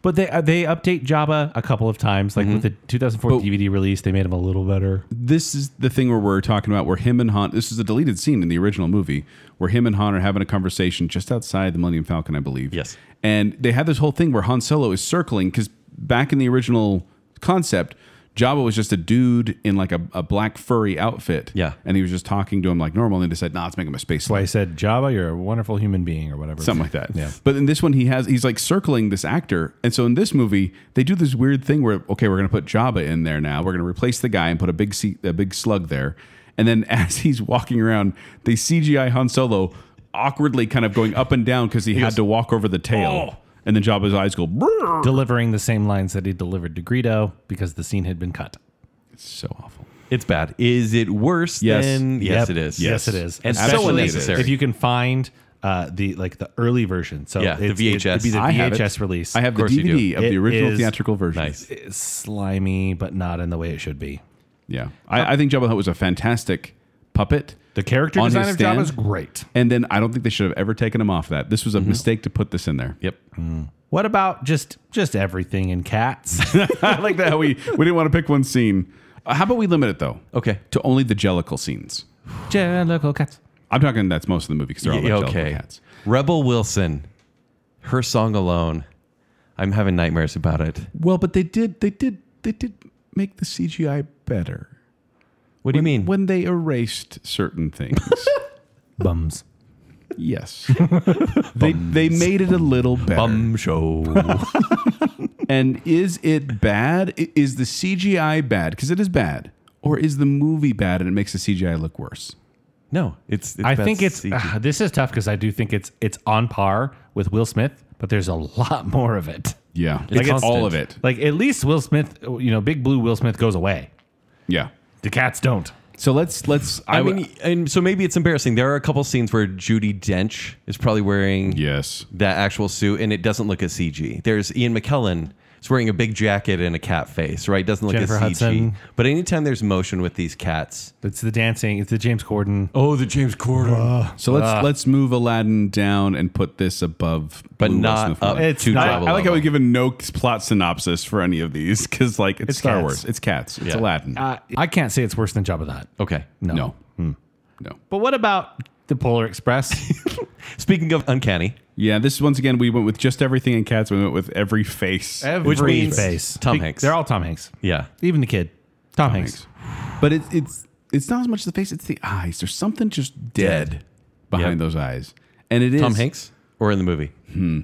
Speaker 2: but they uh, they update Jabba a couple of times. Like with the 2004
Speaker 3: Mm-hmm. But-
Speaker 2: DVD release, they made him a little better.
Speaker 3: This is the thing where we're talking about where him and Han. This is a deleted scene in the original movie where him and Han are having a conversation just outside the Millennium Falcon, I believe.
Speaker 4: Yes.
Speaker 3: And they had this whole thing where Han Solo is circling because back in the original concept. Jabba was just a dude in like a, a black furry outfit.
Speaker 4: Yeah.
Speaker 3: And he was just talking to him like normal. And they said, nah, let's make him a space
Speaker 2: Why I said Jabba, you're a wonderful human being, or whatever.
Speaker 3: something like that.
Speaker 2: Yeah.
Speaker 3: But in this one, he has he's like circling this actor, and so in this movie, they do this weird thing where okay, we're gonna put Jabba in there now. We're gonna replace the guy and put a big se- a big slug there, and then *laughs* as he's walking around, they CGI Han Solo awkwardly kind of going up and down because he, "Oh." had to walk over the tail, and then Jabba's eyes go. "Brrr."
Speaker 2: Delivering the same lines that he delivered to Greedo because the scene had been cut.
Speaker 3: It's so awful.
Speaker 4: It's bad. Is it worse
Speaker 3: Yes.
Speaker 4: than? Yes,
Speaker 2: Yep.
Speaker 4: it is.
Speaker 2: Yes, it is.
Speaker 4: And so
Speaker 2: Especially
Speaker 4: unnecessary.
Speaker 2: If you can find uh, the like the early version, so
Speaker 4: Yeah, the
Speaker 2: it's-
Speaker 4: VHS.
Speaker 2: it'd be the
Speaker 3: I have it.
Speaker 2: VHS release.
Speaker 3: I have the
Speaker 4: course you do.
Speaker 3: DVD of
Speaker 2: It
Speaker 3: the original
Speaker 2: is
Speaker 3: theatrical version.
Speaker 4: nice.
Speaker 2: It's slimy, but not in the way it should be.
Speaker 3: Yeah, I, I think Jabba the Hutt was a fantastic puppet.
Speaker 2: The character
Speaker 3: On
Speaker 2: design
Speaker 3: his
Speaker 2: of Jabba
Speaker 3: stand?
Speaker 2: is great.
Speaker 3: And then I don't think they should have ever taken him off that. This was a mistake to put this in there.
Speaker 4: Yep.
Speaker 2: Mm. What about just just everything in
Speaker 3: *laughs*
Speaker 2: cats?
Speaker 3: I like that how we we didn't want to pick one scene. Uh, how about we limit it though?
Speaker 4: Okay.
Speaker 3: To only the Jellicle scenes.
Speaker 2: Jellicle cats.
Speaker 3: I'm talking that's most of the movie because they're all
Speaker 4: Yeah,
Speaker 3: about
Speaker 4: okay.
Speaker 3: Jellicle cats.
Speaker 4: Rebel Wilson, her song alone. I'm having nightmares about it.
Speaker 3: Well, but they did they did they did make the CGI better
Speaker 4: What do you mean?
Speaker 3: when they erased certain
Speaker 4: *laughs*
Speaker 3: things.
Speaker 2: Bums.
Speaker 3: yes, they they made it a little better.
Speaker 2: *laughs*
Speaker 4: Bum show.
Speaker 3: And is it bad? I- Is the CGI bad? Because it is bad, or is the movie bad and it makes the CGI look worse?
Speaker 4: no, it's. it's
Speaker 2: I
Speaker 4: bad
Speaker 2: think it's
Speaker 4: CG.
Speaker 2: ah, this is tough because I do think it's it's on par with Will Smith, but there's a lot more of it.
Speaker 3: Yeah,
Speaker 4: It's
Speaker 3: like it's all
Speaker 4: constant.
Speaker 3: of it.
Speaker 2: Like at least Will Smith, you know, Big Blue Will Smith goes away.
Speaker 3: Yeah.
Speaker 2: The cats don't.
Speaker 3: So let's let's.
Speaker 4: I
Speaker 3: would-
Speaker 4: mean, and so maybe it's embarrassing. There are a couple scenes where Judy Dench is probably wearing
Speaker 3: yes.
Speaker 4: that actual suit, and it doesn't look as CG. There's Ian McKellen. is wearing a big jacket and a cat face, right? Doesn't look
Speaker 2: Jennifer
Speaker 4: as CG.
Speaker 2: Hudson.
Speaker 4: But anytime there's motion with these cats,
Speaker 2: It's the dancing. It's the James Corden.
Speaker 4: oh, the James Corden,
Speaker 3: So let's let's move Aladdin down and put this above,
Speaker 4: but
Speaker 3: Blue
Speaker 4: not
Speaker 3: Wilson of
Speaker 4: up
Speaker 3: Aladdin.
Speaker 2: It's
Speaker 4: to
Speaker 2: not-
Speaker 3: I,
Speaker 4: travel.
Speaker 3: I like how
Speaker 4: level.
Speaker 3: we give a no plot synopsis for any of these because like it's, Star
Speaker 2: cats.
Speaker 3: Wars, it's cats, it's
Speaker 4: Yeah.
Speaker 3: Aladdin.
Speaker 2: Uh, I can't say it's worse than Jabba the Hutt.
Speaker 4: Okay.
Speaker 3: no, no.
Speaker 4: Hmm.
Speaker 3: No.
Speaker 2: But what about the Polar Express?
Speaker 4: Speaking of uncanny,
Speaker 3: Yeah, this once again we went with just everything in cats. We went with every face,
Speaker 2: Every
Speaker 4: *laughs* Which means Tom
Speaker 2: Be-
Speaker 4: Hanks.
Speaker 2: They're all Tom Hanks.
Speaker 4: yeah,
Speaker 2: Even the kid. Tom, Hanks.
Speaker 3: but it's it's it's not as much the face; it's the eyes. There's something just dead, behind
Speaker 4: Yep.
Speaker 3: those eyes, and it is
Speaker 4: Hmm. Tom Hanks or in the movie.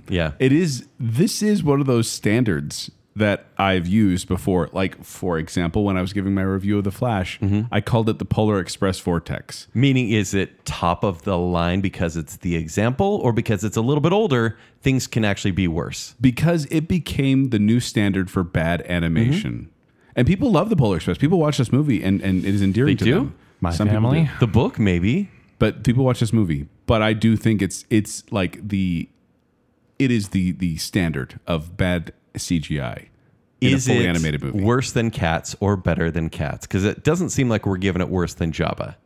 Speaker 4: Yeah.
Speaker 3: It is. This is one of those standards that I've used before. Like, for example, when I was giving my review of The Flash,
Speaker 4: Mm-hmm.
Speaker 3: I called it the Polar Express Vortex.
Speaker 4: Meaning, is it top of the line because it's the example or because it's a little bit older? Things can actually be worse.
Speaker 3: because it became the new standard for bad
Speaker 4: Mm-hmm.
Speaker 3: animation. And people love the Polar Express. People watch this movie, and, and it is endearing to
Speaker 4: They do?
Speaker 3: them.
Speaker 2: My
Speaker 3: people
Speaker 2: family?
Speaker 3: do.
Speaker 4: The book, maybe.
Speaker 3: but people watch this movie. But I do think it's it's like the it is the the standard of bad CGI in
Speaker 4: is
Speaker 3: a fully
Speaker 4: it
Speaker 3: animated movie.
Speaker 4: worse than cats or better than cats? Because it doesn't seem like we're giving it worse than Jabba.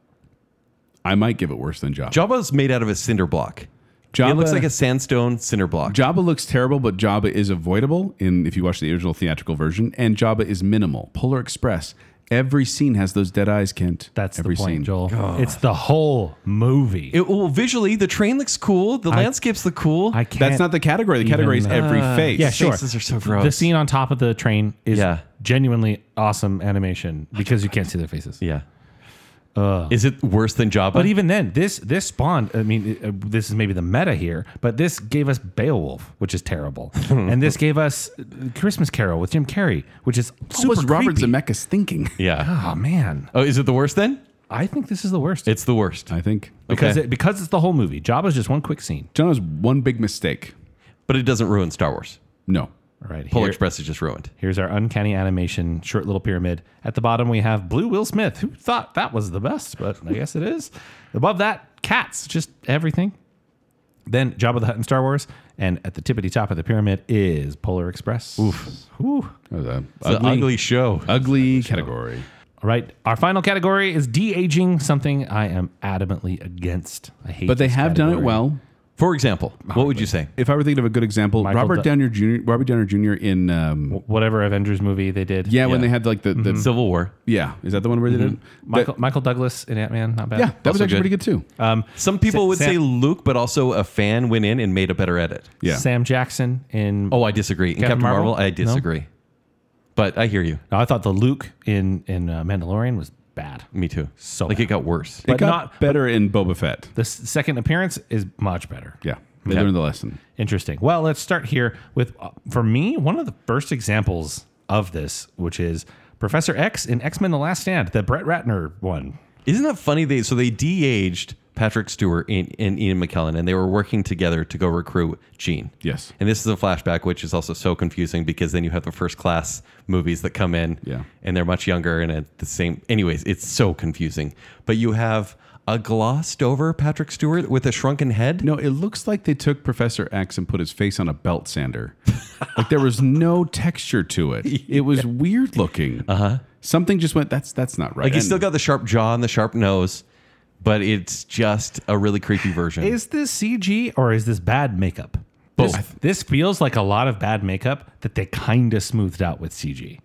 Speaker 3: I might give it worse than Jabba.
Speaker 4: Jabba's made out of a cinder block.
Speaker 3: Jabba
Speaker 4: it looks like a sandstone cinder block.
Speaker 3: Jabba looks terrible, but Jabba is avoidable in if you watch the original theatrical version, and Jabba is minimal. Polar Express. Every scene has those dead eyes, Kent.
Speaker 2: That's
Speaker 3: Every
Speaker 2: the point, Joel. It's the whole movie.
Speaker 4: It- well, visually, the train looks cool. The landscapes look cool.
Speaker 2: I can't.
Speaker 3: That's not the category. The category is
Speaker 2: even- uh,
Speaker 3: every face.
Speaker 2: yeah, sure.
Speaker 4: faces are so
Speaker 2: The
Speaker 4: gross.
Speaker 2: scene on top of the train is
Speaker 4: Yeah.
Speaker 2: genuinely awesome animation because you can't see their faces.
Speaker 4: yeah. is it worse than Jabba?
Speaker 3: Hmm.
Speaker 2: But even then, this this spawned. I mean, uh, this is maybe the meta here, but this gave us Beowulf, which is
Speaker 3: *laughs*
Speaker 2: terrible,
Speaker 3: Hmm.
Speaker 2: and this gave us Christmas Carol with Jim Carrey, which is
Speaker 3: What
Speaker 2: super
Speaker 3: was Robert
Speaker 2: creepy.
Speaker 3: Zemeckis thinking?
Speaker 4: yeah.
Speaker 2: Oh man,
Speaker 4: Oh, is it the worst then?
Speaker 2: I think this is the worst.
Speaker 4: It's the worst.
Speaker 3: I think.
Speaker 2: because
Speaker 4: okay.
Speaker 2: it, because it's the whole movie. Jabba's just one quick scene.
Speaker 3: John has one big mistake.
Speaker 4: But it doesn't ruin Star Wars.
Speaker 3: No.
Speaker 2: All right,
Speaker 4: Polar
Speaker 2: here-
Speaker 4: Express is just ruined.
Speaker 2: Here's our uncanny animation short little pyramid. At the bottom, we have Blue Will Smith, who thought that was the best, but I guess it is. Above that, cats, just everything. Then Jabba the Hutt in Star Wars, and at the tippity top of the pyramid is Polar Express. Oof.
Speaker 3: That was a
Speaker 4: It's an ugly show.
Speaker 3: ugly category.
Speaker 2: All right, our final category is de aging, something I am adamantly against. I hate.
Speaker 3: But they
Speaker 2: this
Speaker 3: have done it
Speaker 2: category.
Speaker 3: well.
Speaker 4: For example, what would you say?
Speaker 3: If I were thinking of a good example,
Speaker 2: Michael
Speaker 3: Robert
Speaker 2: Dun-
Speaker 3: Downey Jr. Robert Downey Jr. in um,
Speaker 2: Whatever Avengers movie they did.
Speaker 3: yeah, when
Speaker 4: Yeah.
Speaker 3: they had like the, the
Speaker 4: Civil War.
Speaker 3: yeah, is that the one where they did?
Speaker 2: Mm-hmm. Michael Uh,
Speaker 3: That-
Speaker 2: Michael Douglas in Ant Man, not bad.
Speaker 3: yeah, that was
Speaker 4: Also
Speaker 3: actually
Speaker 4: good.
Speaker 3: pretty good too.
Speaker 4: Some people
Speaker 2: Sa-
Speaker 4: would
Speaker 2: Sam-
Speaker 4: say Luke, but also a fan went in and made a better edit.
Speaker 3: yeah.
Speaker 2: Sam Jackson in
Speaker 4: Oh, I disagree. In Captain, Marvel, I
Speaker 2: No?
Speaker 4: disagree. But I hear you.
Speaker 2: No, I thought the Luke in in uh, Mandalorian was bad.
Speaker 4: Me too.
Speaker 2: So
Speaker 4: like
Speaker 2: bad.
Speaker 4: it got worse.
Speaker 3: it
Speaker 2: but
Speaker 3: got
Speaker 2: not-
Speaker 3: better in Boba Fett.
Speaker 2: The s- second appearance is much better.
Speaker 3: Yeah, they
Speaker 2: Okay.
Speaker 3: learned the lesson.
Speaker 2: Interesting. Well, let's start here with, uh, for me, one of the first examples of this, which is Professor X in X Men The Last Stand, the Brett Ratner one.
Speaker 4: Isn't that funny? They so they de-aged Patrick Stewart and, and Ian McKellen, and they were working together to go recruit Gene.
Speaker 3: Yes.
Speaker 4: And this is a flashback, which is also so confusing because then you have the first class movies that come in,
Speaker 3: Yeah.
Speaker 4: and they're much younger and at the same. Anyways, it's so confusing. But you have a glossed over Patrick Stewart with a shrunken head.
Speaker 3: No, it looks like they took Professor X and put his face on a belt sander. *laughs* like there was no texture to
Speaker 4: *laughs*
Speaker 3: it. It was weird looking. Uh huh. Something just went. That's that's not right.
Speaker 4: Uh-huh. Like he's
Speaker 3: And-
Speaker 4: still got the sharp jaw and the sharp nose, but it's just a really creepy version.
Speaker 2: Is this CG or is this bad makeup? Both. This, this feels like a lot of bad makeup that they kind of smoothed out with CG.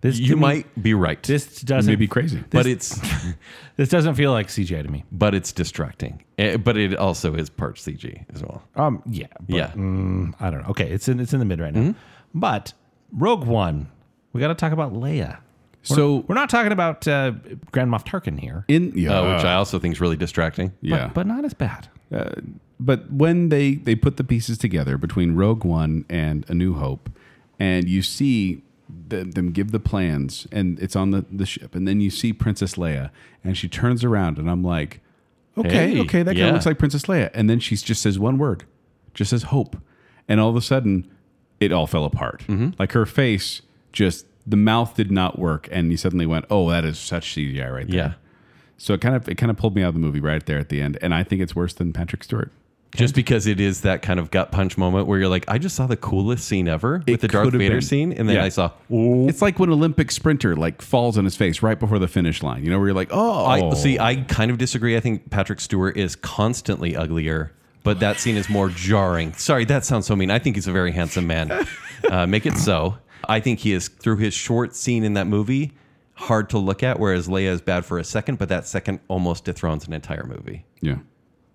Speaker 2: This to
Speaker 4: you
Speaker 2: me-
Speaker 4: might be right,
Speaker 2: This doesn't.
Speaker 3: Maybe crazy.
Speaker 4: but it's
Speaker 2: *laughs*
Speaker 4: *laughs*
Speaker 2: This doesn't feel like CGI to me.
Speaker 4: but it's distracting. Eh, but it also is part CG as well.
Speaker 2: Um. Yeah. but-
Speaker 4: yeah,
Speaker 2: I don't know. Okay, it's in it's in the mid right now.
Speaker 3: Mm-hmm.
Speaker 2: But Rogue One, we got to talk about Leia.
Speaker 3: so
Speaker 2: We're not talking about uh, Grand Moff Tarkin here,
Speaker 3: in yeah,
Speaker 4: Uh, which I also think is really distracting.
Speaker 2: but,
Speaker 3: yeah.
Speaker 2: but not as bad.
Speaker 3: but when they they put the pieces together between Rogue One and A New Hope, and you see the, them give the plans, and it's on the, the ship, and then you see Princess Leia, and she turns around, and I'm like, okay,
Speaker 4: Hey,
Speaker 3: okay, that kind
Speaker 4: yeah.
Speaker 3: of looks like Princess Leia, and then she just says one word, just says hope, and all of a sudden, it all fell apart.
Speaker 4: Mm-hmm.
Speaker 3: Like her face, just the mouth did not work, and you suddenly went, oh, that is such CGI right there.
Speaker 4: Yeah,
Speaker 3: So it kind of it kind of pulled me out of the movie right there at the end, and I think it's worse than Patrick Stewart.
Speaker 4: just because it is that kind of gut punch moment where you're like, I just saw the coolest scene ever with the Darth
Speaker 3: could've
Speaker 4: Vader
Speaker 3: been.
Speaker 4: scene, and then
Speaker 3: Yeah.
Speaker 4: I saw.
Speaker 3: It's like when an Olympic sprinter like falls on his face right before the finish line. You know where you're like, oh,
Speaker 4: I see. I kind of disagree. I think Patrick Stewart is constantly uglier, but that scene is more jarring. Sorry, that sounds so mean. I think he's a very
Speaker 5: *laughs*
Speaker 4: handsome man. Uh, make it so. I think he is through his short scene in that movie hard to look at, whereas Leia is bad for a second, but that second almost dethrones an entire movie.
Speaker 3: yeah.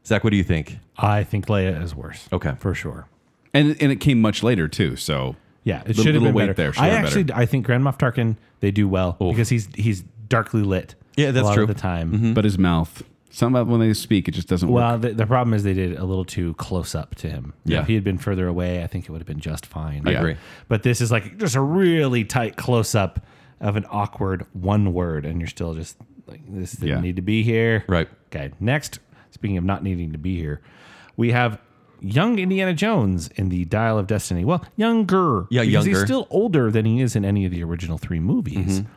Speaker 4: Zach, what do you think?
Speaker 2: I think Leia is worse.
Speaker 4: Okay.
Speaker 2: for sure.
Speaker 3: And and it came much later too. So
Speaker 2: Yeah, it
Speaker 3: Little-
Speaker 2: should have
Speaker 3: little
Speaker 2: been
Speaker 3: weight
Speaker 2: better.
Speaker 3: there,
Speaker 2: I
Speaker 3: should've been
Speaker 2: actually,
Speaker 3: better.
Speaker 2: I think Grand Moff Tarkin they do well because he's he's darkly lit.
Speaker 4: Yeah, that's
Speaker 2: a lot
Speaker 4: true.
Speaker 3: Mm-hmm.
Speaker 2: Of the time,
Speaker 3: but his mouth Something about when they speak, it just doesn't work.
Speaker 2: Well, the, the problem is they did it a little too close up to him.
Speaker 4: Yeah.
Speaker 2: If he had been further away, I think it would have been just fine.
Speaker 4: I Yeah. agree.
Speaker 2: But this is like just a really tight close up of an awkward one word, and you're still just like, this didn't
Speaker 3: Yeah.
Speaker 2: need to be here.
Speaker 4: Right.
Speaker 2: Okay. Next, speaking of not needing to be here, we have young Indiana Jones in the Dial of Destiny. Well, younger.
Speaker 4: Yeah,
Speaker 2: because He's
Speaker 4: younger. Mm-hmm.
Speaker 2: still older than he is in any of the original three movies.
Speaker 3: in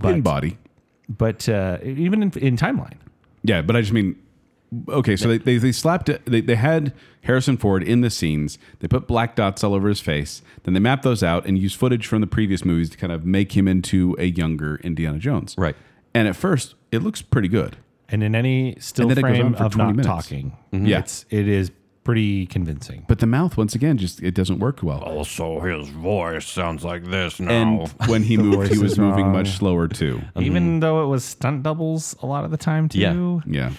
Speaker 2: But,
Speaker 3: body.
Speaker 2: but uh, even in, in timeline.
Speaker 3: Yeah, but I just mean, okay, so they, they, they slapped it. They, they had Harrison Ford in the scenes. They put black dots all over his face. Then they mapped those out and used footage from the previous movies to kind of make him into a younger Indiana Jones.
Speaker 4: Right.
Speaker 3: And at first, it looks pretty good.
Speaker 2: and in any still
Speaker 3: And then it goes
Speaker 2: frame
Speaker 3: on for
Speaker 2: of
Speaker 3: 20
Speaker 2: not
Speaker 3: minutes. Mm-hmm.
Speaker 2: talking,
Speaker 3: Yeah.
Speaker 2: it's it is pretty convincing.
Speaker 3: But the mouth, once again, just it doesn't work
Speaker 4: Oh,
Speaker 3: well.
Speaker 5: Also, his voice sounds like this now.
Speaker 4: *laughs*
Speaker 3: And when he moved, he was moving much slower too.
Speaker 2: Even though it was stunt doubles a lot of the time too.
Speaker 4: Yeah.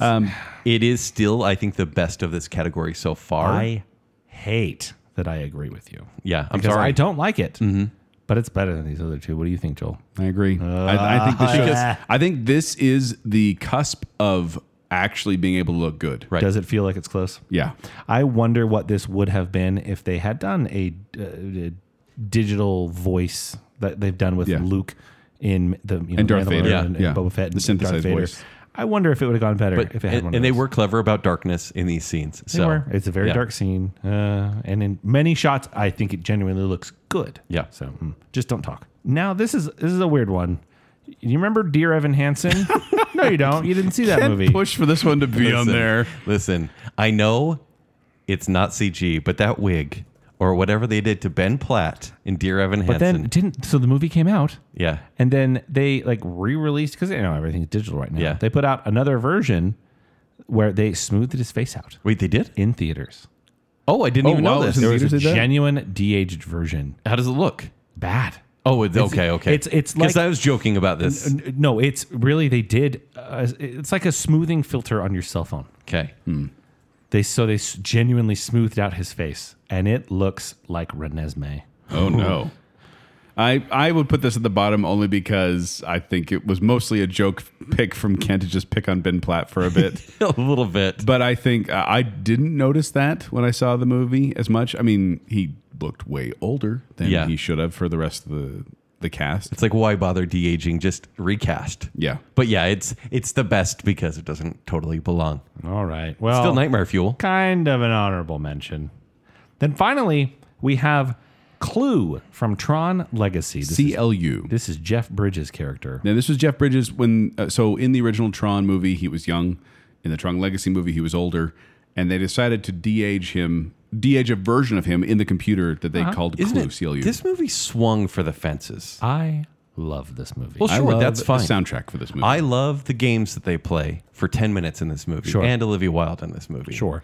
Speaker 3: Yeah.
Speaker 4: It is still, I think, the best of this category so far.
Speaker 2: I hate that I agree with you.
Speaker 4: yeah, I'm
Speaker 2: because
Speaker 4: sorry.
Speaker 2: I don't like it.
Speaker 3: Mm-hmm.
Speaker 2: But it's better than these other two. What do you think, Joel?
Speaker 3: I agree. I, I think this
Speaker 2: Because-
Speaker 3: shows, I think this is the cusp of actually being able to look good.
Speaker 4: Right.
Speaker 2: Does it feel like it's close?
Speaker 3: Yeah.
Speaker 2: I wonder what this would have been if they had done a, uh, a digital voice that they've done with
Speaker 3: Yeah.
Speaker 2: Luke in the you know,
Speaker 3: And Darth
Speaker 2: Mandalorian
Speaker 3: Vader.
Speaker 4: Yeah,
Speaker 2: and,
Speaker 3: yeah.
Speaker 2: Boba Fett
Speaker 3: The
Speaker 2: and Darth
Speaker 3: synthesized
Speaker 2: Vader.
Speaker 3: voice.
Speaker 2: I wonder if it would have gone better
Speaker 4: but,
Speaker 2: if it had
Speaker 4: and,
Speaker 2: one.
Speaker 4: and
Speaker 2: of
Speaker 4: they
Speaker 2: those.
Speaker 4: were clever about darkness in these scenes.
Speaker 2: They
Speaker 4: so
Speaker 2: were. It's a very
Speaker 4: yeah.
Speaker 2: dark scene, uh, and in many shots, I think it genuinely looks good.
Speaker 4: Yeah.
Speaker 2: So mm, just don't talk. Now this is this is a weird one. You remember Dear Evan
Speaker 4: *laughs*
Speaker 2: Hansen? no, you don't. You didn't see that movie.
Speaker 3: Push for this one to be on
Speaker 4: Listen,
Speaker 3: there.
Speaker 4: Listen, I know it's not CG, but that wig or whatever they did to Ben Platt in Dear Evan Hansen.
Speaker 2: But then it didn't. So the movie came out.
Speaker 4: yeah.
Speaker 2: And then they like re-released because you know everything's digital right now.
Speaker 4: Yeah.
Speaker 2: They put out another version where they smoothed his face out
Speaker 4: Wait, they did?
Speaker 2: in theaters.
Speaker 4: Oh, I didn't even
Speaker 3: wow,
Speaker 4: know this.
Speaker 3: it's in
Speaker 2: It was a
Speaker 3: Theaters did that?
Speaker 2: genuine de-aged version.
Speaker 4: How does it look?
Speaker 2: Bad.
Speaker 4: Oh, it's, okay, okay.
Speaker 2: it's- it's
Speaker 4: because
Speaker 2: like-
Speaker 4: I was joking about this.
Speaker 2: N- No, it's really they did. Uh, it's like a smoothing filter on your cell phone.
Speaker 4: okay,
Speaker 2: They so they s- genuinely smoothed out his face, and it looks like Renesmee.
Speaker 3: Oh no. I, I would put this at the bottom only because I think it was mostly a joke pick from Ken to just pick on Ben Platt for a bit.
Speaker 4: *laughs* *laughs* a little bit.
Speaker 3: but I think uh, I didn't notice that when I saw the movie as much. I mean, he looked way older than
Speaker 4: Yeah.
Speaker 3: he should have for the rest of the, the cast.
Speaker 4: It's like why bother de aging? Just recast.
Speaker 3: Yeah.
Speaker 4: But yeah, it's it's the best because it doesn't totally belong.
Speaker 2: All right. Well,
Speaker 4: Still nightmare fuel.
Speaker 2: kind of an honorable mention. Then finally, we have Clue from Tron Legacy. This, is,
Speaker 3: CLU.
Speaker 2: this is Jeff Bridges' character.
Speaker 3: Now, this was Jeff Bridges when, uh, so in the original Tron movie, he was young. In the Tron Legacy movie, he was older. And they decided to de age him, de age a version of him in the computer that they called
Speaker 4: Uh-huh. Isn't
Speaker 3: Clue,
Speaker 4: it?
Speaker 3: CLU.
Speaker 4: This movie swung for the fences.
Speaker 2: I love this movie.
Speaker 4: Well,
Speaker 3: I
Speaker 4: sure,
Speaker 3: love
Speaker 4: that's fine.
Speaker 3: The soundtrack for this movie.
Speaker 4: I love the games that they play for 10 minutes in this movie
Speaker 2: Sure.
Speaker 4: and Olivia Wilde in this movie.
Speaker 2: Sure.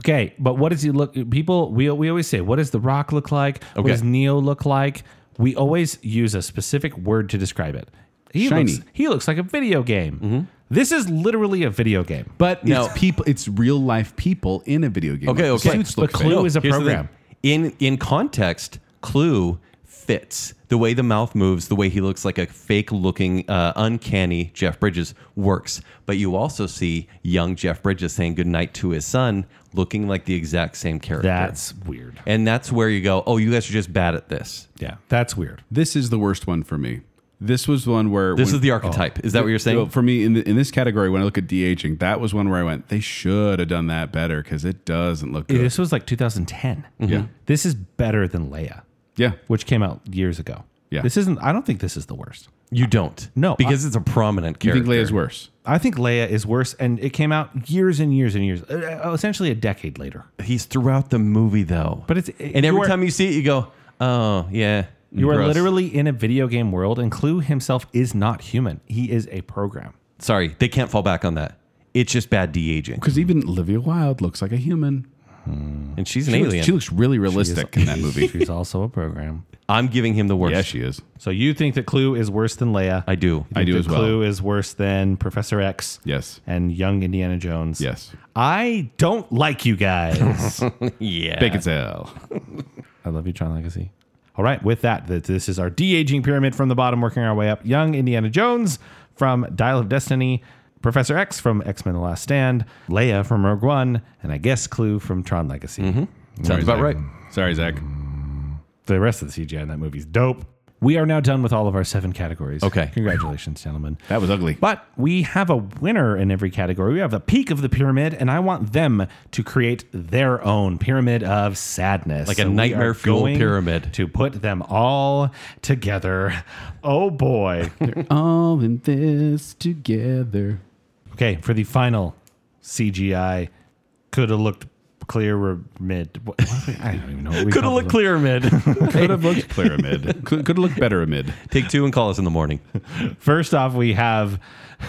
Speaker 2: Okay, but what does he look? People, we we always say, what does The Rock look like? What
Speaker 4: Okay.
Speaker 2: does Neo look like? We always use a specific word to describe it. He
Speaker 3: Shiny. Mm-hmm.
Speaker 2: looks. He looks like a video game. This is literally a video game.
Speaker 4: But
Speaker 3: It's
Speaker 4: now,
Speaker 3: people. It's real life people in a video game.
Speaker 4: okay,
Speaker 3: Like,
Speaker 4: okay.
Speaker 3: suits look
Speaker 2: But Clue
Speaker 3: fake.
Speaker 4: No,
Speaker 2: is a
Speaker 4: here's the
Speaker 2: program.
Speaker 4: thing. In in context, Clue fits. The way the mouth moves, the way he looks like a fake looking, uh, uncanny Jeff Bridges works. But you also see young Jeff Bridges saying goodnight to his son, looking like the exact same character.
Speaker 2: That's weird.
Speaker 4: and that's where you go, oh, you guys are just bad at this.
Speaker 2: Yeah, that's weird.
Speaker 3: This is the worst one for me. This was the one where
Speaker 4: This
Speaker 3: when-
Speaker 4: is the archetype. Is that what you're saying?
Speaker 3: So for me in, the, in this category when I look at de aging, that was one where I went. They should have done that better because it doesn't look good.
Speaker 2: This was like 2010.
Speaker 3: Yeah.
Speaker 2: This is better than Leia,
Speaker 3: Yeah,
Speaker 2: which came out years ago.
Speaker 3: Yeah.
Speaker 2: This isn't. I don't think this is the worst.
Speaker 4: you don't.
Speaker 2: No,
Speaker 4: Because it's a prominent
Speaker 3: you
Speaker 4: character.
Speaker 3: think Leia's worse?
Speaker 2: I think Leia is worse, and it came out years and years and years, uh, essentially a decade later.
Speaker 4: He's throughout the movie, though.
Speaker 2: But it's
Speaker 4: and every time you see it, you go, oh, yeah.
Speaker 2: You are
Speaker 4: gross."
Speaker 2: literally in a video game world, and Clue himself is not human. He is a program.
Speaker 4: Sorry, they can't fall back on that. It's just bad de aging,
Speaker 3: Because even Olivia Wilde looks like a human.
Speaker 4: and she's an
Speaker 3: She
Speaker 4: alien.
Speaker 3: looks, she looks really realistic in that
Speaker 4: *laughs*
Speaker 3: movie.
Speaker 2: She's also a program.
Speaker 4: I'm giving him the worst.
Speaker 3: yeah, she is.
Speaker 2: So you think that Clue is worse than Leia?
Speaker 4: I do.
Speaker 3: I do
Speaker 2: that
Speaker 3: as well.
Speaker 2: Clue is worse than Professor X.
Speaker 3: Yes.
Speaker 2: And young Indiana Jones.
Speaker 3: Yes.
Speaker 2: I don't like you *laughs* guys.
Speaker 4: yeah.
Speaker 3: Bacon L.
Speaker 2: I love you, Tron Legacy. All right, with that, th- this is our de aging pyramid from the bottom, working our way up. Young Indiana Jones from Dial of Destiny, Professor X from X Men: The Last Stand, Leia from Rogue One, and I guess Clue from Tron Legacy.
Speaker 3: Sorry,
Speaker 4: Sounds about
Speaker 3: Zach.
Speaker 4: right.
Speaker 3: Sorry, Zach.
Speaker 2: The rest of the CGI in that movie is dope. We are now done with all of our seven categories.
Speaker 4: Okay.
Speaker 2: Congratulations,
Speaker 4: *laughs*
Speaker 2: gentlemen.
Speaker 3: That was ugly.
Speaker 2: But we have a winner in every category. We have the peak of the pyramid, and I want them to create their own pyramid of sadness.
Speaker 4: Like a
Speaker 2: we are
Speaker 4: nightmare fuel
Speaker 2: going
Speaker 4: pyramid.
Speaker 2: To put them all together. Oh
Speaker 4: *laughs*
Speaker 2: boy.
Speaker 3: All in this together.
Speaker 2: okay, for the final CGI, could have looked clearer mid. What, what do we- I don't even know.
Speaker 4: Could have looked clearer, mid.
Speaker 3: Could have looked clear
Speaker 4: *laughs*
Speaker 3: amid. Could have looked better amid.
Speaker 4: Take two and call us in the morning.
Speaker 2: First off, we have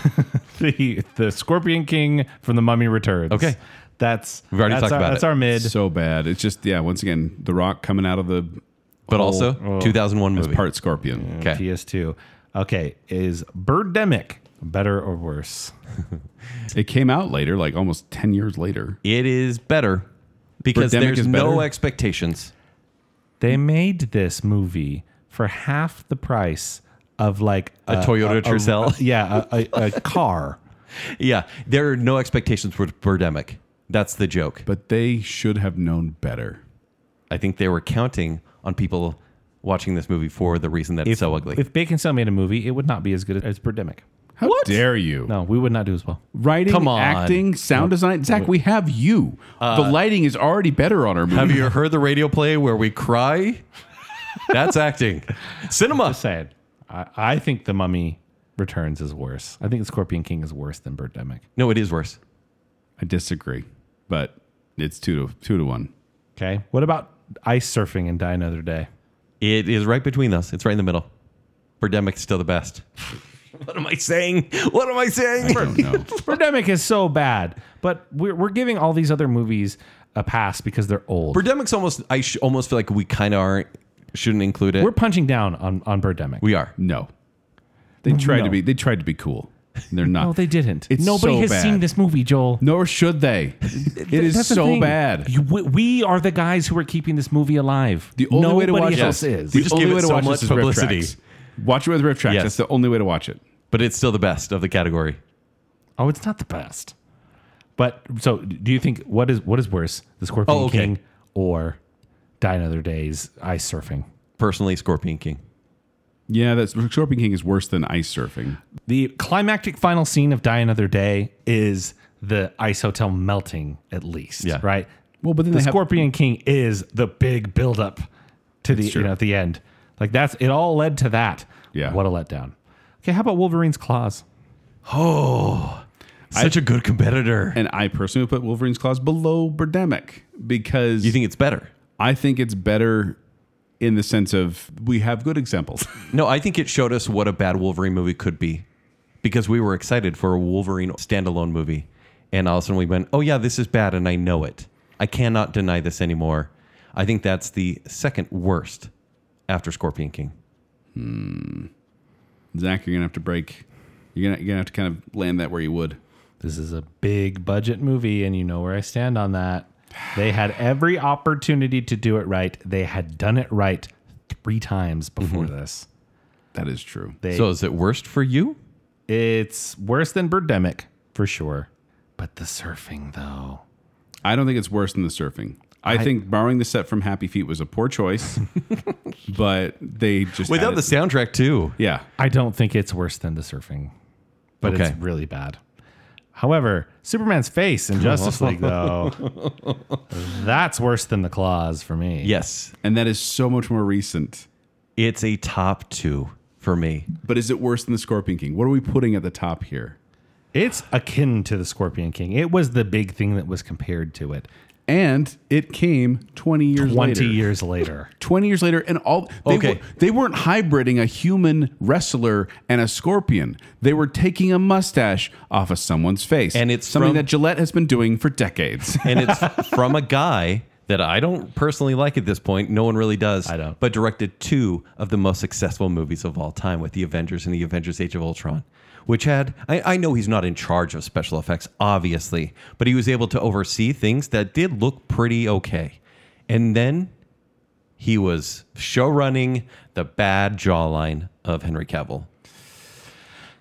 Speaker 2: *laughs* the the Scorpion King from The Mummy Returns.
Speaker 4: Okay.
Speaker 2: That's
Speaker 4: We've already
Speaker 2: that's
Speaker 4: talked
Speaker 2: our,
Speaker 4: about
Speaker 2: that's
Speaker 4: it.
Speaker 2: our mid.
Speaker 3: So bad. It's just yeah. Once again, the rock coming out of the
Speaker 4: But
Speaker 3: hole
Speaker 4: also, 2001
Speaker 3: as
Speaker 4: movie.
Speaker 3: Oh, part scorpion.
Speaker 4: okay.
Speaker 2: PS2. Okay, is Birdemic better or worse?
Speaker 3: It came out later, like almost ten years later.
Speaker 4: It is better because
Speaker 3: Birdemic
Speaker 4: there's
Speaker 3: is
Speaker 4: no
Speaker 3: better?
Speaker 4: expectations.
Speaker 2: They made this movie for half the price of like
Speaker 4: A Toyota Tercel?
Speaker 2: *laughs* yeah, a, a, a car.
Speaker 4: *laughs* Yeah, there are no expectations for Birdemic. That's the joke.
Speaker 3: But they should have known better.
Speaker 4: I think they were counting on people watching this movie for the reason that it's so ugly.
Speaker 2: If Bacon Cell made a movie, it would not be as good as Birdemic.
Speaker 3: How dare you?
Speaker 2: No, we would not do as well.
Speaker 3: Writing,
Speaker 4: Come on. Uh,
Speaker 3: acting, sound design. Zach, we have you. the lighting is already better on our movie.
Speaker 4: Have you heard the radio play where we cry? That's acting. Cinema.
Speaker 2: Just saying. I, I think The Mummy Returns is worse. I think The Scorpion King is worse than Birdemic.
Speaker 4: No, it is worse.
Speaker 3: I disagree, but it's two to two to one.
Speaker 2: Okay. What about Ice Surfing and Die Another
Speaker 3: *laughs*
Speaker 2: Day?
Speaker 4: It is right between us. It's right in the middle. Birdemic's still the best. what am I saying? What am I saying?
Speaker 3: I don't know.
Speaker 2: Birdemic is so bad, but we're, we're giving all these other movies a pass because they're old.
Speaker 4: Birdemic's almost. I sh- almost feel like we kind of aren't. Shouldn't include it.
Speaker 2: We're punching down on, on Birdemic.
Speaker 4: we are.
Speaker 3: No, they tried
Speaker 2: No.
Speaker 3: to be. They tried to be cool. They're
Speaker 2: *laughs*
Speaker 3: not.
Speaker 2: no, they didn't.
Speaker 3: It's
Speaker 2: Nobody
Speaker 3: so
Speaker 2: has
Speaker 3: bad.
Speaker 2: seen this movie, Joel.
Speaker 3: Nor
Speaker 2: *laughs*
Speaker 3: should they. It is
Speaker 2: That's the
Speaker 3: so
Speaker 2: thing.
Speaker 3: bad.
Speaker 2: You- we, we are the guys who are keeping this movie alive.
Speaker 3: The only way to
Speaker 2: Nobody
Speaker 3: watch
Speaker 2: else
Speaker 3: this
Speaker 2: is.
Speaker 4: We
Speaker 3: the
Speaker 4: just
Speaker 3: only
Speaker 4: gave
Speaker 3: way
Speaker 4: it
Speaker 3: to
Speaker 4: so
Speaker 3: watch
Speaker 4: much
Speaker 3: this is riff
Speaker 4: publicity.
Speaker 3: tracks. Watch it with riff tracks.
Speaker 4: Yes.
Speaker 3: That's the only way to watch it.
Speaker 4: but it's still the best of the category.
Speaker 2: Oh, it's not the best. But so, do you think what is what is worse, the Scorpion
Speaker 4: Oh, okay.
Speaker 2: King or Die Another Day's ice surfing?
Speaker 4: Personally, Scorpion King.
Speaker 3: Yeah, that's Scorpion King is worse than ice surfing.
Speaker 2: The climactic final scene of Die Another Day is the ice hotel melting, at least.
Speaker 4: Yeah.
Speaker 2: Right.
Speaker 3: Well, but then
Speaker 2: the
Speaker 3: they have-
Speaker 2: Scorpion King is the big buildup to the you
Speaker 3: true.
Speaker 2: know at the end. Like that's it all led to that.
Speaker 3: Yeah.
Speaker 2: What a letdown. Okay, how about Wolverine's claws?
Speaker 4: Such a good competitor.
Speaker 3: And I personally put Wolverine's claws below Birdemic because
Speaker 4: You think it's better?
Speaker 3: I think it's better in the sense of we have good examples. *laughs*
Speaker 4: No, I think it showed us what a bad Wolverine movie could be because we were excited for a Wolverine standalone movie. And all of a sudden we went, oh, yeah, this is bad. And I know it. I cannot deny this anymore. I think that's the second worst after Scorpion King.
Speaker 3: Zach, you're gonna have to break. You're gonna you're gonna have to kind of land that where you would.
Speaker 2: This is a big budget movie, and you know where I stand on that. They had every opportunity to do it right. They had done it right three times before this.
Speaker 3: That is true.
Speaker 2: They,
Speaker 4: Mm-hmm. So is it worst for you?
Speaker 2: it's worse than Birdemic for sure. But the surfing, though,
Speaker 3: I don't think it's worse than the surfing. I, think borrowing the set from Happy Feet was a poor choice, *laughs* but they just
Speaker 4: Without
Speaker 3: added-
Speaker 4: the soundtrack, too.
Speaker 3: yeah.
Speaker 2: I don't think it's worse than the surfing, but
Speaker 4: Okay.
Speaker 2: it's really bad. However, Superman's face in Justice League, though, that's worse than the claws for me.
Speaker 4: Yes.
Speaker 3: And that is so much more recent.
Speaker 4: It's a top two for me.
Speaker 3: But is it worse than the Scorpion King? What are we putting at the top here?
Speaker 2: It's akin to the Scorpion King. It was the big thing that was compared to it.
Speaker 3: And it came 20 years
Speaker 2: 20
Speaker 3: later.
Speaker 2: years later.
Speaker 3: 20 years later and all they,
Speaker 4: Okay.
Speaker 3: were, they weren't hybriding a human wrestler and a scorpion. They were taking a mustache off of someone's face.
Speaker 4: And it's
Speaker 3: something
Speaker 4: from-
Speaker 3: that Gillette has been doing for
Speaker 4: *laughs*
Speaker 3: decades.
Speaker 4: and it's from a guy that I don't personally like at this point. No one really does. I
Speaker 2: don't.
Speaker 4: But directed two of the most successful movies of all time with the Avengers and the Avengers Age of Ultron, which had, I, I know he's not in charge of special effects, obviously, but he was able to oversee things that did look pretty okay. And then he was show running the bad jawline of Henry Cavill.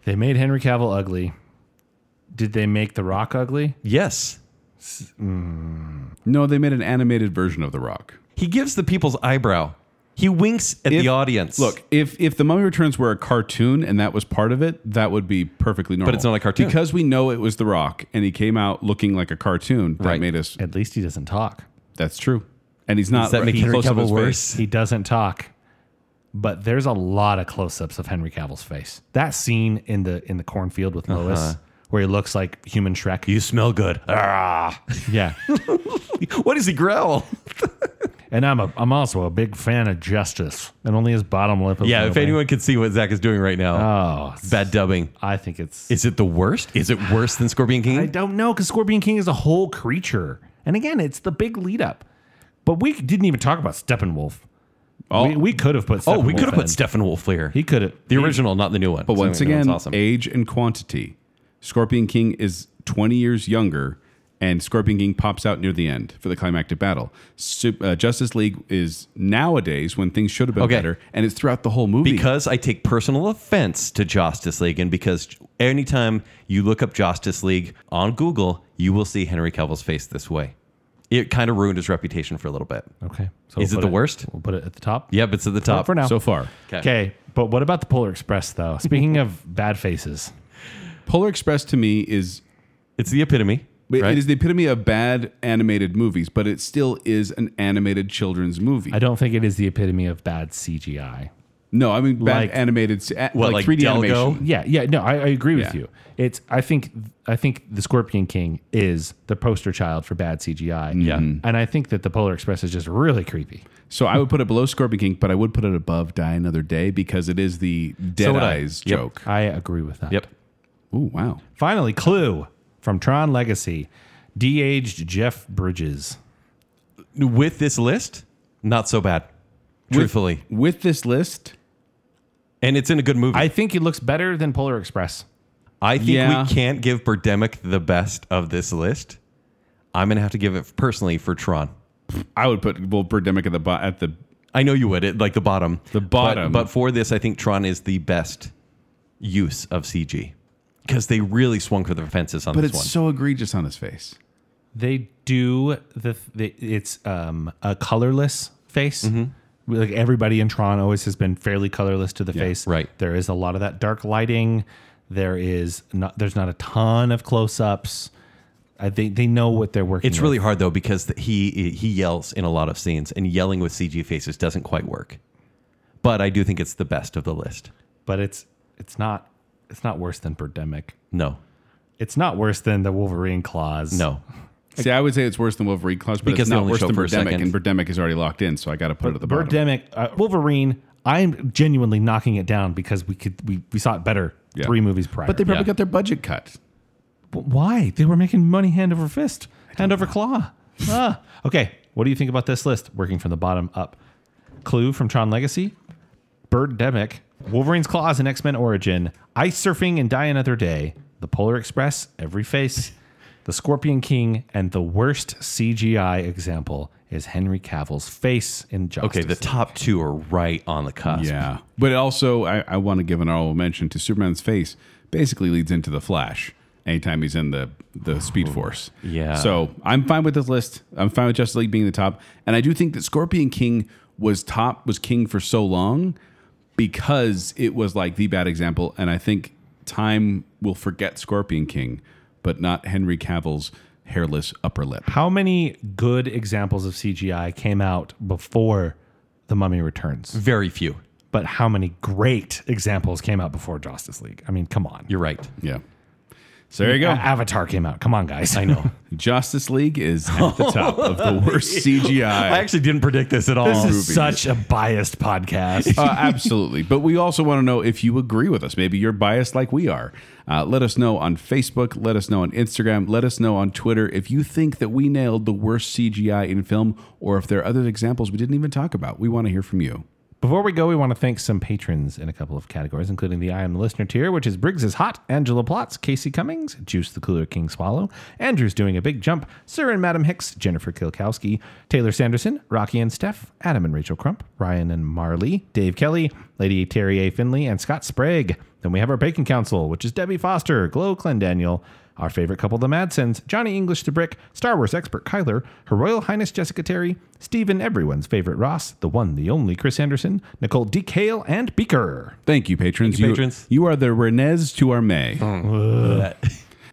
Speaker 2: They made Henry Cavill ugly. Did they make The Rock ugly?
Speaker 4: Yes.
Speaker 3: No, they made an animated version of The Rock.
Speaker 4: He gives the people's eyebrow. He winks at
Speaker 3: If-
Speaker 4: the audience.
Speaker 3: Look, if if the Mummy Returns were a cartoon and that was part of it, that would be perfectly normal.
Speaker 4: it's not a cartoon.
Speaker 3: because we know it was The Rock and he came out looking like a cartoon. That
Speaker 4: Right.
Speaker 3: made us.
Speaker 2: At least he doesn't talk.
Speaker 3: That's true. And he's not.
Speaker 4: does that make
Speaker 3: he's
Speaker 4: uh, Henry
Speaker 3: close up
Speaker 4: Cavill
Speaker 3: his face.
Speaker 4: worse?
Speaker 2: He doesn't talk. But there's a lot of close-ups of Henry Cavill's face. That scene in the in the cornfield with Lois, where he looks like human Shrek.
Speaker 4: Uh-huh. You smell good. Ah.
Speaker 2: *laughs* yeah,
Speaker 4: What does he growl?
Speaker 2: and I'm a I'm also a big fan of Justice, and only his bottom lip. is
Speaker 4: Yeah, if
Speaker 2: moving.
Speaker 4: anyone could see what Zach is doing right now,
Speaker 2: Oh, it's-
Speaker 4: bad dubbing.
Speaker 2: I think it's.
Speaker 4: Is it the worst? Is it worse than Scorpion King?
Speaker 2: I don't know because Scorpion King is a whole creature, and again, it's the big lead up. But we didn't even talk about Steppenwolf.
Speaker 3: Oh.
Speaker 2: we, we could have put. Steppenwolf
Speaker 4: oh, we could have put
Speaker 2: in.
Speaker 4: Stephen Wolf here.
Speaker 2: He could have.
Speaker 4: the original, not the new one.
Speaker 3: But once again,
Speaker 4: awesome.
Speaker 3: age and quantity. Scorpion King is 20 years younger, and Scorpion King pops out near the end for the climactic battle. Su- uh, Justice League is nowadays when things should have been
Speaker 4: Okay.
Speaker 3: better, and it's throughout the whole movie.
Speaker 4: because I take personal offense to Justice League, and because anytime you look up Justice League on Google, you will see Henry Cavill's face this way. It kind of ruined his reputation for a little bit.
Speaker 2: Okay. So
Speaker 4: Is it
Speaker 2: put
Speaker 4: the worst?
Speaker 2: We'll put it at the top.
Speaker 4: Yep, it's at the top
Speaker 2: for now.
Speaker 3: so far,
Speaker 4: Okay.
Speaker 2: Okay, but what about the Polar Express though? Speaking of bad faces,
Speaker 3: Polar Express to me is
Speaker 4: It's the epitome.
Speaker 3: It-
Speaker 4: right?
Speaker 3: It is the epitome of bad animated movies, but it still is an animated children's movie.
Speaker 2: I don't think it is the epitome of bad CGI.
Speaker 3: no, I mean bad
Speaker 2: Like-
Speaker 3: animated, s- a- like
Speaker 4: What, like
Speaker 3: 3D
Speaker 4: Delgo?
Speaker 3: animation.
Speaker 2: Yeah, yeah, no, I, I agree with
Speaker 3: Yeah.
Speaker 2: you. It's I think I think the Scorpion King is the poster child for bad CGI. Yeah, and I think that the Polar Express is just really creepy.
Speaker 3: So I would put it below Scorpion King, but I would put it above Die Another Day because it is the Dead
Speaker 4: would I.
Speaker 3: Eyes
Speaker 4: Yep.
Speaker 3: joke.
Speaker 2: I agree with that.
Speaker 4: Yep.
Speaker 3: Ooh, wow.
Speaker 2: Finally, Clue from Tron Legacy, de-aged Jeff Bridges.
Speaker 4: With this list, not so bad, truthfully.
Speaker 3: With this list,
Speaker 4: and it's in a good movie.
Speaker 2: I think he looks better than Polar Express.
Speaker 4: I think
Speaker 3: Yeah.
Speaker 4: we can't give Birdemic the best of this list. I'm gonna have to give it personally for Tron.
Speaker 3: I would put well Birdemic at the bo- at the
Speaker 4: I know you would at like the bottom, the
Speaker 3: bottom.
Speaker 4: But, for this, I think Tron is the best use of CG because they really swung for the fences on
Speaker 3: but
Speaker 4: this
Speaker 3: it's
Speaker 4: one.
Speaker 3: so egregious on his face.
Speaker 2: They do the, the it's um, a colorless face.
Speaker 3: Mm-hmm.
Speaker 2: Like everybody in Tron always has been fairly colorless to the face.
Speaker 4: right.
Speaker 2: There is a lot of that dark lighting. There is not there's not a ton of close ups. I think they know what they're working.
Speaker 4: it's
Speaker 2: with.
Speaker 4: really hard though because the, he he yells in a lot of scenes, and yelling with CG faces doesn't quite work. But I do think it's the best of the list.
Speaker 2: but it's it's not it's not worse than Birdemic.
Speaker 4: No,
Speaker 2: It's not worse than the Wolverine claws.
Speaker 4: no,
Speaker 3: See, I would say it's worse than Wolverine Claws, but
Speaker 4: Because
Speaker 3: it's
Speaker 4: they
Speaker 3: not
Speaker 4: only
Speaker 3: worse
Speaker 4: show
Speaker 3: than
Speaker 4: for a
Speaker 3: Birdemic,
Speaker 4: second.
Speaker 3: and Birdemic is already locked in, so I got to put it at the bottom.
Speaker 2: Birdemic, uh, Wolverine. I'm genuinely knocking it down because we could we, we saw it better
Speaker 3: Yeah.
Speaker 2: three movies prior.
Speaker 3: But they probably
Speaker 4: Yeah.
Speaker 3: got their budget cut.
Speaker 2: But why? They were making money hand over fist, hand over claw. ah. Okay, what do you think about this list? Working from the bottom up. Clue from Tron Legacy, Birdemic, Wolverine's Claws and X Men Origin, Ice Surfing and Die Another Day, The Polar Express, Every Face, The Scorpion King, and the worst CGI example is Henry Cavill's face in Justice.
Speaker 4: okay. The
Speaker 2: League.
Speaker 4: top two are right on the cusp.
Speaker 3: Yeah. But also, I, I want to give an honorable mention to Superman's face basically leads into the Flash anytime he's in the, the Speed Force.
Speaker 4: Yeah.
Speaker 3: So I'm fine with this list. I'm fine with Justice League being the top. And I do think that Scorpion King was top, was king for so long because it was like the bad example. And I think time will forget Scorpion King, but not Henry Cavill's hairless upper lip.
Speaker 2: How many good examples of CGI came out before The Mummy Returns?
Speaker 4: very few.
Speaker 2: but how many great examples came out before Justice League? I mean, come on.
Speaker 4: You're right.
Speaker 3: Yeah. So there you
Speaker 4: *laughs*
Speaker 3: go.
Speaker 2: Avatar came out. Come on, guys. I know.
Speaker 3: Justice League is at the top of the worst CGI.
Speaker 4: *laughs* I actually didn't predict this at
Speaker 2: *laughs*
Speaker 4: all.
Speaker 2: this is such a biased podcast.
Speaker 3: uh, absolutely. But we also want to know if you agree with us. Maybe you're biased like we are. Uh, let us know on Facebook. Let us know on Instagram. Let us know on Twitter if you think that we nailed the worst CGI in film or if there are other examples we didn't even talk about. We want to hear from you.
Speaker 2: Before we go, we want to thank some patrons in a couple of categories, including the I Am the Listener tier, which is Briggs is Hot, Angela Plotz, Casey Cummings, Juice the Cooler King Swallow, Andrew's Doing a Big Jump, Sir and Madam Hicks, Jennifer Kilkowski, Taylor Sanderson, Rocky and Steph, Adam and Rachel Crump, Ryan and Marley, Dave Kelly, Lady Terry A. Finley, and Scott Sprague. Then we have our Bacon Council, which is Debbie Foster, Glow Clendaniel, our favorite couple, the Madsens, Johnny English the Brick, Star Wars expert Kyler, Her Royal Highness Jessica Terry, Stephen, everyone's favorite Ross, the one, the only Chris Anderson, Nicole D. Hale, and Beaker.
Speaker 3: Thank you, patrons.
Speaker 4: Thank you, patrons.
Speaker 3: You are the Renez to our May.
Speaker 4: *laughs*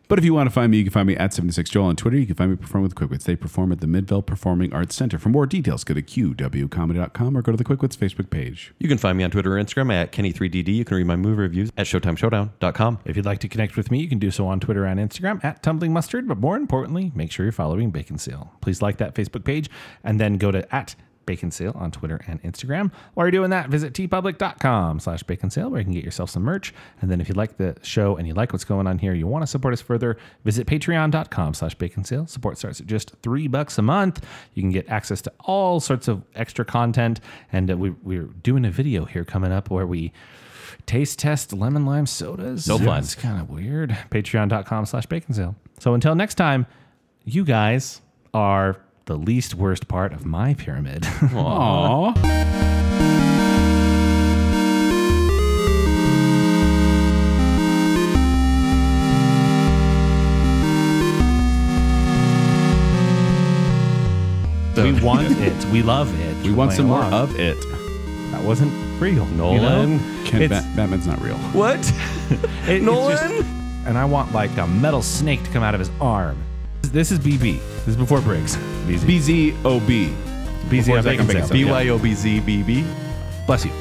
Speaker 3: But if you want to find me, you can find me at 76Joel on Twitter. You can find me perform with the Quickwits. They perform at the Midvale Performing Arts Center. For more details, go to qwcomedy.com or go to the Quickwits Facebook page.
Speaker 4: You can find me on Twitter or Instagram at Kenny3DD. You can read my movie reviews at ShowtimeShowdown.com.
Speaker 2: If you'd like to connect with me, you can do so on Twitter and Instagram at Tumbling Mustard. But more importantly, make sure you're following Bacon Seal. Please like that Facebook page and then go to at Bacon Sale on Twitter and Instagram. While you're doing that, visit tpublic.com slash bacon sale where you can get yourself some merch. And then if you like the show and you like what's going on here, you want to support us further, visit patreon.com slash bacon sale. Support starts at just three bucks a month. You can get access to all sorts of extra content. And uh, we, we're doing a video here coming up where we taste test lemon lime sodas. So
Speaker 4: fun.
Speaker 2: It's kind of weird. Patreon.com slash bacon sale. So until next time, you guys are the least worst part of my pyramid.
Speaker 3: Aww.
Speaker 2: *laughs* we
Speaker 3: *laughs*
Speaker 2: want it. We love it.
Speaker 3: We want some more
Speaker 2: Of
Speaker 3: of it.
Speaker 2: That wasn't real,
Speaker 4: Nolan.
Speaker 3: Ken,
Speaker 2: It's-
Speaker 3: Bat- Batman's not real. *laughs*
Speaker 4: What?
Speaker 2: *laughs* It- it's
Speaker 4: Nolan?
Speaker 2: just- and I want like a metal snake to come out of his arm. This is BB. This is before Briggs. BZ.
Speaker 3: BZOB.
Speaker 2: BZ.
Speaker 3: Before
Speaker 2: on
Speaker 3: Zach
Speaker 2: Bacon
Speaker 3: and Bacon
Speaker 2: Sale.
Speaker 3: Sale.
Speaker 4: BYOBZBB.
Speaker 2: Bless you.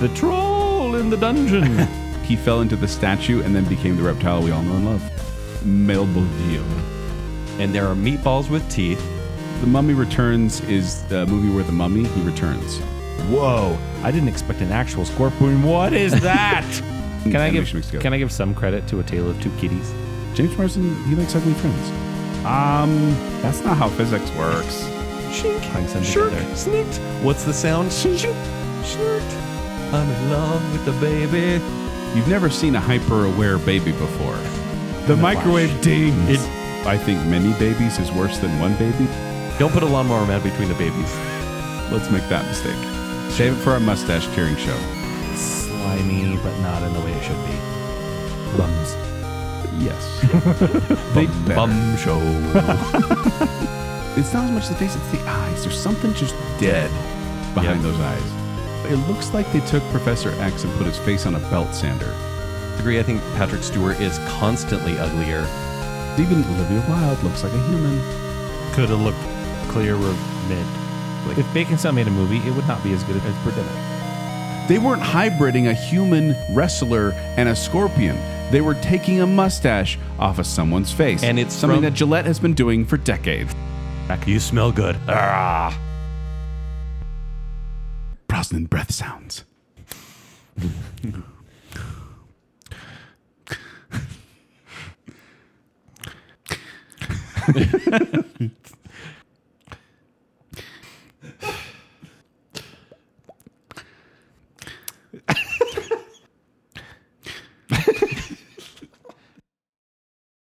Speaker 2: The troll in the
Speaker 3: *laughs*
Speaker 2: dungeon.
Speaker 3: He fell into the statue and then became the reptile we all know and love. Melbodio.
Speaker 4: And there are meatballs with teeth.
Speaker 3: The Mummy Returns is the movie where the mummy he returns.
Speaker 2: Whoa! I didn't expect an actual scorpion. What *laughs* is that? can I
Speaker 3: Animation
Speaker 2: give
Speaker 3: mixed together.
Speaker 2: Can I give some credit to A Tale of Two Kitties?
Speaker 3: James Marsden, he likes ugly friends. Um, that's not how physics works.
Speaker 2: Putting some
Speaker 4: Shirk.
Speaker 2: together.
Speaker 4: Sneaked. What's the sound? Shirked. I'm in love with the baby.
Speaker 3: You've never seen a hyper-aware baby before. The, microwave dings. I think many babies is worse than one baby.
Speaker 4: Don't put a lawnmower man between the babies.
Speaker 3: Let's make that mistake. Save it for our mustache curing show.
Speaker 2: Slimy, but not in the way it should be. Bums.
Speaker 3: Yes. *laughs* they better.
Speaker 4: Bum show.
Speaker 3: *laughs* It's not as much the face; it's the eyes. There's something just dead behind
Speaker 4: Yep.
Speaker 3: those eyes. It looks like they took Professor X and put his face on a belt sander.
Speaker 4: Degree, I think Patrick Stewart is constantly uglier.
Speaker 3: Even Olivia Wilde looks like a human.
Speaker 2: Could have looked clearer mid. Like, if Bacon Cell made a movie, it would not be as good as Berdina.
Speaker 3: They weren't hybriding a human wrestler and a scorpion. They were taking a mustache off of someone's face.
Speaker 4: And it's
Speaker 3: something
Speaker 4: from-
Speaker 3: that Gillette has been doing for decades.
Speaker 4: You smell good. Ah.
Speaker 3: Brosnan breath sounds.